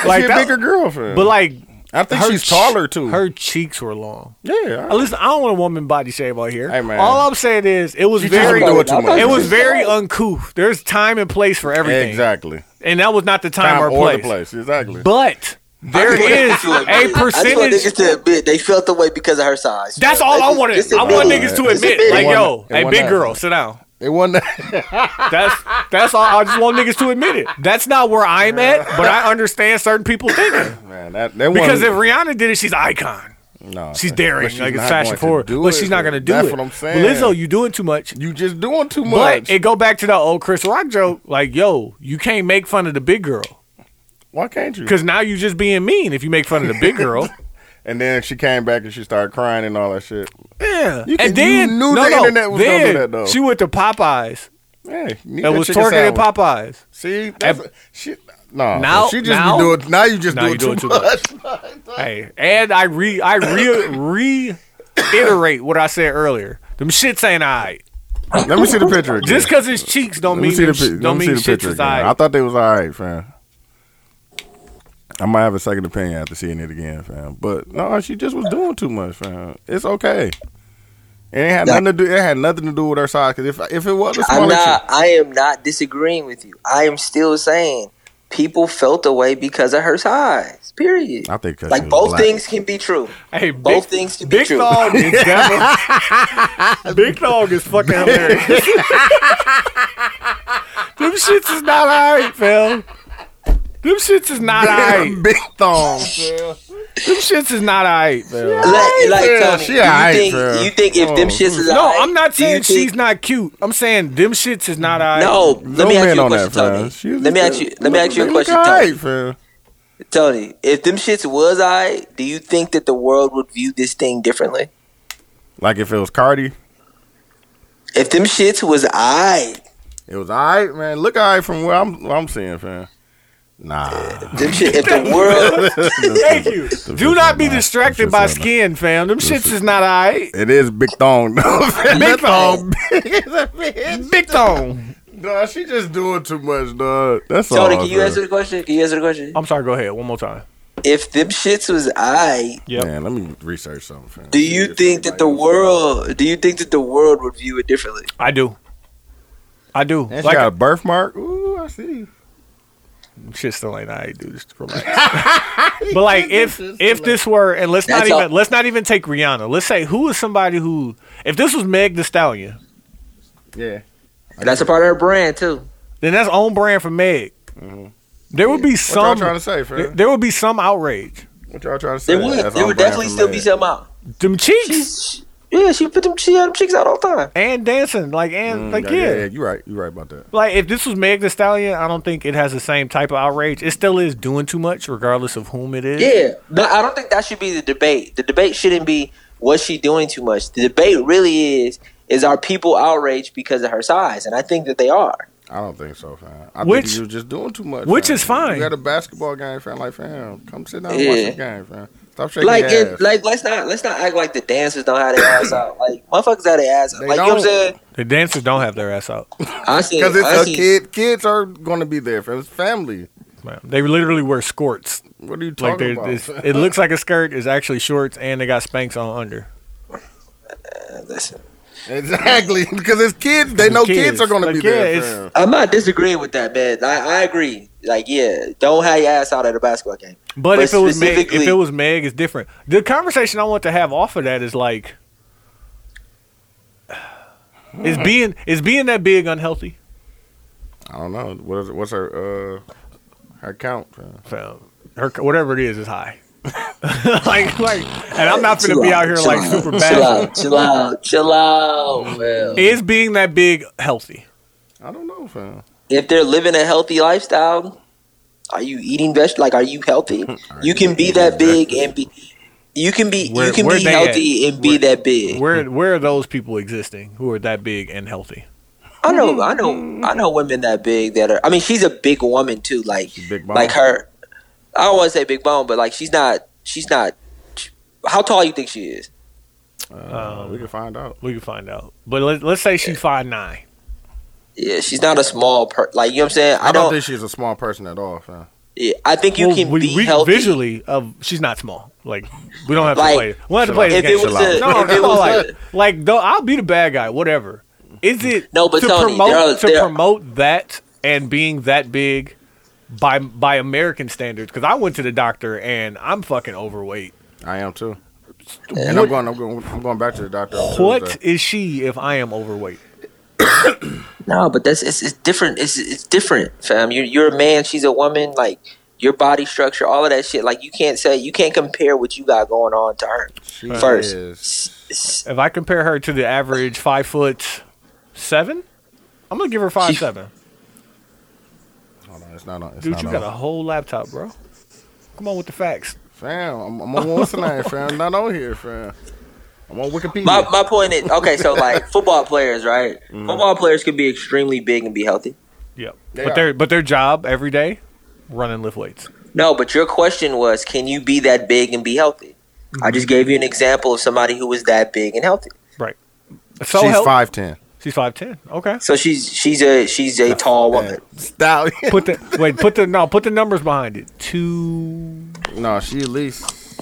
C: She
B: Like
C: a
B: that-
C: bigger girl, fam.
B: But like,
C: I think
B: her
C: she's
B: ch-
C: taller too.
B: Her cheeks were long.
C: yeah,
B: Uh, Listen, I don't want a woman body shave on here.
C: Hey, man.
B: All I'm saying is, it was
C: She just
B: very,
C: been doing
E: it
B: it,
C: too
E: I'm
C: much.
E: not-
B: was very uncouth. There's time and place for everything,
C: Exactly.
B: and that was not the time,
C: Time
B: or
C: or the
B: place.
C: place. Exactly.
B: But there is a
E: I just
B: percentage.
E: want niggas to admit they felt the way because of her size.
B: That's all I wanted. I want
C: admit it.
B: niggas to
E: Just
B: admit,
E: admit it.
B: like,
C: It
B: yo,
C: wasn't- it
B: hey,
C: wasn't
B: big
C: that.
B: girl, sit down.
C: It wasn't.
B: That's that's all. I just want niggas to admit it. That's not where I'm at, but I understand certain people thinking.
C: Man, that, that
B: Because if
C: wasn't-
B: Rihanna did it, she's icon.
C: no,
B: She's
C: but
B: daring,
C: she's
B: like it's
C: not
B: fashion
C: going to
B: forward,
C: do
B: but
C: it,
B: she's not gonna do
C: That's
B: it.
C: what I'm
B: But
C: saying.
B: Lizzo, you doing too much.
C: you just doing too much.
B: But it go back to that old Chris Rock joke, like, yo, you can't make fun of the big girl.
C: Why can't you?
B: Cause now you just being mean if you make fun of the big girl.
C: And then she came back and she started crying and all that shit.
B: yeah.
C: You can-
B: and then
C: you knew
B: no,
C: the
B: no,
C: internet was gonna do
B: then
C: that, though.
B: She went to Popeyes
C: Hey, you need
B: and
C: that
B: was
C: chicken
B: twerking at
C: sandwich.
B: Popeyes.
C: See, that's
B: Ab-
C: she. No,
B: Now-
C: she just
B: now-
C: be doing. Now you just
B: Now
C: do
B: you
C: it too,
B: doing too
C: much.
B: Hey. And I re I re reiterate what I said earlier. Them shits ain't alright.
C: Let me see the picture. Again.
B: Just cause his cheeks don't
C: Let me
B: mean
C: see the
B: them,
C: pi-
B: sh-
C: let
B: don't
C: me
B: mean
C: see the
B: shits
C: picture
B: is
C: again. I
B: alright.
C: thought they was all right, fam. I might have a second opinion after seeing it again, fam. But no, she just was doing too much, fam. It's okay. It ain't had
E: Nah.
C: nothing to do. It had nothing to do with her size. Cause if if it was a
E: I'm
C: smaller
E: not.
C: chick,
E: I am not disagreeing with you. I am still saying people felt the way because of her size. Period.
C: I think 'cause she
E: Like
C: was
E: both
C: black.
E: things can be true.
B: Hey,
E: Both
B: big,
E: things can be
B: Big
E: true.
B: Dog is definitely Big Dog is fucking hilarious. Them shits is not alright, fam. Them shits is not alright. Them
C: big thong. fam.
B: shits is not alright, fam.
E: Like, like
C: girl.
E: Tony,
C: She
E: do you,
C: alright, Oh,
E: think,
C: girl.
E: you think if them shits is
B: No,
E: alright,
B: I'm not
E: do you
B: saying
E: think-
B: she's not cute. I'm saying them shits is not alright.
E: No, let me
C: Zoom in
E: ask you a
C: on that,
E: question,
C: fam.
E: Tony.
C: She was
E: Let me
C: just-
E: ask you. Let me
C: look-
E: ask you a
C: they look
E: question,
C: all
E: Tony.
C: right, fam.
E: Tony, if them shits was I, do you think that the world would view this thing differently?
C: Like if it was Cardi,
E: If them shits was I,
C: It was all right, man. Look all right from where I'm what I'm seeing, fam. Nah.
E: Them shit, if the world,
B: Thank you. Do not be distracted by skin,
C: skin.
B: fam. Them shits is not alright.
C: It is big thong. No, fam.
B: Big
C: That's all
B: thong. Big thong.
C: Nah, she just doing too much, dog. That's all.
E: Tony, can you
C: bruh.
E: answer the question? Can you answer the question?
B: I'm sorry. Go ahead one more time.
E: If them shits was I,
B: Yep.
C: Man, let me research something. Fam.
E: do you think that the world, do you think that the world would view it differently?
B: I do. I do.
C: And she
B: like
C: got a birthmark. Ooh, I see. you.
B: shit still ain't alright, dude. Just relax. but like if if this were and let's not
E: That's
B: even
E: all-
B: let's not even take Rihanna. Let's say who is somebody who if this was Meg the Stallion,
C: Yeah.
E: And that's a part of her brand too.
B: then that's on brand for Meg. There would be
C: Mm-hmm. What y'all
B: some
C: trying to say,
B: there,
C: fam?
B: there would be some outrage.
C: What y'all trying to say?
E: There would,
C: That's
E: there
C: on
E: would
C: brand
E: definitely
C: for
E: still
C: Meg.
E: be some out.
B: Them cheeks
E: She's, yeah, she put them, she had them chicks out all the time.
B: and dancing like and
C: Mm,
B: like
C: yeah,
B: yeah.
C: yeah, yeah, you right. You right about that.
B: Like if this was Meg the Stallion, I don't think it has the same type of outrage. It still is doing too much regardless of whom it is.
E: Yeah, no, I don't think that should be the debate. The debate shouldn't be was she doing too much. The debate really is is are people outraged because of her size, and I think that they are.
C: I don't think so, fam. I
B: Which-
C: think you was just doing too much.
B: which
C: fam.
B: is fine.
C: You got a basketball game, fam. Like, fam, come sit down
E: Yeah.
C: and watch the game, fam. Stop shaking
E: like,
C: your ass.
E: it, like let's not let's not act like the dancers don't have their ass out. Like motherfuckers have their ass out.
C: They
E: like you know what
C: don't.
E: I'm saying?
B: The dancers don't have their ass out.
E: I see.
C: Because it's
E: I
C: a
E: see-
C: kid. Kids are going to be there, fam. It's family.
B: Man, They literally wear skirts.
C: What are you
B: Like
C: talking
B: they're,
C: about?
B: it's,
C: fam?
B: it looks like a skirt. It's actually shorts, and they got spanks on under.
E: Listen,
C: exactly. Because it's kids. They know kids,
B: kids.
C: are going to
B: Like,
C: be
B: yeah,
C: there,
B: it's-
C: fam.
E: I'm not disagreeing with that, man. I, I agree. Like, yeah, don't have your ass out at a basketball game.
B: But,
E: But
B: if it was Meg, if
E: specifically-
B: it was Meg, it's different. The conversation I want to have off of that is like, is being is being that big unhealthy?
C: I don't know. What is, what's her, uh, her count, fam?
B: Fam, Her whatever it is is high. like like, and I'm not gonna
E: Chill
B: be
E: out,
B: out here
E: chill
B: like
E: out,
B: super
E: Chill
B: bad.
E: out, chill out, chill out. man.
B: Is being that big healthy?
C: I don't know, fam.
E: if they're living a healthy lifestyle, are you eating veg? Like, are you healthy? you can be that big and be. You can be
B: Where-
E: you can
B: where
E: be
B: they
E: healthy and be that big.
B: Where where are those people existing who are that big and healthy?
E: I know I know I know women that big that are. I mean, she's a big woman too. Like
C: big bone.
E: like her. I don't want to say big bone, but like she's not she's not. How tall you think she is?
C: Uh,
B: Um,
C: we can find out.
B: We can find out. But let, let's say she's five nine.
E: Yeah, she's not a small per. Like you know what I'm saying.
C: I,
E: I
C: don't,
E: don't.
C: think she's a small person at all, fam.
E: yeah, I think you
B: Well,
E: can
B: we,
E: be
B: we
E: healthy.
B: visually of she's not small. Like we don't have to
E: Like,
B: play. We don't have to play this
E: If
B: game.
E: it was
C: Chill
E: a,
C: out.
B: no,
E: if it
B: come on,
E: was
B: like,
E: a,
B: like though, I'll be the bad guy. Whatever. Is it
E: No, but
B: to
E: Tony,
B: promote
E: there are-
B: to
E: there-
B: promote that and being that big by by American standards? Because I went to the doctor and I'm fucking overweight.
C: I am too. And I'm going, I'm going, I'm going back to the doctor. on
B: What
C: Tuesday.
B: is she if I am overweight?
E: No, but that's it's, it's different. It's it's different, fam. You're you're a man. She's a woman. Like your body structure, all of that shit. Like you can't say you can't compare what you got going on to her.
C: She
E: First.
C: is-
E: S-
B: If I compare her to the average five foot seven, I'm gonna give her five
E: She-
B: seven.
C: Hold on, it's not on. It's
B: Dude,
C: not
B: you
C: on.
B: got a whole laptop, bro. Come on with the facts.
C: Fam, I'm, I'm on one tonight, fam. Not on here, fam. I'm on Wikipedia.
E: My my point is okay. So like football players, right? Football players can be extremely big and be healthy.
B: Yep.
C: They
B: but
C: are.
B: their but their job every day, run and lift weights.
E: No, but your question was, can you be that big and be healthy? I just gave you an example of somebody who was that big and healthy.
B: So
C: She's
B: help-
C: five ten.
B: She's five ten. Okay.
E: So she's she's a she's a tall woman.
C: Stop.
B: Put the wait. Put the no. Put the numbers behind it. Two
C: no, she at least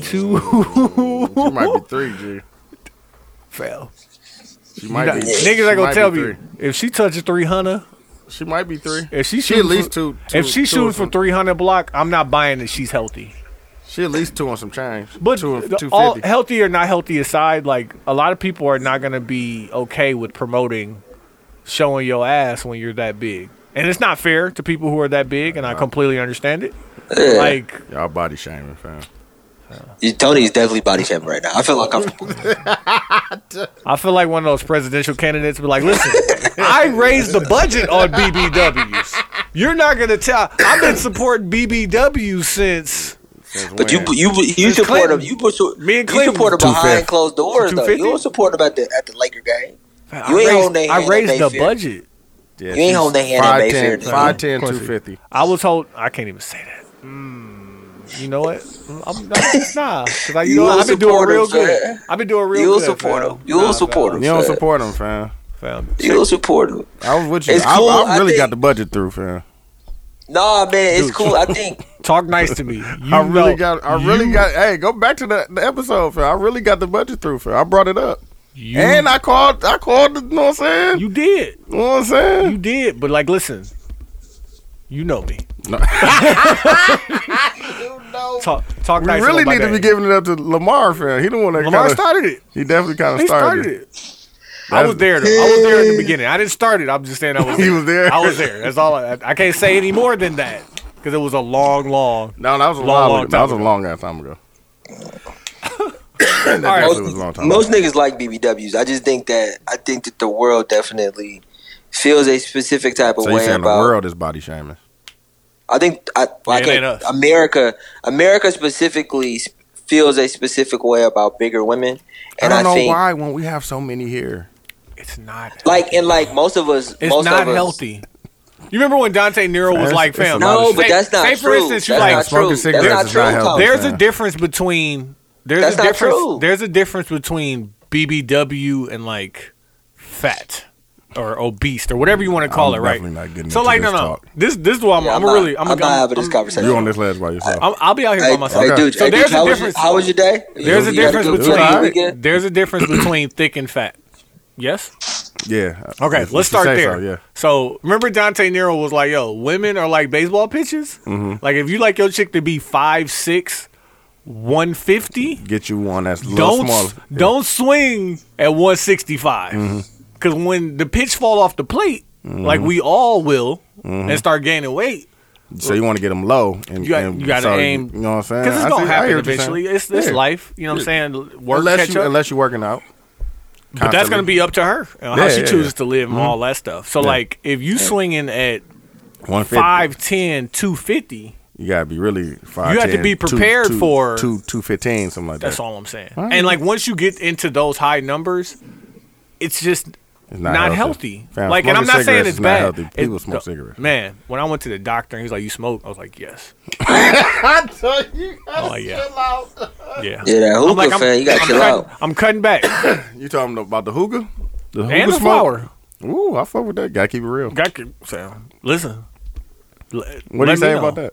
B: two.
C: she might be three. G.
B: Fail.
C: She might be.
B: Niggas
C: she
B: are gonna
C: might
B: tell
C: be
B: me
C: three.
B: if she touches three hundred.
C: She might be three.
B: If she
C: she
B: shoots
C: at least two, two-
B: if she
C: two
B: shoots
C: and
B: from
C: some-
B: three hundred block, I'm not buying that she's healthy.
C: she at least two on some change.
B: But
C: two and
B: the-
C: two
B: all
C: fifty.
B: healthy or not healthy aside, like a lot of people are not gonna be okay with promoting showing your ass when you're that big, and it's not fair to people who are that big.
C: Uh-huh.
B: And I completely understand it. Like
C: Y'all body shaming, fam.
E: Tony is definitely body shaming right now. I feel uncomfortable.
B: I feel like one of those presidential candidates be like, listen, I raised the budget on BBWs. You're not gonna tell. I've been supporting BBW since.
C: Since
E: But you
C: when?
E: you you
B: It's
E: support
B: Clinton.
E: him. You put
B: Me and
E: you
B: Clinton
E: support him
C: 250.
E: behind closed doors though. You
B: 250?
E: don't support him at the at the Laker game.
B: I
E: You ain't
B: raised,
E: holding their
B: I
E: hand
B: raised
E: if they
B: the
E: fit.
B: budget.
C: Yeah,
E: You ain't
C: she's
E: holding their hand in Bay Fair,
C: 5'10", 5'10",
E: nigga.
C: 250.
B: I was told I can't even say that. Mm, you know what? I'm, I'm, nah, because I, you,
E: You
B: know,
E: will
B: I've been doing
E: support
B: real
E: him,
B: good.
E: sir.
B: I've been doing real
E: You'll
B: good.
E: support
B: fam.
E: him. You'll
B: Nah,
E: support him.
C: You don't
E: fam.
C: support him, fam.
B: fam. Fam.
E: You'll support him.
C: I was with you.
E: It's
C: I,
E: cool,
C: I
E: I
C: really
E: think-
C: got the budget through, fam.
E: Nah, man, it's cool. I think
B: Talk nice to me. You
C: I really
B: know,
C: got. I really
B: you-
C: got. Hey, go back to the, the episode, fam. I really got the budget through, fam. I brought it up,
B: You,
C: and I called. I called. The, you know what I'm saying? You,
B: you did.
C: know what I'm saying?
B: You did. But like, listen. You know me. Talk, talk
C: we
B: nice.
C: really
B: about
C: need
B: my
C: to be
B: day.
C: giving it up to Lamar, fam. He the one that
B: Lamar
C: kinda,
B: started it.
C: He definitely kind
B: He
C: of
B: started,
C: started. it.
B: it. I was there. Though. I was there at the beginning. I didn't start it. I'm just saying I was.
C: He
B: there.
C: was there.
B: I was there. That's all. I, I can't say any more than that because it was a long, long.
C: No, that was a
B: Long,
C: long,
B: long
C: that was a
B: time ago.
C: long ass time ago. that
E: most,
C: definitely was a long time.
E: most
C: ago.
E: niggas like BBWs. I just think that I think that the world definitely feels a specific type of
C: So you
E: way
C: saying the
E: about.
C: world is body shaming?
E: I think I, I
B: it
E: can,
B: ain't us.
E: America, America specifically s- feels a specific way about bigger women, and I,
C: I don't know
E: think
C: why when we have so many here.
B: It's not.
E: like and like most of us,
B: It's
E: most
B: not
E: of us,
B: healthy. You remember when Dante Nero
C: It's-
B: was like,
C: it's
B: "Fam,
C: a lot
E: No,
C: of
E: but
B: say-
E: that's not
B: say
E: true.
B: for instance, you
E: that's
B: like,
E: not true.
C: smoking
E: That's
C: cigarettes
E: not
C: is
E: true.
C: not healthy.
E: Tom.
B: there's a
C: Yeah.
B: difference between there's
E: That's
B: a
E: not
B: difference
E: true.
B: there's a difference between BBW and like fat or obese or whatever you want to call
C: I'm
B: it, right?
C: definitely not getting
B: so
C: into
B: like,
C: this
B: no, no,
C: talk.
B: this this is what I'm,
E: Yeah,
B: I'm,
E: not,
B: really I'm,
E: I'm not having this
B: I'm-
E: conversation.
C: You on this ledge by yourself?
B: I'm, I'll be out here
E: Hey,
B: by myself.
E: hey, dude,
B: so
E: hey, dude,
B: there's
E: how
B: a
E: was your-
B: difference.
E: how was your day?
B: there's a
E: You had
B: difference
E: good
B: between
E: weekend?
C: alright.
E: Weekend?
B: there's a difference between thick and fat. Yes.
C: yeah.
B: Okay,
C: If- if you
B: let's start
C: say
B: there.
C: So, yeah.
B: So remember Dante Nero was like, "Yo, women are like baseball pitches.
C: Mm-hmm.
B: Like if you like your chick to be five six, one fifty,
C: Get you one that's a little
B: don't
C: smaller. Mm-hmm.
B: don't swing at one sixty five. Because when the pitch fall off the plate, like we all will,
C: Mm-hmm.
B: and start gaining weight,
C: So you want to get them low, and
B: you got
C: and
B: you got to
C: so
B: aim.
C: You know what I'm saying?
B: Because
C: I
B: it's
C: see-
B: gonna
C: I
B: happen
C: hear what you're
B: eventually.
C: saying.
B: It's it's
C: Yeah.
B: life. You know what I'm saying? Work
C: unless
B: catch
C: you
B: up.
C: unless you're working out.
B: But that's going to be up to her and how
C: Yeah, mm-hmm.
B: she
C: yeah,
B: chooses
C: yeah.
B: to live and all that stuff. So, like, if you swinging at
C: one
B: 5'10, 250,
C: You gotta be really five.
B: You have to be prepared for-
C: two two fifteen something like
B: that's
C: that.
B: all I'm saying.
C: All right.
B: And, like, once you get into those high numbers, it's just
C: It's
B: not, healthy.
C: Fam,
B: Like, and I'm
C: smoking
B: not saying
C: cigarettes
B: it's
C: is not
B: bad.
C: healthy.
B: It-
C: People smoke
B: the-
C: cigarettes.
B: Man, when I went to the doctor and he's like, You smoke? I was like, Yes.
C: I tell you,
B: Oh, yeah. Yeah.
E: Yeah, that hookah
B: I'm like, I'm,
E: fan, you gotta
B: I'm
E: chill
B: cutting,
E: out.
B: I'm cutting back.
C: you talking about the hookah? The hookah
B: and the
C: smoke?
B: flower.
C: Ooh, I fuck with that. Gotta keep it real.
B: Got you, Sam. Listen. What
C: What do you say about that?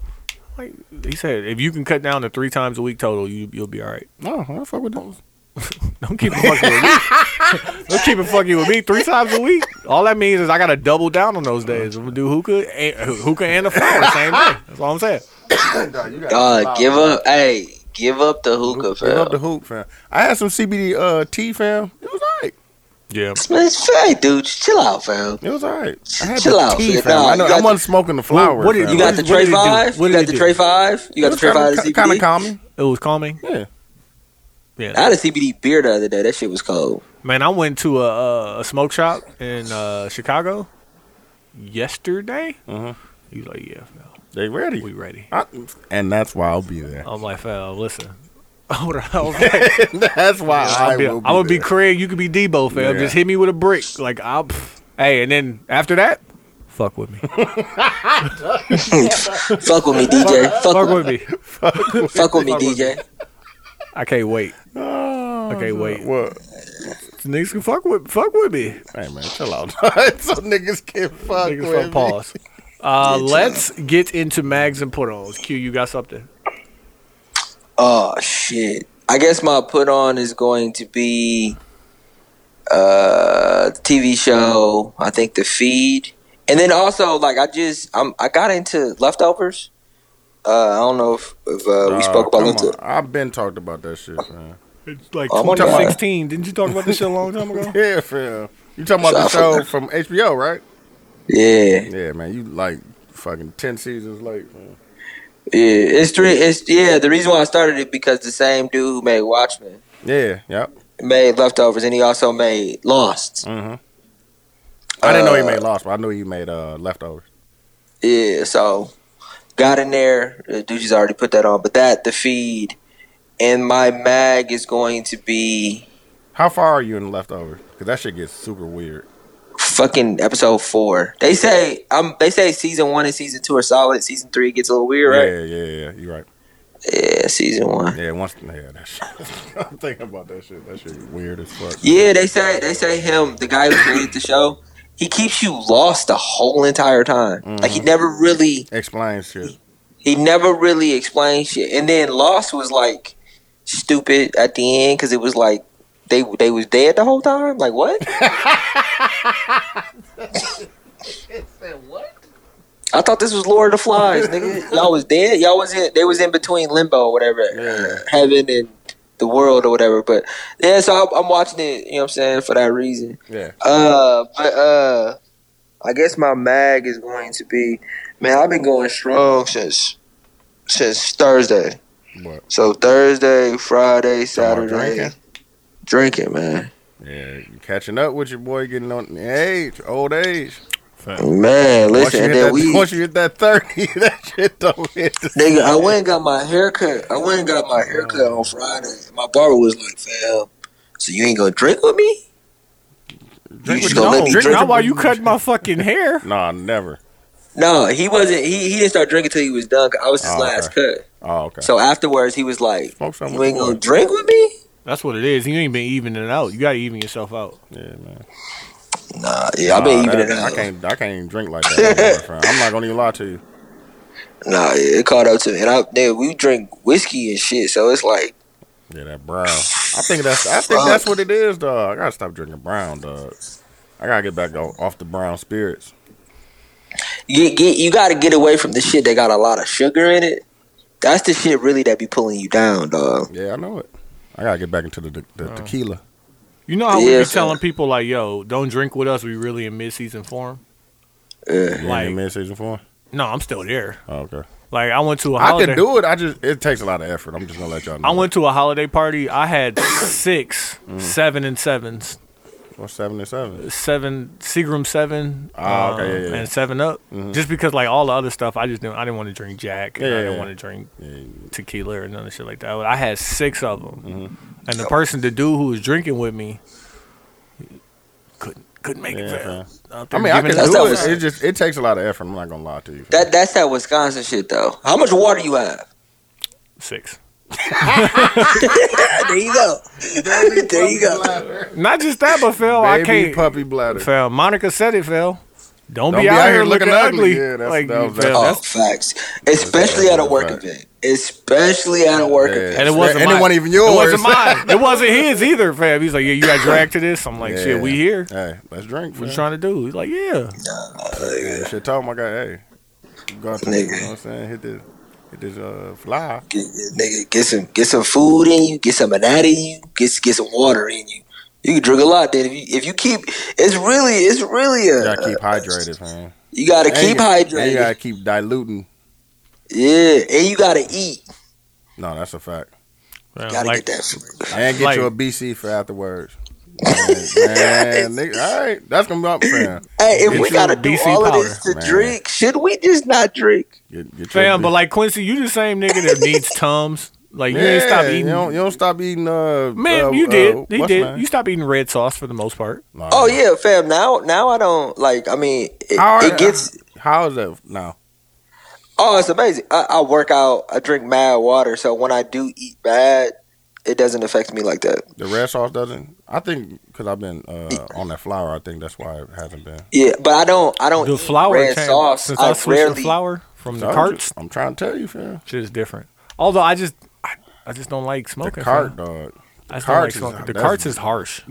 B: Like, he said, if you can cut down to three times a week total, you, you'll be all right.
C: No, I fuck with that.
B: Don't keep it fucking with me. Don't keep it fucking with me three times a week. All that means is I gotta double down on those days. I'm gonna do hookah, and, hookah and the flower same day. That's all I'm saying.
E: Dog, give up. Hey, give up the hookah,
C: Give up the
E: fam.
C: hoop, fam. I had some CBD uh, tea, fam. It was alright.
B: Yeah,
E: Man, it's hey, dude, chill out, fam.
C: It was alright. I had
E: Chill
C: the
E: out,
C: tea,
E: fam.
C: fam. I,
E: Nah,
C: know,
E: you
C: I
E: got
C: wasn't smoking the flower.
B: what did-
C: fam.
E: You got
B: What
E: the
B: did- what
E: Trey
B: did it do?
E: Five.
B: What
E: You
B: did
E: got
B: it
E: the
B: do?
E: Trey Five. You got the Trey Five. the
C: Kind of
E: CBD.
C: calming.
B: it was calming.
C: Yeah.
E: I
B: Yeah,
E: had a CBD beer the other day. That shit was cold.
B: man, I went to a, uh, a smoke shop in uh, Chicago yesterday.
C: Mm-hmm.
B: He was like, "Yeah, Val,
C: They ready.
B: we ready."
C: I- and that's why I'll be there.
B: I'm like, "Val, listen." I would I
C: that's why I,
B: would be,
C: will be
B: I would be
C: there.
B: Craig. You could be Debo, fam.
C: Yeah.
B: Just hit me with a brick, like I'll. Pff. Hey, and then after that, fuck with me.
E: Fuck with me, DJ. Fuck,
B: fuck
E: with,
B: with me.
E: fuck with me, DJ.
B: I can't wait.
C: Oh,
B: Okay, wait.
C: What?
B: Niggas can fuck with fuck with me.
C: Hey man, chill out. so niggas can fuck
B: Niggas
C: with
B: fuck
C: me.
B: pause. Uh, let's get into mags and put ons. Q, you got something?
E: Oh shit. I guess my put on is going to be uh the TV show, I think the feed. And then also like I just I'm I got into leftovers. Uh I don't know if, if uh, we
C: Nah,
E: spoke about
C: come
E: leftovers.
C: on. I've been talked about that shit, man.
B: It's like
E: Oh, my God.
B: 2016. Didn't you talk about this shit a long time ago?
C: Yeah, fam. You talking about the show
E: Sorry.
C: from HBO, right?
E: Yeah.
C: Yeah, man. You like fucking ten seasons late, man.
E: Yeah. It's three it's yeah, the reason why I started it because the same dude who made Watchmen
C: Yeah, yep.
E: made leftovers and he also made Lost.
C: I didn't know
E: Uh,
C: he made Lost, but I knew he made uh leftovers.
E: Yeah, so got in there. Uh, Ducey's already put that on, but that the feed and my mag is going to be
C: How far are you in leftovers? Because that shit gets super weird.
E: fucking episode four. They say um they say season one and season two are solid. Season three gets a little weird, right?
C: Yeah, yeah, yeah. You're right.
E: Yeah, season one.
C: Yeah, once. Yeah, that shit. I'm thinking about that shit. That shit weird as fuck.
E: Yeah, they say they say him, the guy who created the show, he keeps you lost the whole entire time. Like he never really
C: Explain shit.
E: he never really explained shit. And then Lost was like stupid at the end because it was like they they was dead the whole time. Like what? I thought this was Lord of the Flies, nigga. Y'all was dead. Y'all was in. They was in between limbo, or whatever, uh, heaven and the world, or whatever. But yeah, so I'm, I'm watching it. You know what I'm saying for that reason.
C: Yeah.
E: Uh, but uh, I guess my mag is going to be, man. I've been going strong since since Thursday.
C: What?
E: So Thursday, Friday, Saturday,
C: drinking?
E: drinking, man,
C: Yeah, you catching up with your boy getting on age, old age.
E: man.
C: Once you,
E: Listen,
C: hit
E: and then
C: that,
E: we,
C: once you hit that 30, that shit don't hit the
E: nigga, I went and got my haircut. I went and got my haircut on Friday. My barber was like, "Fam, so you ain't gonna drink with me? you just gonna let me
B: Drink
E: drink?"
B: not while you cut my fucking hair.
C: Nah, never.
E: No, he wasn't. He he didn't start drinking till he was done. 'cause I was his
C: Oh,
E: last cut.
C: Oh, okay.
E: So afterwards, he was like,
C: Smoke something
E: "You
C: with
E: ain't
C: the
E: gonna
C: boy."
E: drink with me."
B: That's what it is. You ain't been evening it out. You gotta even yourself out.
C: yeah, man.
E: Nah, yeah, I've been
C: Nah,
E: evening
C: that-
E: it out.
C: I can't, I can't even drink like that. anymore, friend. I'm not gonna even lie to you.
E: Nah, it caught up to me. And I, nigga, we drink whiskey and shit, so it's like,
C: Yeah, that brown. I think that's, I think that's what it is, dog. I gotta stop drinking brown, dog. I gotta get back on, off the brown spirits.
E: you get, you got to get away from the shit that got a lot of sugar in it. That's the shit really that be pulling you down, dog.
C: Yeah, I know it. I gotta get back into the, the,
B: Oh.
C: tequila.
B: You know how we
E: Yeah,
B: be
E: sir.
B: telling people like, "Yo, don't drink with us. We really in mid season form."
E: Yeah.
C: You
B: Like-
C: ain't mid season four.
B: No, I'm still there.
C: Oh, okay.
B: Like I went to a
C: I
B: holiday.
C: can do it. I just it takes a lot of effort. I'm just gonna let y'all know.
B: I went to a holiday party. I had six,
C: Mm.
B: seven and sevens,
C: What's seven and seven?
B: seven Seagram seven, um,
C: Ah, okay, yeah, yeah, yeah.
B: and seven up. Just because like all the other stuff, I just didn't. I didn't want to drink Jack. and
C: Yeah,
B: I
C: yeah,
B: didn't
C: yeah.
B: want to drink
C: Yeah,
B: tequila or none of shit like that. I had six of them,
C: Mm-hmm.
B: and the person, the dude who was drinking with me, couldn't couldn't make
C: yeah,
B: it. fam.
C: fam.
B: Out
C: I
B: there
C: mean, I
B: giving
C: can
B: it
E: That's
C: do
E: how
B: up.
C: it.
E: it's-
C: It just it takes a lot of effort. I'm not gonna lie to you. fam.
E: That that's that Wisconsin shit though. How much water you have?
B: six.
E: there you go. there you go.
B: Not just that, but Phil, Oh, I
C: Baby
B: can't.
C: puppy bladder.
B: Phil, Monica said it, Phil. Don't, be, out, here looking, ugly.
C: Yeah, that's-
B: like,
C: that was-
B: Phil,
E: Oh,
B: that's-
E: facts. Especially at a work
C: Fact.
E: event. Especially at a work
C: Yeah.
E: event.
B: and it wasn't
C: And it
B: mine.
C: wasn't even
B: It
C: yours.
B: wasn't mine. It wasn't his either, Fab. He's like, yeah, you got dragged to this. I'm like,
C: Yeah.
B: shit, we here.
C: Hey, let's drink.
B: What you
C: fam.
B: trying to do? He's like, yeah.
C: Yeah, shit, talk my guy. Hey, go out there, you know
E: Nigga.
C: what I'm saying? Hit this, hit this uh fly.
E: Get, nigga, get some get some food in you. Get some of that in you. Get get some water in you. You can drink a lot. Then if you if you keep, it's really it's really
C: You
E: a
C: gotta keep hydrated, man.
E: You gotta keep
C: You
E: hydrated.
C: gotta keep diluting.
E: Yeah, and you gotta eat.
C: No, that's a fact.
B: Man,
E: Gotta
B: like,
E: get that food.
C: And get
B: Like-
C: you a BC for afterwards. man, nigga, all right, that's gonna be up, fam.
E: Hey, if
B: Get
E: we
B: you
E: gotta
B: a
E: do
B: BC
E: all of
B: powder,
E: this to
C: man.
E: drink, should we just not drink?
C: Get, get you a
B: fam,
C: B-
B: but like, Quincy, you the same nigga that needs Tums. Like, you ain't stop
C: Yeah,
B: eating.
C: You don't, you don't stop eating. Uh,
B: Man,
C: uh,
B: you did.
C: Uh,
B: he
C: what's
B: did.
C: my-
B: You stopped eating red sauce for the most part.
C: Nah.
E: Oh yeah, fam. Now now I don't like. I mean, it,
C: How-
E: it gets.
C: How is that now?
E: Oh, it's amazing. I, I work out. I drink mad water, so when I do eat bad, it doesn't affect me like that.
C: The red sauce doesn't. I think because I've been uh, on that flour, I think that's why it hasn't been.
E: Yeah, but I don't. I don't
B: The
E: eat
B: flour
E: red
B: change-
E: sauce.
B: Since
E: I,
B: I switched
E: rarely.
B: the flour from the
C: Told
B: carts,
C: you. I'm trying to tell you, fam.
B: shit is different. Although I just, I, I just don't like
C: The
B: smoking. fam.
C: cart, dog.
B: I just
C: Carts is-
B: don't like smoking. The
C: that's-
B: carts is harsh.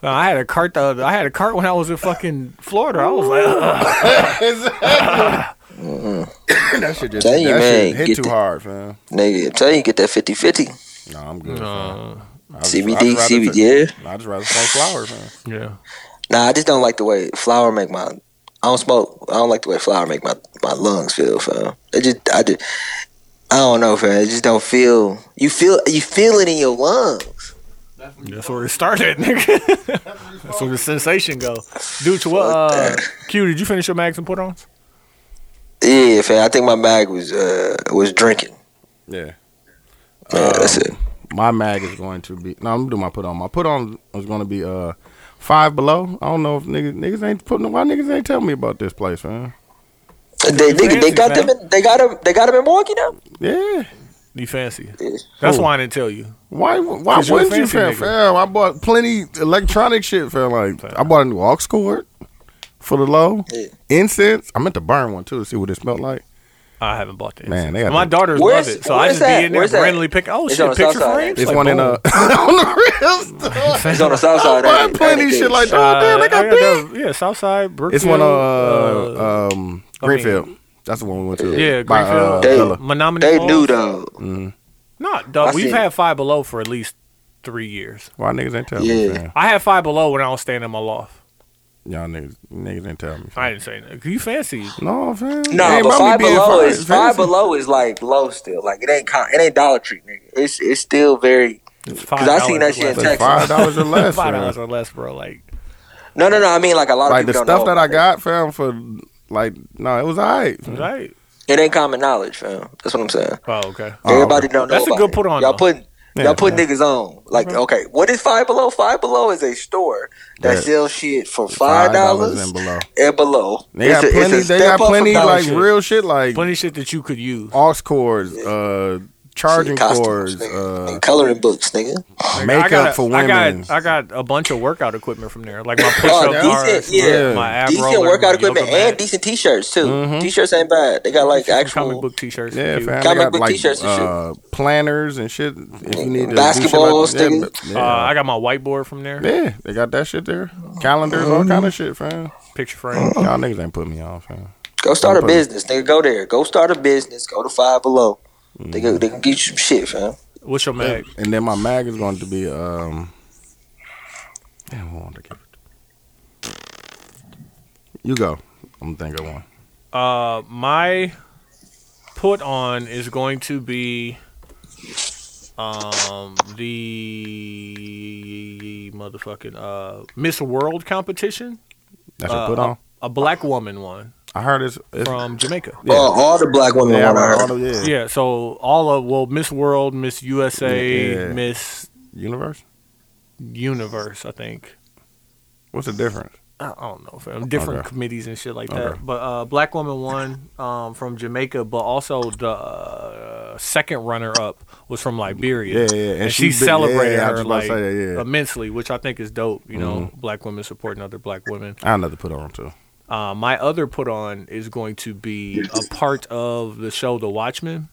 B: Man, I had a cart the other, I had a cart when I was in fucking Florida. I was like, "Ugh."
C: that shit just
E: Tell you,
C: that
E: man,
C: shit hit
E: get
C: too
E: the-
C: hard, fam.
E: Nigga, I'm telling you, get that 50-50.
C: No, I'm good. fam. I just- I
E: CBD,
C: just rather
E: CBD.
C: take-
E: yeah.
C: I just rather smoke flour, fam.
B: yeah.
E: Nah, I just don't like the way flour make my. I don't smoke. I don't like the way flour make my, my lungs feel, fam. It just I just I don't know, fam. It just don't feel. You feel you feel it in your lungs.
B: That's where it started, nigga. That's where the sensation go. Dude, what? Uh, Q, did you finish your mags and put ons?
E: Yeah, fam. I think my mag was uh was drinking.
C: Yeah.
E: Yeah, that's it.
C: My mag is going to be. No, I'm gonna do my put on. My put on is going to be uh Five Below. I don't know if niggas, niggas ain't putting. Why niggas ain't telling me about this place, man?
E: They, they, they got them. In, they got them. They got them in Milwaukee now.
C: Yeah.
B: You fancy.
E: Yeah.
B: That's
C: Who?
B: why I didn't tell you.
C: Why? Why
B: 'Cause you a
C: wouldn't you,
B: fancy
C: fam?
B: nigga.
C: Fam, I bought plenty electronic shit, fam. Like I bought a new aux cord for the low.
E: Yeah.
C: Incense. I meant to burn one too to see what it smelled like.
B: I haven't bought that.
C: Man, they got
B: my
C: the-
B: daughters
E: Where's-
B: love it, so I
E: where's
B: just
E: that?
B: be in there
E: Where's that?
B: randomly pick. Oh
E: It's on
B: shit,
E: the
B: picture
E: south side.
B: frames.
C: It's
B: Like,
C: one in uh,
B: boom.
C: a on the real store.
E: It's on the south
C: I
E: side.
C: bought
E: ain't it?
C: plenty
E: Ain't it
C: shit like
E: big?
C: that. Damn, they
B: Uh, I
C: got big.
B: the- yeah, Southside, Brookfield.
C: It's one on uh, um, Greenfield. That's the one we went to.
B: yeah, Greenfield.
C: By, uh,
E: They-
C: Bella.
B: Menominee
E: They
B: Falls.
E: knew though.
B: Not
E: I
B: dog. We've
E: seen
B: had Five Below for at least three years.
C: Why niggas ain't tell me?
E: Yeah.
C: fam?
B: I had Five Below when I was staying in my loft.
C: Y'all niggas, niggas ain't tell me. fam.
B: I didn't say that. You fancy?
C: No, fam. It
E: No,
C: ain't about
E: but
C: me
E: five
C: being
E: below
C: fine,
E: is
C: fam.
E: five below is like low still. Like it ain't con- it ain't Dollar Tree, nigga. It's it's still very.
B: It's
E: Because I seen that shit in
C: It's like
E: Texas.
C: five dollars or less.
B: Five
C: fam.
B: dollars or less, bro. Like
E: No, no, no. I mean like a lot of
C: like the
E: people don't
C: stuff
E: know
C: that I
E: about
C: got, fam, for like no, it was alright.
B: right?
E: It ain't common knowledge, fam. That's what I'm saying.
B: Oh, okay.
E: Everybody
C: Um,
E: don't know.
B: That's a
E: about
B: good
E: it.
B: put on,
E: Y'all
B: though.
E: putting
C: Yeah, Mm-hmm.
E: y'all putting niggas on. Like, okay, what is Five Below? Five Below is a store that
C: That-
E: sells shit for five
C: Five dollars
E: dollars
C: and below.
E: and below.
C: They got
E: It's a- it's a
C: plenty. They
E: step
C: got
E: up from
C: plenty
E: Dollar
C: like
E: Tree.
C: real shit like
B: Plenty of shit that you could use.
C: aux cords, uh, charging
E: Shit, costumes,
C: cords,
E: nigga.
C: uh,
E: And coloring books, nigga.
B: I
C: makeup
B: got,
C: for
B: I
C: women.
B: got, I got a bunch of workout equipment from there, like my push-up
E: Oh, decent,
B: bars,
E: yeah.
B: my ab
E: Decent
B: roller,
E: workout
B: my
E: equipment
B: yoga
E: and
B: mat,
E: decent t-shirts too. T-shirts ain't bad. They got like
B: some
E: actual
B: comic book t-shirts.
C: yeah,
B: cute.
C: fam. They
E: Comic
C: got
E: book
C: like
E: t-shirts and shit.
C: uh, planners and shit. If you need to
E: Basketballs,
C: do shit like,
E: nigga.
C: yeah,
B: Uh,
C: yeah.
B: I got my whiteboard from there,
C: yeah, they got that shit there. Calendars, all
E: Mm-hmm.
C: kind of shit, fam.
B: picture frame.
C: Y'all niggas ain't put me on, fam.
E: Go start a
C: Don't put-
E: business, nigga. Go there. Go start a business. Go to Five Below. They go, they can get you some shit, fam.
B: What's your mag?
C: And then my mag is going to be um. Damn, what wanted to give it? You go. I'm gonna think of one.
B: Uh, my put on is going to be um the motherfucking uh Miss World competition,
C: That should put
B: Uh,
C: on.
B: a black woman one
C: I heard it's, it's
B: from Jamaica.
C: Yeah.
E: Oh, all the black women
C: yeah, I
E: want
C: heard
E: to
C: all of- yeah.
B: Yeah, so all of well, Miss World, Miss USA,
C: Yeah.
B: Miss
C: Universe.
B: Universe, I think.
C: What's the difference?
B: I I don't know, fam. Different
C: Okay.
B: committees and shit like
C: Okay.
B: that. But uh, black woman won um, from Jamaica, but also the uh, second runner up was from Liberia.
C: Yeah, yeah, yeah.
B: And,
C: And
B: she
C: she's big-
B: celebrated
C: yeah, I was
B: her
C: just about
B: like
C: to say that, yeah. Mm-hmm.
B: immensely, which I think is dope. You know, black women supporting other black women.
C: I have another put on too.
B: Uh, my other put on is going to be a part of the show The Watchmen.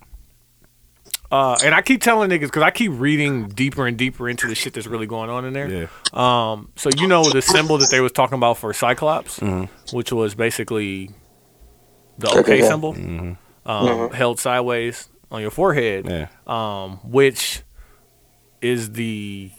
B: Uh, and I keep telling niggas because I keep reading deeper and deeper into the shit that's really going on in there.
C: Yeah.
B: Um, so you know the symbol that they was talking about for Cyclops, which was basically the
E: Okay,
B: OK
E: yeah.
B: symbol, Um, held sideways on your forehead,
C: Yeah.
B: um, which is the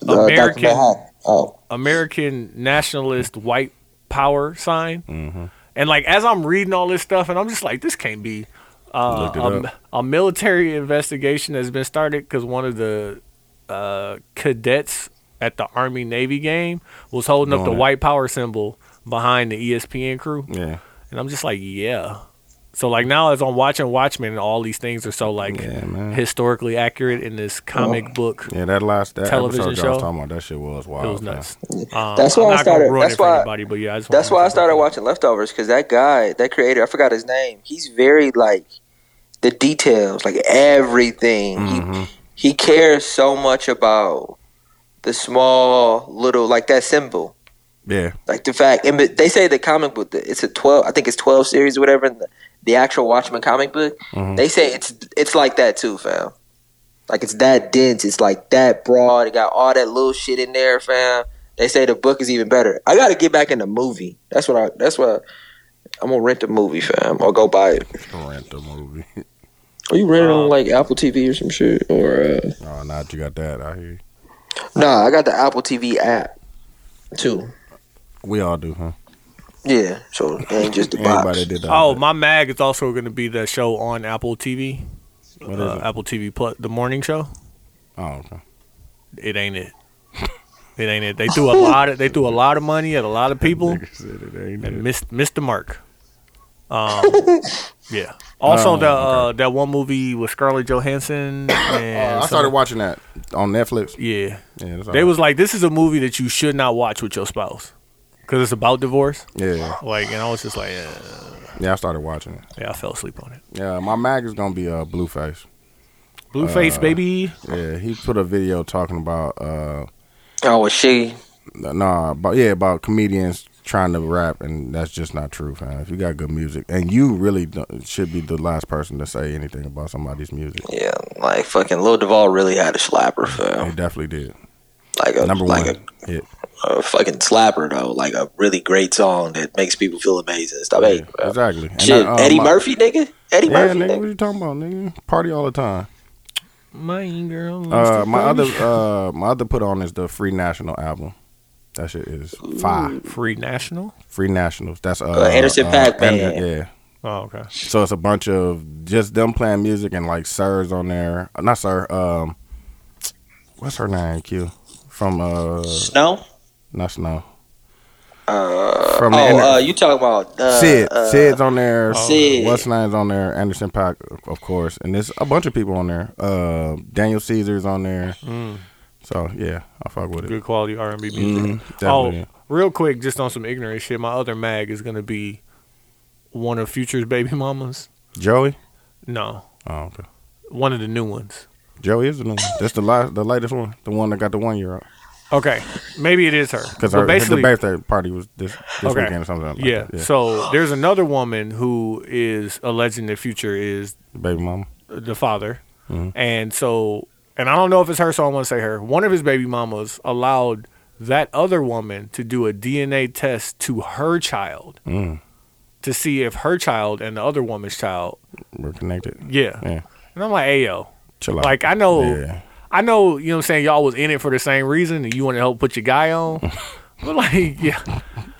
E: The uh,
B: American-
E: Dr. Manhattan. Oh,
B: American nationalist white power sign.
C: Mm-hmm.
B: And like as I'm reading all this stuff, and I'm just like, this can't be uh,
C: Looked it
B: a,
C: up.
B: a military investigation has been started because one of the uh, cadets at the Army Navy game was holding up
C: Doing
B: the
C: it.
B: white power symbol behind the E ESPN crew,
C: Yeah.
B: and I'm just like, yeah. So like now as I'm watching Watchmen, and all these things are so like
C: Yeah, man.
B: historically accurate in this comic book.
C: Yeah, that last that
B: Television
C: episode y'all was
B: show?
C: talking about that shit was wild.
B: It was
C: oh, man.
B: nuts.
E: That's
B: Um,
E: why
B: I'm
E: I
B: not gonna
E: started-
B: ruin
E: that's
B: it for
E: why-
B: anybody, but yeah, I just
E: that's
B: wanted
E: why I
B: to-
E: started watching Leftovers because that guy, that creator, I forgot his name. He's very like the details, like everything.
B: Mm-hmm.
E: He he cares so much about the small little like that symbol.
C: Yeah.
E: like the fact and but they say the comic book it's a 12 i think it's 12 series or whatever and the, the actual watchmen comic book they say it's it's like that too fam like it's that dense it's like that broad it got all that little shit in there fam they say the book is even better i gotta get back in the movie that's what i that's what i'm gonna rent the movie fam or go buy it Um,
C: Rent the movie.
E: are you renting on like apple tv or some shit or uh
C: oh, now that you got that, I hear you.
E: nah i got the apple tv app too
C: We all do, huh?
E: yeah so it ain't just the box
C: Everybody did that.
B: Oh, my mag is also going to be the show on Apple TV,
C: What is
B: uh,
C: it?
B: Apple TV Plus, the morning show.
C: Oh, okay.
B: It ain't it. It ain't it. They threw a lot. Of, they threw a lot of money at a lot of people
C: Nigga said it ain't
B: and
C: it.
B: missed missed the mark. Um, yeah.
C: Oh,
B: Also, the uh, that one movie with Scarlett Johansson and
C: Oh, I
B: some-
C: started Oh. watching that. on Netflix.
B: Yeah.
C: Yeah, that's all
B: They
C: right.
B: was like, this is a movie that you should not watch with your spouse because it's about divorce.
C: Yeah,
B: Like, and I was just like, eh.
C: yeah. I started watching it.
B: yeah, I fell asleep on it.
C: Yeah, my mag is gonna be uh, Blueface. Uh,
B: Blueface, baby.
C: Yeah, he put a video talking about uh,
E: Oh, was she?
C: nah, about yeah, about comedians trying to rap, and that's just not true, fam. If you got good music, and you really don't, should be the last person to say anything about somebody's music,
E: Yeah, like fucking Lil Duval really had a slapper,
C: he
E: fam.
C: definitely did.
E: Like a
C: Number
E: like
C: one hit.
E: A, a fucking slapper though, like a really great song that makes people feel amazing. Stop
C: Yeah,
E: hating, fam.
C: exactly. And
E: Shit,
C: I- uh,
E: Eddie
C: my-
E: Murphy, nigga. Eddie
C: Yeah,
E: Murphy,
C: nigga,
E: nigga.
C: what you talking about, nigga? Party all the time.
B: My girl. wants
C: Uh,
B: to
C: my
B: party.
C: other uh, my other put on is the Free National album. That shit is fire.
B: Free National.
C: Free Nationals. That's uh,
E: Anderson
C: uh,
E: .Paak Band.
C: yeah.
B: Oh, okay.
C: So it's a bunch of just them playing music and like sirs on there. Uh, Not sir. Um, what's her name? Q from uh,
E: Snow.
C: not Snow. Uh, from the inner-
E: Oh, uh, you talking about uh,
C: Sid.
E: uh,
C: Sid's on there. Uh,
E: Sid.
C: What's his name's on there? Anderson Pack, of course, and there's a bunch of people on there. Uh, Daniel Caesar's on there. So yeah, I fuck with it.
B: Mm. Good quality R and B
C: Mhm,
B: music.
C: definitely.
B: oh, real quick, just on some ignorant shit. My other mag is gonna be one of Future's baby mamas.
C: Joey.
B: No,
C: Oh, okay.
B: one of the new ones.
C: Joey is the new one. That's the last, the latest one. The one that got the one year out.
B: Okay, maybe it is her.
C: Because
B: But
C: her, her- the birthday party was this, this
B: Okay.
C: weekend or something. Like
B: yeah.
C: that. yeah.
B: So there's another woman who is alleging that Future is
C: baby mama.
B: the father,
C: Mm-hmm.
B: and so and I don't know if it's her, so I want to say her. One of his baby mamas allowed that other woman to do a DNA test to her child
C: Mm.
B: to see if her child and the other woman's child,
C: We're connected.
B: yeah.
C: Yeah.
B: And I'm like, ayo,
C: Chill out.
B: like I know,
C: Yeah.
B: I know, you know, what I'm saying y'all was in it for the same reason, and you want to help put your guy on, but like, yeah,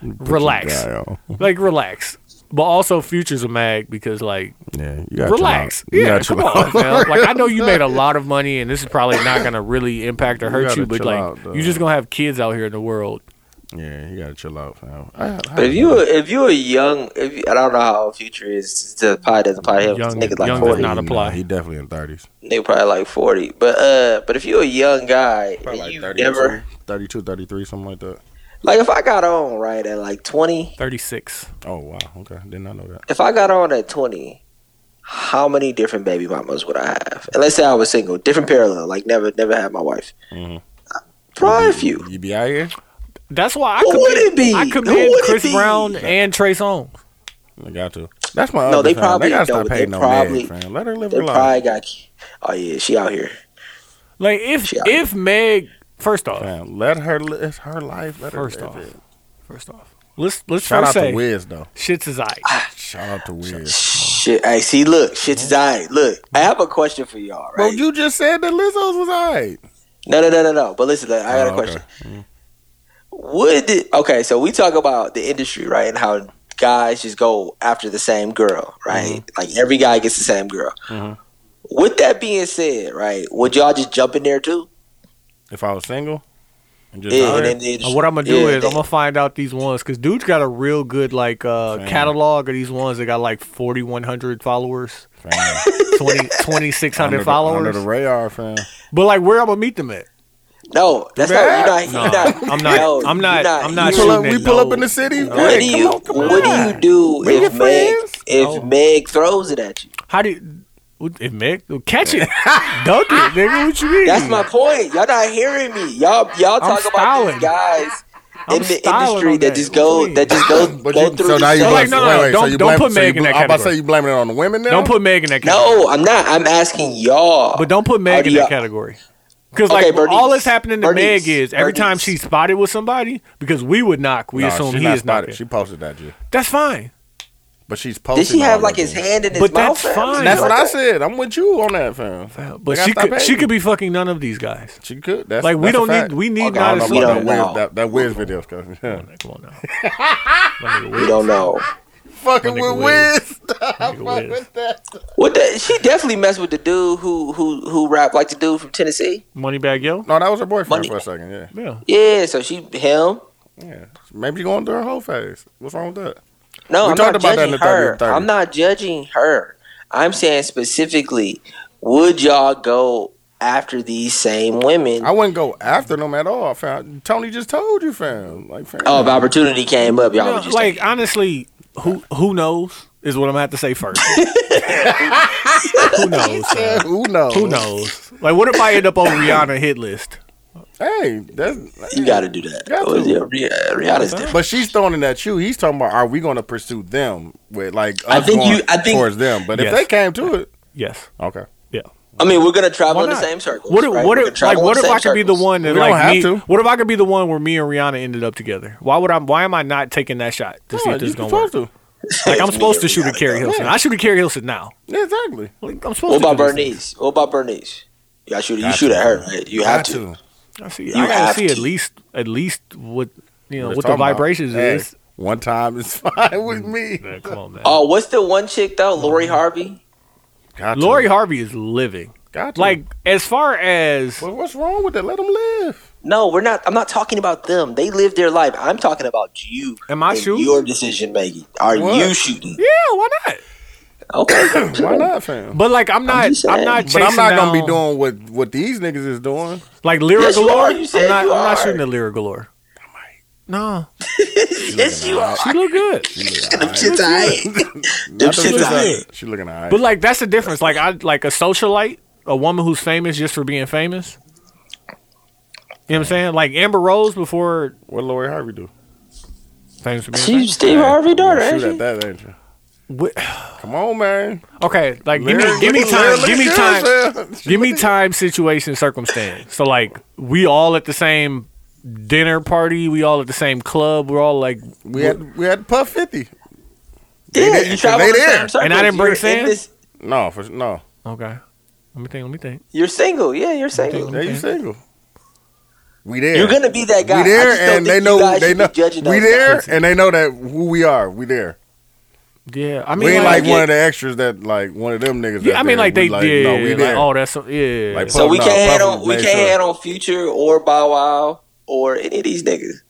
B: relax,
C: Yeah, yo.
B: like relax. But also, Future's a mag because like
C: yeah. You gotta
B: relax.
C: Chill out. You
B: yeah,
C: gotta
B: come
C: chill
B: on,
C: out.
B: man. Like I know you made a lot of money, and this is probably not gonna really impact or hurt
C: gotta
B: you, but
C: chill
B: like
C: out, though.
B: you just gonna have kids out here in the world.
C: Yeah, you gotta chill out, fam. I, I,
E: But if you if you a young, if you, I don't know how old Future is, the pie doesn't pie him.
B: Young-
E: nigga like
B: young does
E: forty.
B: not apply.
C: he definitely in thirties.
E: Nigga probably like forty. But uh, but if you a young guy, and
C: Probably like
E: you
C: 32,
E: never
C: 32, 33, something like that.
E: like if I got on right at like twenty,
B: Thirty six.
C: Oh wow, okay. Did not know that.
E: if I got on at twenty, how many different baby mamas would I have? And let's say I was single, different parallel, like never never had my wife.
C: Mhm.
E: Probably a few.
C: You be out here?
B: That's why I
E: Who would
B: commend,
E: it be?
B: I
E: Who
B: commend
E: would it
B: Chris
E: be?
B: Brown and Trey Songz.
C: I got to. That's my
E: No,
C: other
E: they
C: fam.
E: probably
C: they gotta stop
E: don't. They
C: hating on
E: probably-
C: Meg, fam. Let her live
E: They
C: her
E: probably
C: life.
E: got. Oh yeah, she out here.
B: Like if
E: Shit.
B: if Meg, first off,
C: Fam. Let her li- it's her life. Let her
B: First
C: live
B: off.
C: it.
B: first off, let's let's
C: Shout out
B: first
C: to
B: say
C: Wiz though.
B: shits is eye.
C: Shout out to Wiz.
E: Shit, hey, see, look, shit's dying. Look, I have a question for y'all,
C: Bro,
E: right?
C: you just said that Lizzo's was alright.
E: No, no, no, no, no. But listen, I got
C: Oh,
E: a question. Would it- okay, so we talk about the industry, right, and how guys just go after the same girl, right?
B: Mm-hmm.
E: Like every guy gets the same girl. With that being said, right, would y'all just jump in there too?
C: If I was single, and just
E: Yeah,
C: out
E: and
C: here,
E: then they just-
B: And Uh, what I'm gonna do
E: yeah,
B: is
E: they-
B: I'm gonna find out these ones because dude's got a real good like uh,
C: Fam.
B: catalog of these ones that got like 4,100 followers,
C: fam.
B: 20, 2,600
C: Under the- under
B: followers.
C: the radar, fam.
B: But like, where I'm gonna meet them at?
E: no, that's not. You're not. You're not
B: I'm not-
E: no,
B: I'm
E: you're
B: not- I'm not
E: you're
C: pull up,
B: shooting
C: we
B: it
C: pull up
B: low.
C: in the city.
E: What do you What do you do
C: Bring
E: if
C: your
E: Meg
C: friends.
E: if
B: No.
E: Meg throws it at you?
B: How do you, what- if Meg catch it? Dunk it, nigga. What you mean?
E: That's my point. Y'all not hearing me. Y'all y'all
B: I'm
E: talk about
B: styling.
E: these guys
B: I'm
E: in the
B: styling
E: industry
B: on
E: that
B: that.
E: just
B: What you
E: go
B: mean?
E: that just go,
C: But
E: go
C: you,
E: through
C: so now
E: the
C: you
E: same.
B: blame- Like, no, no,
C: wait, wait, so
B: don't-
C: you
B: don't
C: blame,
B: put
C: so
B: Meg
C: you,
B: in that
C: I'm about to say
B: category.
C: you blaming it on the women now.
B: Don't put Meg in that category.
E: No, I'm not. I'm asking y'all.
B: but don't put
E: How
B: Meg
E: do
B: in that
E: y'all-
B: category. Because
E: Okay,
B: like
E: Bernice.
B: all that's happening to
E: Bernice.
B: Meg is every time
E: Bernice.
B: she's spotted with somebody, because we would knock, we
C: Nah,
B: assume
C: she
B: he
C: not
B: is
C: spotted.
B: knocking.
C: She posted that, G.
B: That's fine.
C: But she's posting.
E: Did she
C: all
E: have
C: that
E: like his
C: shit.
E: hand in his
B: But
E: mouth?
B: that's fine.
E: or something
C: That's
E: like
C: what I
E: that?
C: said. I'm with you on that, fam. They
B: But
C: gotta
B: she
C: stop
B: could, she
C: hating.
B: could be fucking none of these guys.
C: She could. That's,
B: Like, we
C: that's a
B: don't need-
C: fact.
B: we need
C: Okay,
B: not
C: I don't
B: as
C: know about
E: much-
C: that
E: Wow.
C: Wiz- that that Wiz video coming.
B: Come on now.
E: We don't know.
C: Fucking
B: nigga
C: with
B: Wiz.
C: Wiz. Stop
B: Wiz.
C: with that.
E: What the, she definitely messed with the dude who who who rapped like the dude from Tennessee.
B: Moneybag yo.
C: No, that was her boyfriend
E: Money.
C: for a second. Yeah,
B: Yeah.
E: Yeah, so she him.
C: yeah. Maybe she going through her whole phase. What's wrong with that?
E: No,
C: We
E: I'm
C: talked
E: not
C: about that in
E: judging
C: the 30
E: her.
C: and 30.
E: I'm not judging her. I'm saying specifically, would y'all go after these same women.
C: I wouldn't go after them at all, fam. Tony just told you, fam. Like, fam.
E: Oh, if opportunity came up, y'all would just
B: like honestly, who who knows is what I'm gonna have to say first. who knows? man?
C: who knows?
B: Who knows? Like, what if I end up on Rihanna hit list?
C: Hey, that's
E: you got to do that.
C: Got to.
E: Yeah, Rih- Rihanna's different.
C: But she's throwing it at you. He's talking about are we going to pursue them with like
E: I
C: us
E: think
C: going
E: you- I think-
C: towards them. But if
B: Yes.
C: they came to it,
B: Yes.
C: okay.
B: Yeah.
E: I mean, we're gonna travel
B: Why
E: in the
B: not?
E: same circles.
B: What if,
E: right?
B: what
E: We're
B: if, like
E: gonna travel in
B: what if
E: same
B: I could be the
E: circles.
B: one that
C: We don't
B: like
C: have
B: me,
C: to.
B: what if I could be the one where me and Rihanna ended up together? Why would I why am I not taking that shot to see
C: Yeah,
B: if this
C: you
B: is gonna work?
C: supposed to.
B: Like I'm
E: It's me
B: supposed to
E: and
B: shoot
E: Rihanna,
B: at Carrie
E: bro.
B: Hilson. I shoot at Carrie Hilson now.
C: Yeah, exactly.
B: Like, I'm supposed
E: What
B: to
E: about
B: do these things.
E: Bernice? What about Bernice? Y'all shoot. You shoot at her. Right? You have
C: Got
E: to.
B: I see.
E: You
B: I gotta
E: have
B: see at
E: to.
B: least at least what you know
C: We're
B: what
C: talking
B: the
C: about,
B: vibrations
C: hey,
B: is.
C: One time is fine with me.
B: Man, come on, man.
E: Oh, what's the one chick though?
C: Mm-hmm.
E: Lori Harvey.
C: Got
B: Lori
C: to.
B: Harvey is living.
C: Got to.
B: Like as far as
C: Well, what's wrong with that? Let them live.
E: No, we're not. I'm not talking about them. They live their life. I'm talking about you.
B: Am I
E: and
B: shooting?
E: Your decision making. Are
C: What?
E: you shooting?
B: yeah, why not?
E: Okay.
C: Why not, fam?
B: But like I'm not
E: just
B: I'm
E: saying.
B: not
E: But
C: But
B: chasing
C: I'm not gonna be
B: down-
C: doing what what these niggas is doing.
B: Like Lyra
E: Yes, you
B: Galore?
E: are. You said
B: I'm not,
E: you
B: I'm not
E: are.
B: shooting at Lyra Galore. No.
E: yes, you are.
B: She look good.
E: Them shits I Them
C: She
E: shits I
C: looking- She looking alright.
B: But like that's the difference. Like I like a socialite, a woman who's famous just for being famous. You know what I'm saying? Like Amber Rose before
C: What Lori Harvey do?
B: famous for being
E: She's
B: famous.
E: Steve Harvey daughter, ain't
C: Shoot
E: she?
C: at that, ain't you?
B: Wh-
C: Come on, man.
B: Okay, like give
C: Lyra-
B: me give me
C: Lyra
B: time,
C: looking
B: give me
C: good,
B: time,
C: fam. She
B: give me
C: looking-
B: time, situation, circumstance. So like we all at the same dinner party, we all at the same club, we're all like
C: We had we had Puff Fifty.
E: Yeah,
C: They-
E: you travel
C: they
E: in the
C: there.
E: same circles.
B: And I didn't bring
E: You're
B: Sam?
E: in this-
C: No, for no.
B: okay. Let me think, let me think.
E: You're single. Yeah, you're single.
C: Yeah, you single. We there.
E: You're gonna be that
C: we
E: guy. I just don't
C: there, and
E: think
C: they
E: you
C: know
E: guys
C: they
E: should be
C: know
E: judging
C: we
E: those
C: there,
E: guys.
C: and they know that who we are. We there.
B: Yeah, I mean
C: We ain't
B: like
C: like one of the extras that like one of them niggas.
B: Yeah, I
C: out
B: mean,
C: there.
B: like
C: We
B: they did.
C: No, we
B: like,
C: there.
B: oh, that's so- yeah.
C: Like,
E: So we
C: No,
E: can't hand
C: Puff
E: on
C: is
E: we
C: way
E: can't
C: short.
E: hand on Future or Bow Wow or any of these niggas.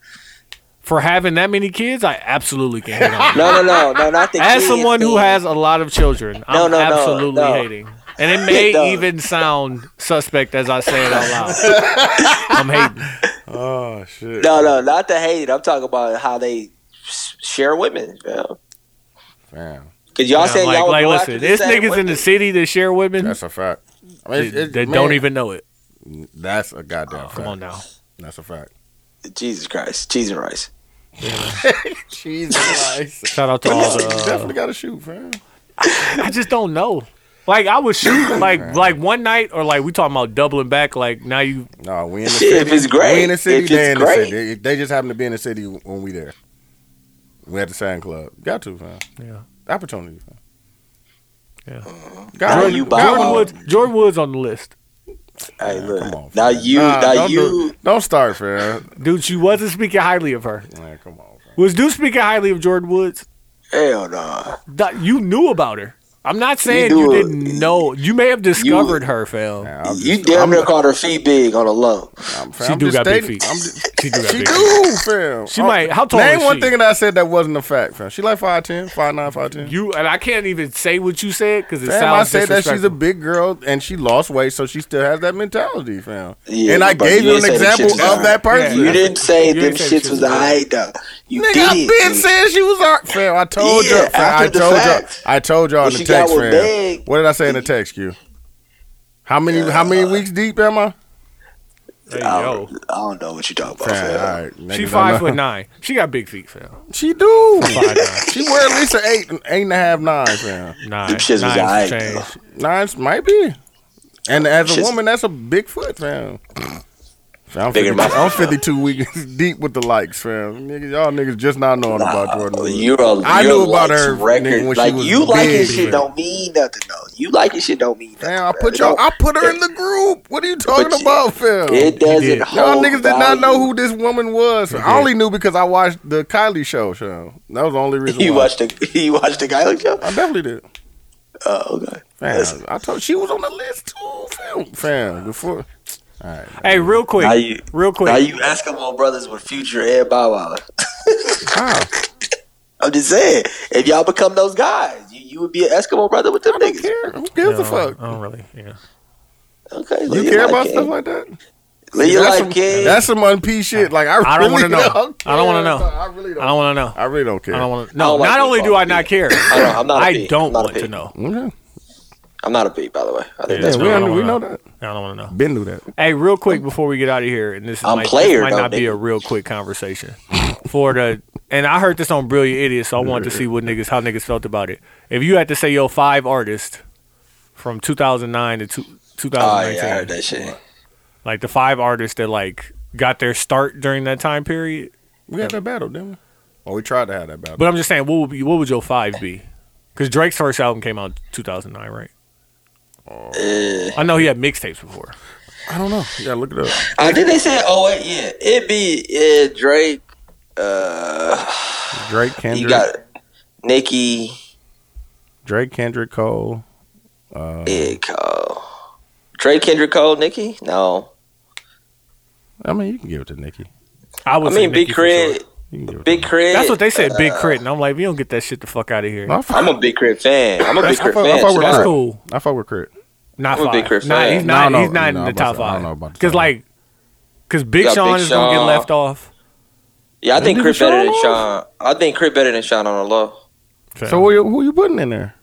B: for having that many kids, I absolutely can't. hate on you.
E: No, no, no, no, not the
B: As
E: kids
B: someone who
E: thing.
B: has a lot of children, I'm
E: no, no,
B: absolutely
E: no.
B: hating, and it may
E: No.
B: even sound suspect as I say it out loud. I'm hating.
C: oh shit.
E: no, no, not the hate. I'm talking about how they s- share women. Because
C: Fam,
E: y'all
B: I'm
E: saying
B: like,
E: y'all would
B: like,
E: go
B: listen,
E: after
B: there's
E: the same
B: niggas in
E: women.
B: the city that share women
C: that's a fact. I mean,
B: that,
C: it's- it's-
B: that
C: man,
B: don't even know it.
C: That's a goddamn fact.
B: Come on now.
C: That's a fact.
E: Jesus Christ, cheese and rice.
C: Jesus Christ.
B: Shout out to all
C: You
B: the.
C: definitely got to shoot, fam.
B: I just don't know. Like I would shoot like like one night or like we talking about doubling back. Like now you
C: No, we in the
E: Shit,
C: city.
E: if it's great,
C: we in the city.
E: if
C: they
E: it's
C: in the
E: great.
C: city. They just happen to be in the city when we there. We at the same club. Got to, fam.
B: Yeah.
C: Opportunity, fam.
E: Now
C: Got
E: you
C: to.
E: buy-
B: Jordan
E: Wow.
B: Woods Jordan Woods on the list.
E: Hey, look.
C: come on,
E: now you,
C: Nah,
E: now
C: don't
E: you.
C: do- don't start, fam.
B: Dude, she wasn't speaking highly of her.
C: Man, come on, fam.
B: Was Duke speaking highly of Jordan Woods?
E: Hell no.
B: Th- You knew about her. I'm not saying
E: You
B: you,
E: knew it.
B: didn't know. You may have discovered her, fam.
C: Man, I'm
E: You
C: just-
E: damn
C: I'm-
E: near called her feet big on the low.
C: I'm- fam,
B: She
C: I'm
B: do
C: just
B: got big
C: stating-
B: feet.
C: I'm just-
B: She do got
C: She
B: big feet.
C: do, fam.
B: She
C: I'm-
B: might- how tall
C: Name
B: is
C: one
B: she?
C: thing that I said that wasn't a fact, fam. She like 5'10", 5'9", 5'10".
B: You and I can't even say what you said because it
C: Fam, I
B: sounds
C: said that she's a
B: disrespectful.
C: big girl and she lost weight, so she still has that mentality, fam.
E: Yeah,
C: and I
E: but
C: gave
E: you
C: you
E: ain't
C: an
E: say them
C: example
E: shits
C: of
E: was
C: that
B: alright.
C: person.
E: You
B: Yeah.
E: didn't say them
B: ain't say
E: shits
B: shits
E: was
B: was alright.
E: alright though. You
C: Nigga,
E: did
C: I
E: it.
C: been
E: dude.
C: saying she was alright. Fam, I told
E: Yeah,
C: y'all. Fam, I
E: after the
C: told
E: fact.
C: y'all. I told y'all
E: When
C: in the
E: she
C: text,
E: got with
C: fam.
E: Big-
C: what did I say in the text, Q? How many? how
E: Uh,
C: many weeks deep am I?
B: Hey,
E: I
C: Oh.
B: yo.
E: don't, I don't know what you're talking about.
C: Fam,
E: fam.
C: all right. Niggas
B: She
C: don't
B: five
C: know.
B: foot nine. She got big feet, fam.
C: She do.
B: Five nine.
C: she wear at least an eight, eight and a half, nine, fam.
B: Nine.
E: Them shits was
B: Nine's
E: alright,
B: changed.
E: though.
C: Nine might be. And as a
E: She's-
C: woman, that's a big foot, fam. Fam, I'm,
E: Bigger
C: 52,
E: than my-
C: I'm 52 weeks deep with the likes, fam. Niggas, y'all niggas just not knowing about Jordan. Woods.
E: You're a,
C: I
E: you're
C: knew about
E: likes
C: her nigga, when she
E: like
C: was
E: you liking
C: big,
E: shit
C: man.
E: don't mean nothing though. You liking shit don't mean nothing.
C: Fam, I
E: man.
C: put
E: It
C: y'all, I
E: don't-
C: put her in the group. What are you talking
E: But you-
C: about, fam?
E: It doesn't
B: did.
C: Y'all
E: hold.
C: niggas did not
E: value.
C: know who this woman was. I only knew because I watched the Kylie show. show. That was the only reason.
E: you
C: why.
E: watched the you watched the Kylie show.
C: I definitely did.
E: Oh, okay.
C: Fam,
E: Listen,
C: I told she was on the list too, fam. Fam, before.
B: Hey, real quick.
E: Now you-
B: real quick.
E: now you Eskimo brothers with Future and Bow Wow.
C: How?
E: I'm just saying, if y'all become those guys, you, you would be an Eskimo brother with them niggas.
C: Who gives a
B: No,
C: fuck?
B: I don't really. Yeah.
E: Okay.
C: You care about stuff like that?
E: Leave your
C: that's
E: life,
C: some,
E: kid.
C: That's some unp shit. Like I,
B: I don't
C: really
B: wanna know.
C: care.
B: I don't wanna know.
C: I really don't.
B: I don't want to know.
C: I really don't care.
B: I don't want to.
E: I
B: No,
E: don't like
B: not
E: being
B: only do
E: called
B: I
E: a
B: not
E: pig.
B: care,
E: I know, I'm not a
B: I
E: pig.
B: don't
E: I'm not a
B: want to
E: pig.
B: know.
C: Okay.
E: I'm not a bee, by the way. I think
B: Yeah.
E: that's
C: Yeah, we,
B: I don't
C: under- we
B: wanna
C: know
B: know.
C: that.
B: I don't want to know.
C: Ben knew that.
B: Hey, real quick before we get out of here, and this,
E: I'm
B: might,
E: player,
B: this might
E: though,
B: not be
E: nigga.
B: a real quick conversation for the. And I heard this on Brilliant Idiots, so I wanted to see what niggas how niggas felt about it. If you had to say yo five artists from 2009 to two,
E: Oh, yeah, I
B: 2019,
E: heard that shit.
B: like the five artists that like got their start during that time period.
C: We had that battle, didn't we? Well, we tried to have that battle.
B: But I'm just saying, what would be, what would your five be? Because Drake's first album came out in 2009, right?
E: Eh.
B: I know he had mixtapes before.
C: I don't know. Yeah, look it up.
E: I think they said, oh, wait, yeah. It'd be yeah, Drake. Uh,
C: Drake
E: you
C: Kendrick.
E: got Nicki.
C: Drake Kendrick Cole. uh,
E: Big Cole. Drake, Kendrick Cole, Nicki? No.
C: I mean, you can give it to Nicki.
B: I would
E: I
B: say
E: mean, Big
B: Nicki for sure.
E: Crit. eh, uh,
C: You can give it
E: Big
C: to
E: Crit.
B: That's what they said, Big Crit, and I'm like, we don't get that shit the fuck out of here.
C: Nicki. No, I fuck,
E: I'm a Big Crit fan. I'm a Big
C: I fuck,
E: Crit
C: I
E: fan.
C: fuck with
B: That's
C: Crit.
B: cool.
C: I fuck with Crit.
B: Not
E: I'm a big
B: five.
E: Crit
B: Nah,
E: fan.
B: he's not.
C: No, no,
B: he's not in
C: no, I'm
B: the
C: about to
B: top
C: say, I don't
B: five.
C: know about the
B: Because
C: top
B: like, because Big
E: Yeah,
B: Sean
E: Big
B: is gonna get
E: Sean.
B: left off.
E: Yeah, I think
C: nigga
E: Crit better than
C: Sean?
E: Sean. I think Crit better than Sean on the low.
C: So who you, who you putting in there?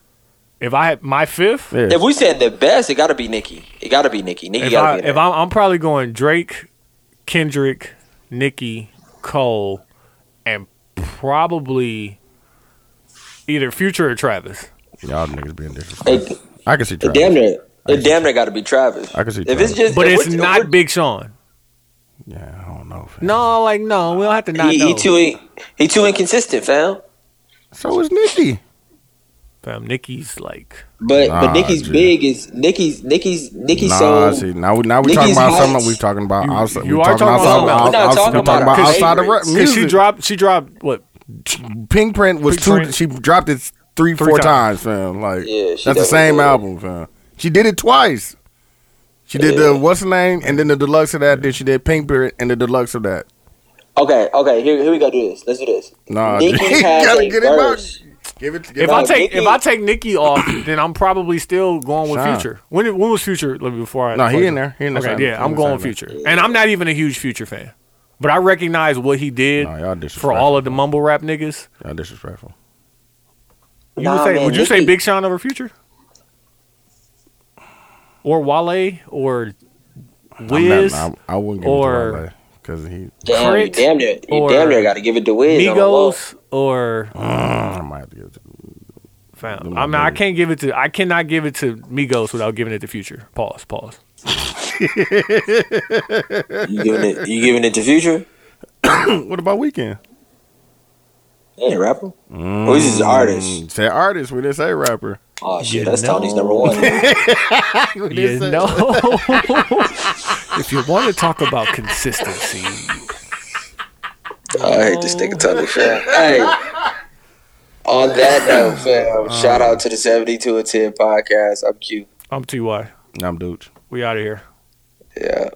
B: if I had my fifth,
C: Yeah.
E: If we said the best, it gotta be Nicki. It gotta be Nicki. Nicki
B: if
E: gotta
B: I
E: be in
B: if
E: there.
B: I'm, I'm probably going Drake, Kendrick, Nicki, Cole, and probably either Future or Travis.
C: Y'all niggas being disrespectful.
E: It-
C: I can see
E: It
C: Travis.
E: damn near it damn near gotta be Travis.
C: I can see
E: If it's
C: Travis.
E: just
B: But
E: if
B: it's
E: we're-
B: not
E: we're-
B: Big Sean.
C: Yeah, I don't know. fam.
B: No, like no, we don't have to not
E: he,
B: know.
E: he too in- he too inconsistent, fam.
C: So is Nicki.
B: Fam, Nicki's like
E: But
C: Nah,
E: but Nicki's
C: G.
E: big is Nicki's Nicki's Nicki's
C: Nah,
E: so
C: see, now we now we
E: Nicki's
C: talking about
E: hot.
C: something we talking about
B: You-
C: outside.
B: you
C: we
B: are
C: talking
B: talking
C: outside,
B: about
C: outside,
E: something. We're not
C: outside,
E: talking
C: we talking
E: about
C: about outside of
E: favorites.
C: rap
E: 'Cause
B: because she
C: music.
B: dropped she dropped what
C: Pink Print was
B: Pink
C: two.
B: Print.
C: She dropped it three,
B: Three
C: four
B: times.
C: times, fam. Like
E: Yeah, she
C: that's the
E: definitely
C: same
E: did.
C: album, fam. She did it twice. She did the what's the name, and then the deluxe of that. Then she did Pink Print and the deluxe of that.
E: Okay, okay, here here we go do this. Let's do this.
C: Nah, G,
E: Nicki
C: you
E: has
C: gotta
E: a
C: get him out.
E: verse.
C: Give it. Give
B: If
C: it
B: I
E: No,
C: out.
B: take if
E: Nicki-
B: I take Nicki off, then I'm probably still going with
C: Sean.
B: Future. When did- when was Future? Let me before I
C: No, he in there. He in there.
B: Okay,
C: Sean.
B: yeah,
C: He
B: I'm
C: in
B: going
C: there.
B: with Future, and I'm not even a huge Future fan, but I recognize what he did
C: Nah, y'all
B: for all of the mumble rap niggas.
C: Y'all disrespectful.
B: You
E: Nah,
B: would say,
E: man,
B: would you say
E: Nicki-
B: Big Sean over Future, or Wale, or
C: I'm
B: Wiz,
C: not, I, I wouldn't give
B: or-
C: it to because he.
E: Damn, you
B: Crit
E: damn near you
B: or
E: damn near gotta give it to Wiz on the low.
B: Migos, or uh,
C: I might have to give it to
B: fam.
C: Them
B: I'm not, I
C: niggas.
B: can't give it to I cannot give it to Migos without giving it to Future. Pause. Pause.
E: You giving it you giving it to Future?
C: What about Weekend?
E: He ain't a rapper.
C: Mm.
E: Oh, he's just an artist.
C: Say artist. We didn't say rapper.
E: Oh shit,
B: You
E: that's
B: know.
E: Tony's number one.
B: You know, if you want to talk about consistency,
E: I hate this nigga Tony fam. Hey. On that note, fam, shout out to the 72 and 10 podcast. I'm Q.
B: I'm TY.
C: I'm Dooch.
B: We out of here.
E: Yeah.